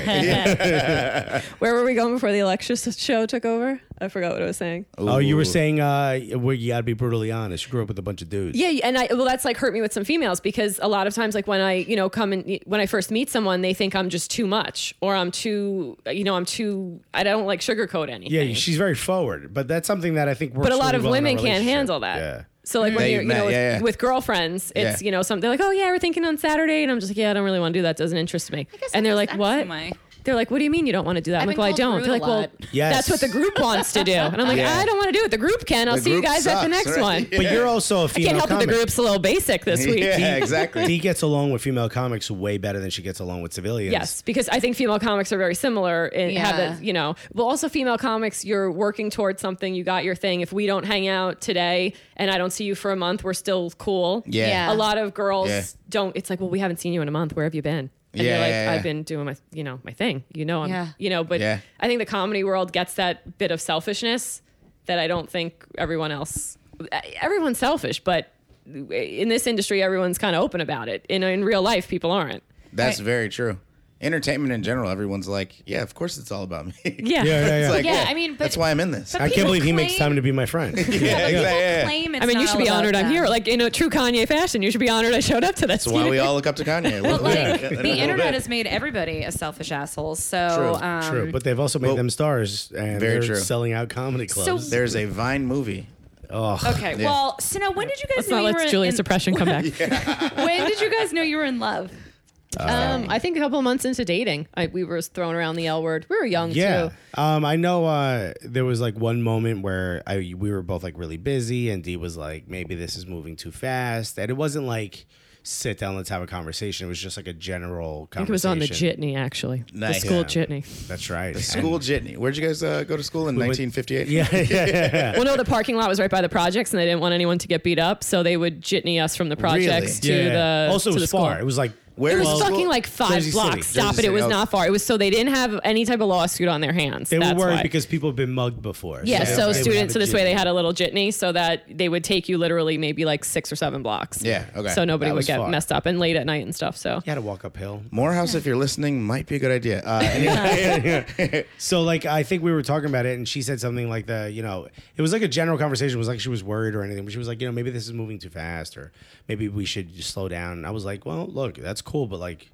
Speaker 3: Where were we going before the election show took over? I forgot what I was saying.
Speaker 4: Oh, you were saying uh, well, you got to be brutally honest. You grew up with a bunch of dudes.
Speaker 3: Yeah, and I well, that's like hurt me with some females because a lot of times, like when I you know come and when I first meet someone, they think I'm just too much or I'm too you know I'm too I don't like sugarcoat anything.
Speaker 4: Yeah, she's very forward, but that's something that I think works.
Speaker 3: but a lot
Speaker 4: really
Speaker 3: of
Speaker 4: well in
Speaker 3: women can't
Speaker 4: relationship.
Speaker 3: handle that.
Speaker 4: Yeah.
Speaker 3: So like when
Speaker 1: They-
Speaker 3: you're you know
Speaker 1: yeah,
Speaker 3: with,
Speaker 1: yeah.
Speaker 3: with girlfriends, it's
Speaker 1: Yeah.
Speaker 3: you know something they're like oh yeah we're thinking on Saturday and I'm just like yeah I don't really want to do that doesn't interest me.
Speaker 2: guess
Speaker 3: And
Speaker 2: I
Speaker 3: they're
Speaker 2: just
Speaker 3: like
Speaker 2: act
Speaker 3: what?
Speaker 2: that way.
Speaker 3: They're like what do you mean you don't want to do that? I'm
Speaker 2: I've
Speaker 3: like
Speaker 2: been
Speaker 3: well I
Speaker 2: called
Speaker 3: don't.
Speaker 2: rude
Speaker 3: They're like
Speaker 2: a
Speaker 3: well
Speaker 2: lot.
Speaker 4: Yes.
Speaker 3: that's what the group wants to do and I'm like
Speaker 1: Yeah.
Speaker 3: I don't want to do it. The group can. I'll
Speaker 1: The
Speaker 3: see you
Speaker 1: group
Speaker 3: guys at the
Speaker 1: sucks,
Speaker 3: next
Speaker 1: right?
Speaker 3: one.
Speaker 1: Yeah.
Speaker 4: But you're also a
Speaker 3: I
Speaker 4: female.
Speaker 3: can't help that
Speaker 4: comic.
Speaker 3: the group's a little basic this week.
Speaker 1: Yeah, exactly.
Speaker 4: Dee gets along with female comics way better than she gets along with civilians.
Speaker 3: Yes, because I think female comics are very similar and have
Speaker 2: Yeah.
Speaker 3: that, you know, but also female comics, you're working towards something, you got your thing. If we don't hang out today and I don't see you for a month, we're still cool.
Speaker 1: Yeah.
Speaker 2: Yeah.
Speaker 3: A lot of girls
Speaker 1: Yeah.
Speaker 3: don't, it's like, well, we haven't seen you in a month. Where have you been? And
Speaker 1: Yeah,
Speaker 3: you're like,
Speaker 1: yeah, yeah.
Speaker 3: I've been doing my, you know, my thing. You know, I'm,
Speaker 2: Yeah.
Speaker 3: you know, but
Speaker 1: Yeah.
Speaker 3: I think the comedy world gets that bit of selfishness that I don't think everyone else, everyone's selfish, but in this industry, everyone's kind of open about it. In, in real life, people aren't.
Speaker 1: That's
Speaker 2: Right.
Speaker 1: very true. Entertainment in general, everyone's like, yeah, of course it's all about me.
Speaker 4: Yeah, yeah, yeah.
Speaker 1: it's like,
Speaker 2: Yeah, I mean, but-
Speaker 1: that's why I'm in this.
Speaker 4: I can't
Speaker 2: People
Speaker 4: believe he makes
Speaker 2: claim-
Speaker 4: time to be my friend.
Speaker 1: yeah,
Speaker 2: People
Speaker 1: exactly. yeah, yeah.
Speaker 2: claim it's
Speaker 3: I mean, you
Speaker 2: not
Speaker 3: should
Speaker 2: all
Speaker 3: be
Speaker 2: about
Speaker 3: honored I'm
Speaker 2: them.
Speaker 3: here. Like in a true Kanye fashion, you should be honored I showed up to this.
Speaker 1: That's why we all look up to Kanye.
Speaker 2: But like the internet
Speaker 1: is
Speaker 2: has made everybody a selfish asshole. So
Speaker 1: True,
Speaker 2: um,
Speaker 4: True, but they've also made
Speaker 1: Well,
Speaker 4: them stars, and
Speaker 1: very
Speaker 4: they're
Speaker 1: true.
Speaker 4: selling out comedy clubs.
Speaker 1: There's a Vine movie.
Speaker 2: okay. Well, so now when did you guys
Speaker 3: Let's
Speaker 2: know
Speaker 3: not
Speaker 2: you were
Speaker 3: let Julia's
Speaker 2: in,
Speaker 3: depression come back.
Speaker 2: When did you guys know you were in love?
Speaker 3: um, I think a couple of months into dating, I, we were throwing around the L word. We were young
Speaker 4: yeah,
Speaker 3: too.
Speaker 4: um, I know. Uh, there was like one moment where I we were both like really busy, and Dee was like, "Maybe this is moving too fast," and it wasn't like sit down, let's have a conversation. It was just like a general
Speaker 3: I think
Speaker 4: conversation.
Speaker 3: it was on the jitney actually,
Speaker 1: Nice.
Speaker 3: the school
Speaker 1: Yeah.
Speaker 3: jitney.
Speaker 4: That's right.
Speaker 1: School Jitney. Where'd you guys uh, go to school in 1958?
Speaker 4: Yeah, yeah, yeah.
Speaker 3: Well, no, the parking lot was right by the projects, and they didn't want anyone to get beat up, so they would jitney us from the projects
Speaker 1: Really?
Speaker 3: to
Speaker 4: yeah.
Speaker 3: the
Speaker 4: also, it
Speaker 3: to
Speaker 4: was
Speaker 3: the school.
Speaker 4: far. It was like
Speaker 1: Where
Speaker 3: It was
Speaker 1: was
Speaker 3: fucking
Speaker 1: school?
Speaker 3: like five
Speaker 4: Jersey City.
Speaker 3: blocks.
Speaker 4: Jersey
Speaker 3: Stop it!
Speaker 1: City.
Speaker 3: It was
Speaker 1: Oh.
Speaker 3: not far. It was so they didn't have any type of lawsuit on their hands.
Speaker 4: They
Speaker 3: That's
Speaker 4: were worried
Speaker 3: why.
Speaker 4: because people have been mugged before.
Speaker 3: Yeah, so
Speaker 4: they would
Speaker 3: students, so
Speaker 4: have a
Speaker 3: this way
Speaker 4: jitney.
Speaker 3: they had a little jitney so that they would take you literally maybe like six or seven blocks.
Speaker 1: Yeah, okay.
Speaker 3: So nobody
Speaker 4: That
Speaker 3: would
Speaker 4: was
Speaker 3: get
Speaker 4: far.
Speaker 3: messed up and late at night and stuff. So
Speaker 4: You had to walk uphill.
Speaker 1: Morehouse, if you're listening, might be a good idea. Uh, anyway,
Speaker 4: So like I think we were talking about it, and she said something like the you know it was like a general conversation. It was like she was worried or anything, but she was like you know maybe this is moving too fast or maybe we should just slow down. And I was like, well, look, that's cool, but like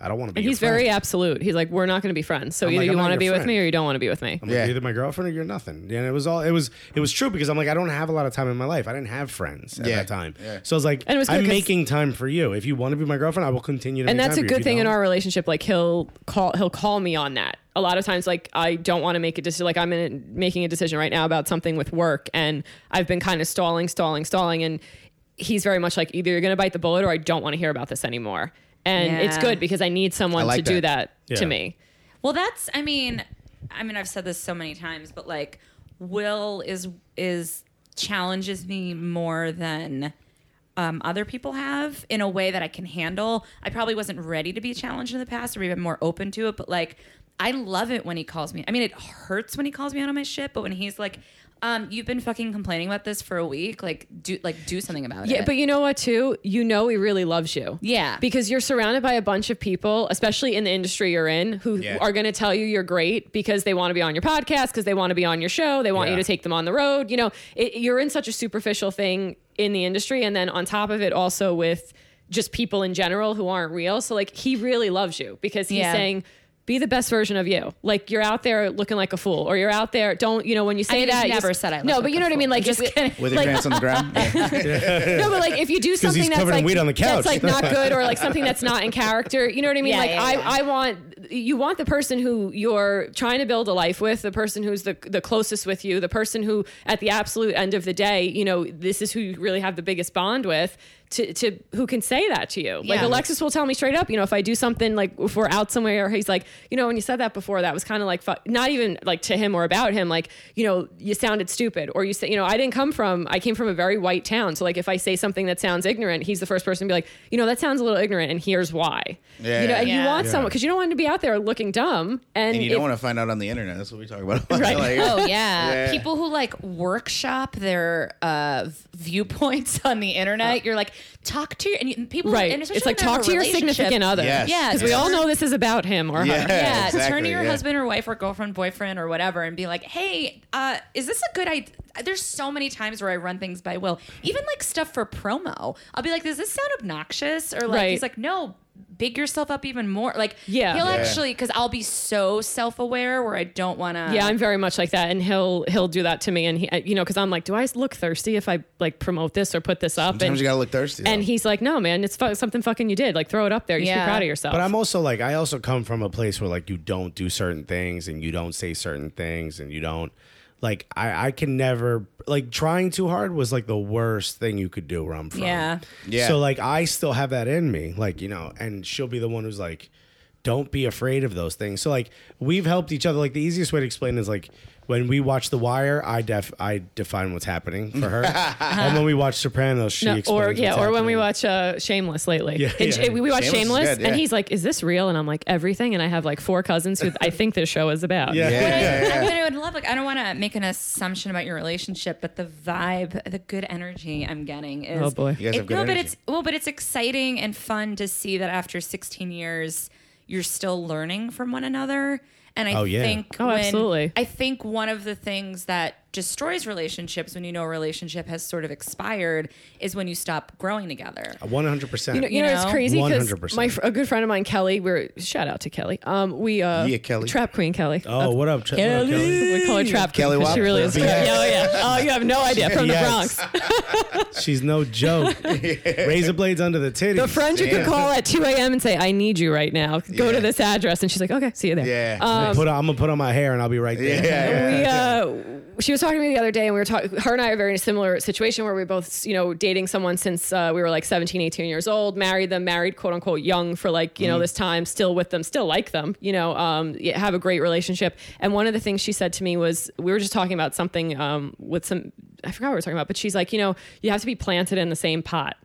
Speaker 4: I don't want to be.
Speaker 3: and
Speaker 4: your
Speaker 3: he's very
Speaker 4: friend.
Speaker 3: absolute. He's like, we're not going to be friends. So
Speaker 4: I'm
Speaker 3: either
Speaker 4: like, I'm
Speaker 3: you
Speaker 4: not
Speaker 3: want to
Speaker 4: your
Speaker 3: be with
Speaker 4: friend.
Speaker 3: me or you don't want to be with me.
Speaker 4: I'm like,
Speaker 1: Yeah.
Speaker 4: you're either my girlfriend or you're nothing. And it was all it was it was true because I'm like I don't have a lot of time in my life. I didn't have friends at
Speaker 1: Yeah.
Speaker 4: that time,
Speaker 1: Yeah.
Speaker 4: so I was like
Speaker 3: And it was good
Speaker 4: I'm
Speaker 3: 'cause-
Speaker 4: making time for you. If you want to be my girlfriend, I will continue to.
Speaker 3: and
Speaker 4: make
Speaker 3: that's
Speaker 4: time for
Speaker 3: a
Speaker 4: you. If
Speaker 3: good
Speaker 4: you
Speaker 3: thing in
Speaker 4: don't-
Speaker 3: our relationship. Like he'll call, he'll call me on that. A lot of times, like I don't want to make a decision. Like I'm in, making a decision right now about something with work, and I've been kind of stalling, stalling, stalling, and he's very much like either you're going to bite the bullet or I don't want to hear about this anymore. And it's
Speaker 2: Yeah.
Speaker 3: good because I need someone
Speaker 1: I like
Speaker 3: to do
Speaker 1: that.
Speaker 3: that to
Speaker 4: Yeah.
Speaker 3: me.
Speaker 2: Well, that's I mean, I mean I've said this so many times, but like Will is is challenges me more than um, other people have in a way that I can handle. I probably wasn't ready to be challenged in the past or even more open to it, but like I love it when he calls me. I mean, it hurts when he calls me out on my shit, but when he's like, um, "You've been fucking complaining about this for a week. Like, do like do something about it."
Speaker 3: Yeah, but you know what too? You know he really loves you.
Speaker 2: Yeah.
Speaker 3: Because you're surrounded by a bunch of people, especially in the industry you're in, who
Speaker 1: Yeah.
Speaker 3: are going to tell you you're great because they want to be on your podcast, because they want to be on your show, they want
Speaker 4: Yeah.
Speaker 3: you to take them on the road. You know, it, you're in such a superficial thing in the industry and then on top of it also with just people in general who aren't real. So like he really loves you because he's
Speaker 2: Yeah.
Speaker 3: saying be the best version of you. Like you're out there looking like a fool, or you're out there. Don't you know when you say
Speaker 2: mean, he's
Speaker 3: that? you
Speaker 2: never
Speaker 3: s-
Speaker 2: said I look
Speaker 3: No, but
Speaker 2: like
Speaker 3: you
Speaker 2: a
Speaker 3: know what I mean.
Speaker 2: fool.
Speaker 3: Like
Speaker 2: Just
Speaker 3: if-
Speaker 2: kidding.
Speaker 1: with your
Speaker 3: like,
Speaker 1: pants on the ground. Yeah.
Speaker 3: no, but like if you do something
Speaker 4: he's
Speaker 3: that's
Speaker 4: covered in
Speaker 3: like
Speaker 4: weed on the couch.
Speaker 3: that's like not good or like something that's not in character, you know what I mean?
Speaker 2: Yeah,
Speaker 3: like
Speaker 2: yeah,
Speaker 3: I,
Speaker 2: yeah.
Speaker 3: I want you want the person who you're trying to build a life with, the person who's the the closest with you, the person who at the absolute end of the day, you know, this is who you really have the biggest bond with. To, to who can say that to you? Like
Speaker 2: Yeah.
Speaker 3: Alexis will tell me straight up, you know, if I do something like if we're out somewhere, he's like, you know, when you said that before, that was kind of like fu- not even like to him or about him, like, you know, you sounded stupid or you say, you know, I didn't come from, I came from a very white town. So like if I say something that sounds ignorant, he's the first person to be like, you know, that sounds a little ignorant and here's why.
Speaker 1: Yeah.
Speaker 3: You know, and you
Speaker 2: Yeah.
Speaker 3: want
Speaker 2: Yeah.
Speaker 3: someone because you don't want to be out there looking dumb and,
Speaker 1: And you
Speaker 3: if-
Speaker 1: don't want to find out on the internet. That's what we talk about.
Speaker 3: Right.
Speaker 1: Like,
Speaker 2: Oh yeah.
Speaker 1: Yeah.
Speaker 2: people who like workshop their uh, v- viewpoints on the internet. You're like talk to your and you- people,
Speaker 3: Uh, right.
Speaker 2: And especially
Speaker 3: It's like
Speaker 2: when they're in a
Speaker 3: talk to your
Speaker 2: relationship-
Speaker 3: significant other.
Speaker 1: Yes.
Speaker 2: Yeah,
Speaker 3: Because we all know this is about him or her.
Speaker 2: Yeah,
Speaker 1: Yeah,
Speaker 2: turn to
Speaker 1: exactly,
Speaker 2: your
Speaker 1: yeah.
Speaker 2: husband or wife or girlfriend, boyfriend or whatever, and be like, "Hey, uh, is this a good idea?" There's so many times where I run things by Will, even like stuff for promo. I'll be like, "Does this sound obnoxious?" Or like,
Speaker 3: Right.
Speaker 2: he's like, "No." Big yourself up even more. Like,
Speaker 3: Yeah.
Speaker 2: he'll
Speaker 3: Yeah.
Speaker 2: actually because I'll be so self aware where I don't want to.
Speaker 3: Yeah, I'm very much like that, and he'll he'll do that to me, and he, you know, because I'm like, do I look thirsty if I like promote this or put this up?
Speaker 1: Sometimes
Speaker 3: and
Speaker 1: you gotta look thirsty.
Speaker 3: and
Speaker 1: though.
Speaker 3: he's like, no, man, it's fu- something fucking you did. Like, throw it up there. You should
Speaker 2: Yeah.
Speaker 3: be proud of yourself.
Speaker 4: But I'm also like I also come from a place where like you don't do certain things and you don't say certain things and you don't like I, I can never like trying too hard was like the worst thing you could do where I'm from.
Speaker 2: Yeah.
Speaker 1: Yeah.
Speaker 4: So like I still have that in me. Like, you know, and she'll be the one who's like, don't be afraid of those things. So like we've helped each other. Like the easiest way to explain is like when we watch The Wire, I def I define what's happening for her. and when we watch Sopranos, she
Speaker 3: No,
Speaker 4: explains
Speaker 3: or yeah,
Speaker 4: what's
Speaker 3: or when we
Speaker 4: happening.
Speaker 3: watch uh, Shameless lately,
Speaker 4: Yeah,
Speaker 3: And
Speaker 4: yeah.
Speaker 3: sh- we watch
Speaker 1: Shameless is
Speaker 3: Shameless,
Speaker 1: good, yeah.
Speaker 3: and he's like, "Is this real?" And I'm like, "Everything." And I have like four cousins who I think this show is about.
Speaker 4: Yeah.
Speaker 1: Yeah, yeah, yeah.
Speaker 2: I, but I would love like I don't want to make an assumption about your relationship, but the vibe, the good energy I'm getting is
Speaker 3: Oh, boy.
Speaker 1: guys
Speaker 3: You
Speaker 2: It-
Speaker 1: have good
Speaker 2: no, but
Speaker 1: energy.
Speaker 2: it's well, but it's exciting and fun to see that after 16 years, you're still learning from one another. And I
Speaker 4: Oh, yeah.
Speaker 2: think
Speaker 3: Oh,
Speaker 2: when-
Speaker 3: absolutely.
Speaker 2: I think one of the things that destroys relationships when you know a relationship has sort of expired is when you stop growing together.
Speaker 1: Oh,
Speaker 4: one hundred percent.
Speaker 3: You know, you know, it's
Speaker 2: know?
Speaker 3: crazy
Speaker 4: 100%.
Speaker 3: because my fr- a good friend of mine, Kelly. We're shout out to Kelly. Um, we uh,
Speaker 1: Yeah, Kelly.
Speaker 3: Trap Queen Kelly.
Speaker 4: Oh, what up, Ch- what up, Kelly?
Speaker 3: We call her Trap Queen
Speaker 1: Kelly
Speaker 3: 'cause she
Speaker 1: Wap-
Speaker 3: really is.
Speaker 1: BS.
Speaker 3: Yeah, oh yeah. Oh, you have no idea from
Speaker 4: Yes.
Speaker 3: the Bronx.
Speaker 4: She's no joke. Razor blades under the titties.
Speaker 3: The friend you could call at 2 a.m. and say, "I need you right now. Go
Speaker 1: Yeah.
Speaker 3: to this address," and she's like, "Okay, see you there." Um,
Speaker 1: Yeah.
Speaker 4: I'm, put on, I'm gonna put on my hair and I'll be right
Speaker 1: yeah,
Speaker 4: there.
Speaker 1: yeah.
Speaker 3: we, uh, she was talking to me the other day and we were talking her and i are very in a similar situation where we both you know dating someone since uh, we were like 17 18 years old married them married quote unquote young for like you know this time still with them still like them you know um, y- have a great relationship and one of the things she said to me was we were just talking about something um, with some i forgot what we were talking about but she's like you know you have to be planted in the same pot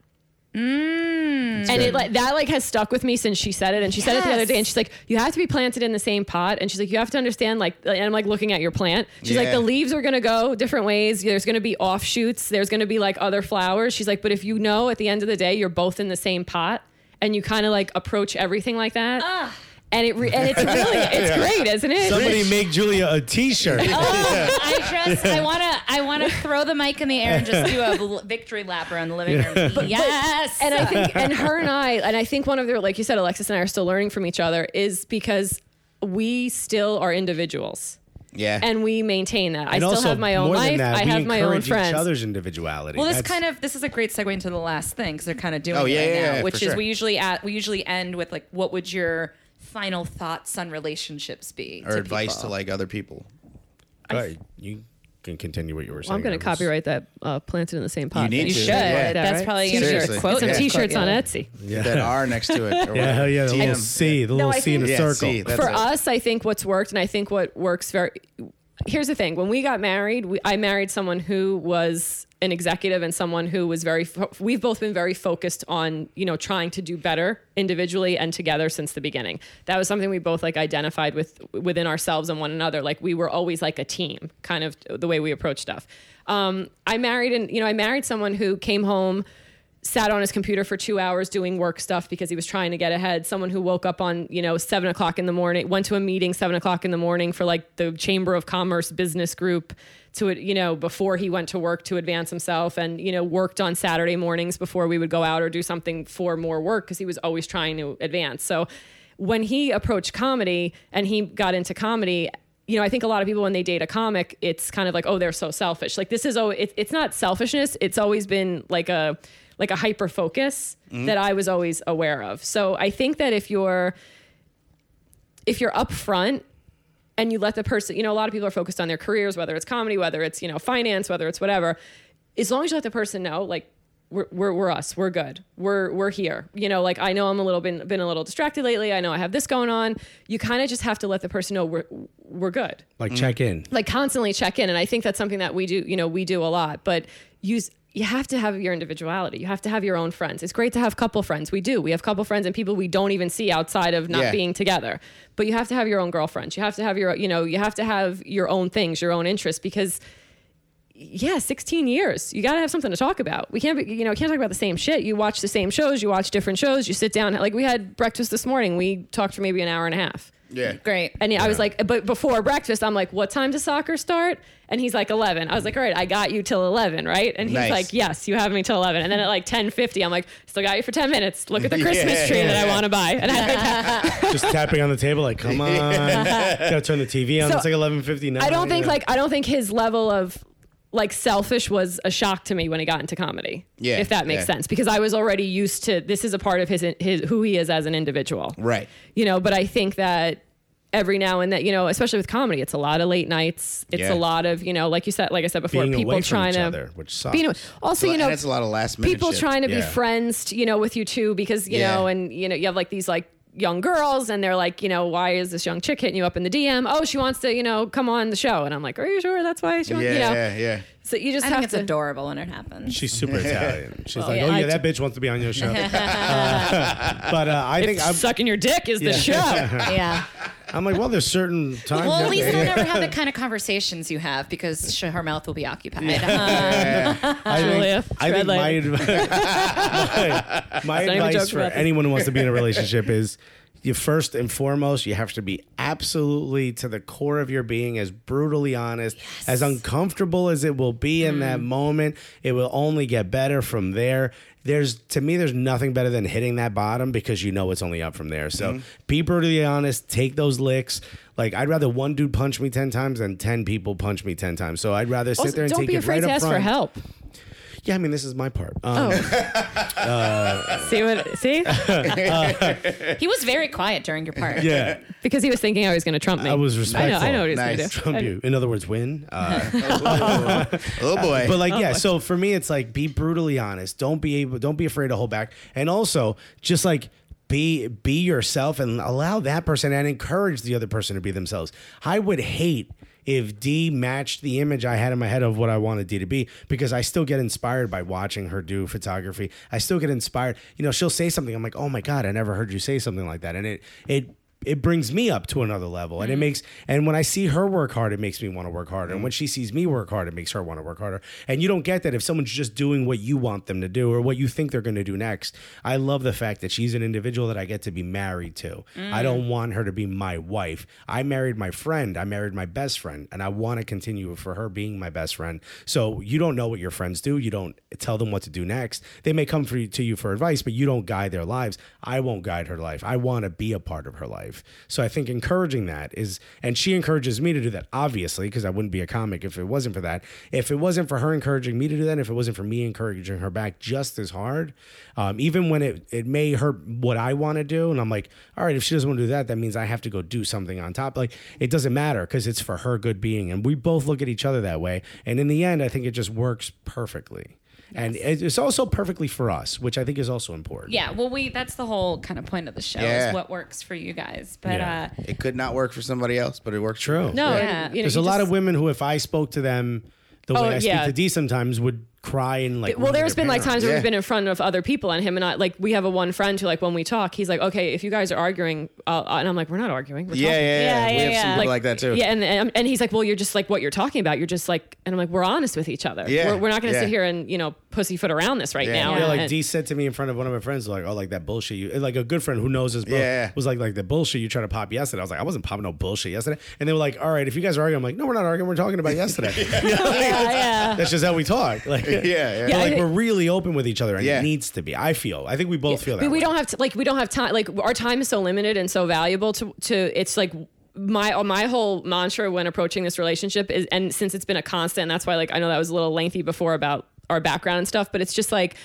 Speaker 3: and it like that like has stuck with me since she said it and she said it the other
Speaker 2: Yes.
Speaker 3: day and she's like you have to be planted in the same pot and she's like you have to understand like and i'm like looking at your plant she's like
Speaker 1: Yeah.
Speaker 3: the leaves are going to go different ways there's going to be offshoots there's going to be like other flowers she's like but if you know at the end of the day you're both in the same pot and you kind of like approach everything like that and it re- and it's really it's great isn't it
Speaker 4: Somebody make Julia a T-shirt.
Speaker 2: I just I want to I want to throw the mic in the air and just do a l- victory lap around the living room. yes,
Speaker 3: and I think, and her and I, and I think one of the, like you said, Alexis and I are still learning from each other is because we still are individuals.
Speaker 1: Yeah.
Speaker 3: and we maintain that. I
Speaker 4: And
Speaker 3: still
Speaker 4: also,
Speaker 3: have my own
Speaker 4: more
Speaker 3: life.
Speaker 4: than that,
Speaker 3: I
Speaker 4: we
Speaker 3: have my own
Speaker 4: encourage
Speaker 3: friends.
Speaker 4: each other's individuality.
Speaker 2: Well, this
Speaker 4: That's-
Speaker 2: kind of this is a great segue into the last thing because they're kind of doing
Speaker 1: Oh,
Speaker 2: it
Speaker 1: yeah,
Speaker 2: right
Speaker 1: yeah,
Speaker 2: now,
Speaker 1: yeah, for
Speaker 2: which is
Speaker 1: sure.
Speaker 2: we usually at, we usually end with like, what would your final thoughts on relationships be?
Speaker 1: or advice to
Speaker 2: people?
Speaker 1: like other people.
Speaker 4: All right, you can continue what you were saying.
Speaker 3: Well, I'm going to
Speaker 4: Elvis.
Speaker 3: copyright that uh, planted in the same pot.
Speaker 1: need
Speaker 3: thing.
Speaker 1: to.
Speaker 2: should.
Speaker 1: Yeah.
Speaker 2: That's
Speaker 3: right?
Speaker 2: probably
Speaker 1: Seriously.
Speaker 2: your quote.
Speaker 3: Some
Speaker 1: Yeah.
Speaker 3: T-shirts on
Speaker 2: Yeah.
Speaker 3: Etsy.
Speaker 1: Yeah. That R next to it. or
Speaker 4: Yeah,
Speaker 1: whatever.
Speaker 4: hell yeah, the little
Speaker 1: TM.
Speaker 4: C, the little
Speaker 3: I
Speaker 4: C in a
Speaker 1: Yeah,
Speaker 4: circle.
Speaker 1: C, that's
Speaker 3: For
Speaker 1: it.
Speaker 3: us, I think what's worked, and I think what works very. Here's the thing: when we got married, we, I married someone who was an executive and someone who was very. Fo- we've both been very focused on you know trying to do better individually and together since the beginning. That was something we both like identified with within ourselves and one another. Like we were always like a team, kind of the way we approach stuff. Um, I married and you know I married someone who came home sat on his computer for two hours doing work stuff because he was trying to get ahead. Someone who woke up on, you know, seven o'clock in the morning, went to a meeting seven o'clock in the morning for like the Chamber of Commerce business group to, you know, before he went to work to advance himself and, you know, worked on Saturday mornings before we would go out or do something for more work because he was always trying to advance. So when he approached comedy and he got into comedy, you know, I think a lot of people when they date a comic, it's kind of like, oh, they're so selfish. Like this is oh, it, it's not selfishness. It's always been like a like a hyper focus that I was always aware of. So I think that if you're if you're upfront and you let the person, you know, a lot of people are focused on their careers, whether it's comedy, whether it's, you know, finance, whether it's whatever. As long as you let the person know, like, we're, we're, we're us, we're good, we're, we're here. You know, like, I know I'm a little been, been a little distracted lately. I know I have this going on. You kind of just have to let the person know we're, we're good
Speaker 4: Like check in.
Speaker 3: like constantly check in and i think that's something that we do you know we do a lot but use you have to have your individuality you have to have your own friends it's great to have couple friends we do we have couple friends and people we don't even see outside of not
Speaker 1: Yeah.
Speaker 3: being together but you have to have your own girlfriends you have to have your you know you have to have your own things your own interests because yeah 16 years you got to have something to talk about we can't be you know we can't talk about the same shit you watch the same shows you watch different shows you sit down like we had breakfast this morning we talked for maybe an hour and a half
Speaker 1: Yeah.
Speaker 2: Great.
Speaker 3: and I was like, but before breakfast, I'm like, what time does soccer start? And he's like, 11. I was like, all right, I got you till 11, right? And he's
Speaker 1: Nice.
Speaker 3: like, yes, you have me till 11. And then at like 10.50, I'm like, still got you for 10 minutes. Look at the
Speaker 1: Yeah,
Speaker 3: Christmas tree
Speaker 1: yeah,
Speaker 3: that I
Speaker 1: yeah.
Speaker 3: want to buy. And I,
Speaker 4: Just tapping on the table, like, come on. Gotta turn the TV on.
Speaker 3: So,
Speaker 4: it's like eleven fifty nine.
Speaker 3: I don't think like, I don't think his level of like selfish was a shock to me when he got into comedy.
Speaker 1: Yeah,
Speaker 3: If that makes
Speaker 1: yeah.
Speaker 3: sense, because I was already used to, this is a part of his, his, who he is as an individual.
Speaker 1: Right.
Speaker 3: you know but i think that every now and then you know especially with comedy it's a lot of late nights it's
Speaker 1: Yeah.
Speaker 3: a lot of you know like you said like i said before
Speaker 4: being
Speaker 3: people
Speaker 4: away from
Speaker 3: trying
Speaker 4: each
Speaker 3: to
Speaker 4: other, which sucks.
Speaker 3: being away- also you know
Speaker 1: and it's a lot of last minute
Speaker 3: people
Speaker 1: shit.
Speaker 3: trying to be
Speaker 4: Yeah.
Speaker 3: friends you know with you too because you
Speaker 1: Yeah.
Speaker 3: know and you know you have like these like young girls and they're like you know why is this young chick hitting you up in the dm oh she wants to you know come on the show and i'm like are you sure that's why she wants
Speaker 1: Yeah,
Speaker 3: you know
Speaker 1: yeah, yeah.
Speaker 3: so you just
Speaker 2: I
Speaker 3: have
Speaker 2: think it's
Speaker 3: to
Speaker 2: adorable when it happens.
Speaker 4: She's super Italian. She's like,
Speaker 3: yeah,
Speaker 4: oh yeah,
Speaker 3: I
Speaker 4: that bitch wants to be on your show. Uh, but uh, I think I'm,
Speaker 3: sucking your dick is the show
Speaker 2: yeah.
Speaker 4: I'm like, well, there's certain times.
Speaker 2: Well,
Speaker 4: that-
Speaker 2: at least
Speaker 4: Yeah.
Speaker 2: they'll never have the kind of conversations you have because sh- her mouth will be occupied.
Speaker 4: I
Speaker 3: Julia,
Speaker 4: think, I think
Speaker 3: red
Speaker 4: my,
Speaker 3: light.
Speaker 4: advi- my, my
Speaker 3: even
Speaker 4: advice
Speaker 3: joke
Speaker 4: for
Speaker 3: about this.
Speaker 4: anyone who wants to be in a relationship is you first and foremost you have to be absolutely to the core of your being as brutally honest as uncomfortable as it will be in
Speaker 3: Mm.
Speaker 4: that moment it will only get better from there there's to me there's nothing better than hitting that bottom because you know it's only up from there so
Speaker 3: Mm-hmm.
Speaker 4: be brutally honest take those licks like I'd rather one dude punch me 10 times than 10 people punch me 10 times so I'd rather sit
Speaker 3: also,
Speaker 4: there and
Speaker 3: don't
Speaker 4: take
Speaker 3: be
Speaker 4: it
Speaker 3: afraid
Speaker 4: right
Speaker 3: to
Speaker 4: up
Speaker 3: ask for
Speaker 4: front.
Speaker 3: help
Speaker 4: Yeah, I mean, this is my part. Um,
Speaker 3: see what see
Speaker 2: Uh, he was very quiet during your part.
Speaker 4: Yeah,
Speaker 3: Because he was thinking I was going to trump me.
Speaker 4: I was
Speaker 3: I
Speaker 4: respectful.
Speaker 3: know, I know what he's
Speaker 1: Nice.
Speaker 3: going to do.
Speaker 4: Trump you. In other words, win. Uh,
Speaker 1: oh boy.
Speaker 4: but like, yeah. So for me, it's like be brutally honest. Don't be able. Don't be afraid to hold back. And also, just like be be yourself and allow that person and encourage the other person to be themselves. I would hate if D matched the image I had in my head of what I wanted D to be because I still get inspired by watching her do photography. I still get inspired. You know, she'll say something. I'm like, oh my god, I never heard you say something like that. And it it it brings me up to another level and it makes and when i see her work hard it makes me want to work harder and when she sees me work hard it makes her want to work harder and you don't get that if someone's just doing what you want them to do or what you think they're going to do next i love the fact that she's an individual that i get to be married to i don't want her to be my wife i married my friend i married my best friend and i want to continue for her being my best friend so you don't know what your friends do you don't tell them what to do next they may come for you, to you for advice but you don't guide their lives i won't guide her life i want to be a part of her life so i think encouraging that is and she encourages me to do that obviously because i wouldn't be a comic if it wasn't for that if it wasn't for her encouraging me to do that if it wasn't for me encouraging her back just as hard um, even when it, it may hurt what i want to do and i'm like all right if she doesn't want to do that that means i have to go do something on top like it doesn't matter because it's for her good being and we both look at each other that way and in the end i think it just works perfectly and it- it's also perfectly for us, which I think is also important.
Speaker 2: Yeah, well, we that's the whole kind of point of the show
Speaker 1: Yeah.
Speaker 2: is what works for you guys. But
Speaker 4: Yeah.
Speaker 2: uh,
Speaker 1: it could not work for somebody else, but it works. for
Speaker 4: True.
Speaker 1: you.
Speaker 3: No,
Speaker 2: Yeah.
Speaker 3: and, you know,
Speaker 4: There's
Speaker 3: you
Speaker 4: a lot
Speaker 3: just-
Speaker 4: of women who, if I spoke to them the
Speaker 3: Oh,
Speaker 4: way I speak
Speaker 3: yeah.
Speaker 4: to D sometimes, would cry and like.
Speaker 3: Well, there's been like times where
Speaker 1: Yeah.
Speaker 3: we've been in front of other people, and him and I, like, we have a one friend who, like, when we talk, he's like, "Okay, if you guys are arguing," uh, and I'm like, "We're not arguing." We're
Speaker 1: Yeah, yeah,
Speaker 3: talking."
Speaker 1: yeah.
Speaker 2: Yeah,
Speaker 1: we
Speaker 2: yeah,
Speaker 1: have some
Speaker 2: yeah.
Speaker 1: people like, that too.
Speaker 3: Yeah, and, and and he's like, "Well, you're just like what you're talking about. You're just like," and I'm like, "We're honest with each other.
Speaker 1: Yeah,
Speaker 3: We're, we're not going to
Speaker 1: yeah.
Speaker 3: sit here and you know pussyfoot around this right
Speaker 1: Yeah.
Speaker 3: now."
Speaker 4: Yeah,
Speaker 3: And-
Speaker 4: like D said to me in front of one of my friends, like, "Oh, like that bullshit." You like a good friend who knows his bro
Speaker 1: Yeah.
Speaker 4: was like, "Like the bullshit you try to pop yesterday." I was like, "I wasn't popping no bullshit yesterday." And they were like, "All right, if you guys are arguing," I'm like, "No, we're not arguing. We're talking about yesterday." You know, like,
Speaker 3: yeah, yeah.
Speaker 4: That's just how we talk. Like, yeah,
Speaker 1: yeah.
Speaker 3: Yeah, I
Speaker 4: like
Speaker 3: think-
Speaker 4: we're really open with each other, and
Speaker 1: Yeah.
Speaker 4: it needs to be. I feel. I think we both feel that.
Speaker 3: but we
Speaker 4: way.
Speaker 3: don't have to like we don't have time like our time is so limited and so valuable to to it's like my uh, my whole mantra when approaching this relationship is and since it's been a constant and that's why like I know that was a little lengthy before about our background and stuff but it's just like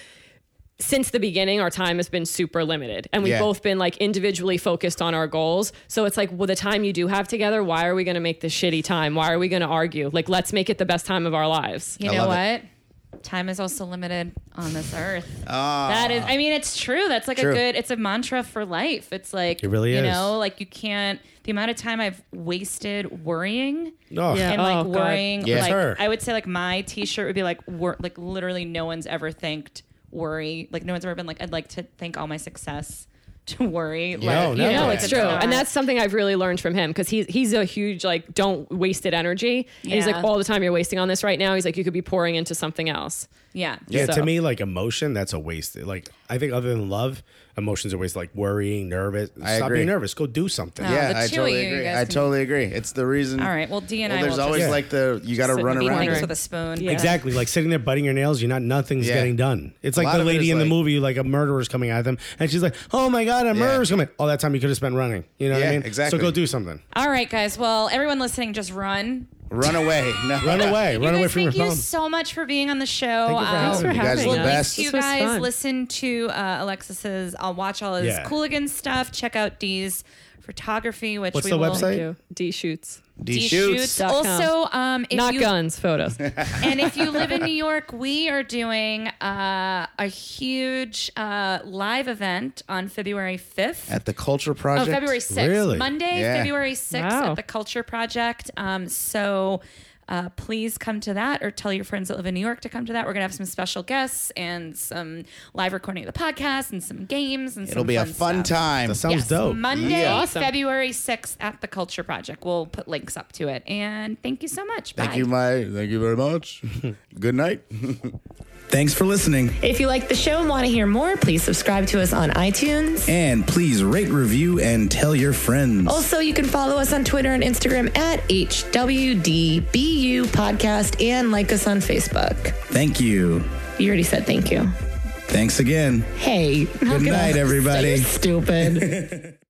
Speaker 3: since the beginning, our time has been super limited, and we've
Speaker 1: Yeah.
Speaker 3: both been like individually focused on our goals. So it's like, well, the time you do have together, why are we going to make this shitty time? Why are we going to argue? Like, let's make it the best time of our lives.
Speaker 2: You
Speaker 1: I
Speaker 2: know
Speaker 1: love
Speaker 2: what? Time is also limited on this earth.
Speaker 1: Ah.
Speaker 2: that
Speaker 4: Ah.
Speaker 2: is, I mean, it's true. That's like
Speaker 1: True.
Speaker 2: a good, it's a mantra for life. It's like,
Speaker 4: It really
Speaker 2: you
Speaker 4: is.
Speaker 2: know, like you can't, the amount of time I've wasted worrying
Speaker 4: Oh,
Speaker 3: Yeah.
Speaker 2: and like
Speaker 3: Oh, God.
Speaker 2: worrying,
Speaker 1: Yes.
Speaker 2: like
Speaker 4: Sure.
Speaker 2: I would say like my t-shirt would be like, wor- like literally no one's ever thanked worry. Like no one's ever been like, I'd like to thank all my success to worry. like,
Speaker 4: No, no.
Speaker 2: you know,
Speaker 3: No,
Speaker 4: Yeah.
Speaker 2: like,
Speaker 3: it's true,
Speaker 2: not-
Speaker 3: and that's something I've really learned from him because he's he's a huge like don't waste it energy. And he's
Speaker 2: Yeah.
Speaker 3: like all the time you're wasting on this right now. He's like you could be pouring into something else.
Speaker 2: yeah.
Speaker 4: Yeah,
Speaker 3: So-
Speaker 4: to me, like emotion, that's a waste. Like I think, other than love, emotions are waste. Like worrying, nervous.
Speaker 1: I
Speaker 4: Stop
Speaker 1: agree.
Speaker 4: being nervous. Go do something.
Speaker 3: uh,
Speaker 2: Yeah.
Speaker 1: yeah,
Speaker 2: the
Speaker 1: I
Speaker 2: two of
Speaker 1: totally
Speaker 2: you, you
Speaker 1: agree.
Speaker 2: guys
Speaker 1: I
Speaker 2: can-
Speaker 1: totally agree. It's the reason.
Speaker 2: All right. Well, D and
Speaker 1: Well,
Speaker 2: I
Speaker 1: there's
Speaker 2: will
Speaker 1: always
Speaker 2: just
Speaker 1: like the you got to
Speaker 3: sit and
Speaker 1: run
Speaker 3: be
Speaker 1: around.
Speaker 2: things
Speaker 3: wondering.
Speaker 2: with a spoon. Yeah.
Speaker 4: Exactly. Like sitting there biting your nails, you're not nothing's
Speaker 1: Yeah.
Speaker 4: getting done. It's like
Speaker 1: lot
Speaker 4: the
Speaker 1: of it is
Speaker 4: lady in the
Speaker 1: like-
Speaker 4: movie, like a murderer's coming at them, and she's like, "Oh my god, a murderer's coming!" All that time you could have spent running. You know what
Speaker 1: Yeah,
Speaker 4: I mean?
Speaker 1: exactly.
Speaker 4: So go do something.
Speaker 2: All right, guys. Well, everyone listening, just run.
Speaker 1: Run away. No.
Speaker 4: Run away. Run
Speaker 2: you
Speaker 4: away
Speaker 2: guys,
Speaker 4: from your
Speaker 2: thank you
Speaker 4: phone.
Speaker 2: so much for being on the show.
Speaker 4: Thank you for
Speaker 2: Um,
Speaker 4: having me.
Speaker 1: You guys
Speaker 3: having
Speaker 1: are the
Speaker 3: us.
Speaker 1: best.
Speaker 2: You
Speaker 3: This was
Speaker 2: guys
Speaker 3: fun.
Speaker 2: listen to uh, Alexis's. I'll watch all his
Speaker 4: Yeah.
Speaker 2: Cooligan stuff. Check out Dee's photography, which
Speaker 4: What's
Speaker 2: we
Speaker 4: the
Speaker 2: will.
Speaker 4: website?
Speaker 3: Thank you. D shoots,
Speaker 1: D
Speaker 2: D
Speaker 1: shoots.
Speaker 2: shoots. Also, um, if
Speaker 3: not
Speaker 2: you,
Speaker 3: guns, photos.
Speaker 2: and if you live in New York, we are doing uh, a huge uh, live event on February fifth.
Speaker 1: At the Culture
Speaker 2: Oh,
Speaker 1: Project.
Speaker 2: February 6th.
Speaker 4: Really?
Speaker 2: Monday,
Speaker 1: Yeah.
Speaker 2: February 6th
Speaker 3: Wow.
Speaker 2: at the Culture Project. Um, so uh, please come to that or tell your friends that live in New York to come to that. We're going to have some special guests and some live recording of the podcast and some games and
Speaker 1: It'll be a fun time.
Speaker 4: That sounds dope.
Speaker 2: Monday,
Speaker 1: Yeah.
Speaker 3: Awesome.
Speaker 2: February 6th at the Culture Project. We'll put links up to it. And thank you so much.
Speaker 1: Thank
Speaker 2: Bye.
Speaker 1: you, my. Thank you very much. Good night.
Speaker 5: Thanks for listening,
Speaker 6: If you like the show and want to hear more, please subscribe to us on iTunes.
Speaker 5: and please rate, review, and tell your friends.
Speaker 6: Also, you can follow us on Twitter and Instagram at HWDBU Podcast and like us on Facebook.
Speaker 5: Thank you.
Speaker 6: You already said thank you.
Speaker 5: Thanks again.
Speaker 6: Hey,
Speaker 5: Good night, everybody.
Speaker 6: Stupid.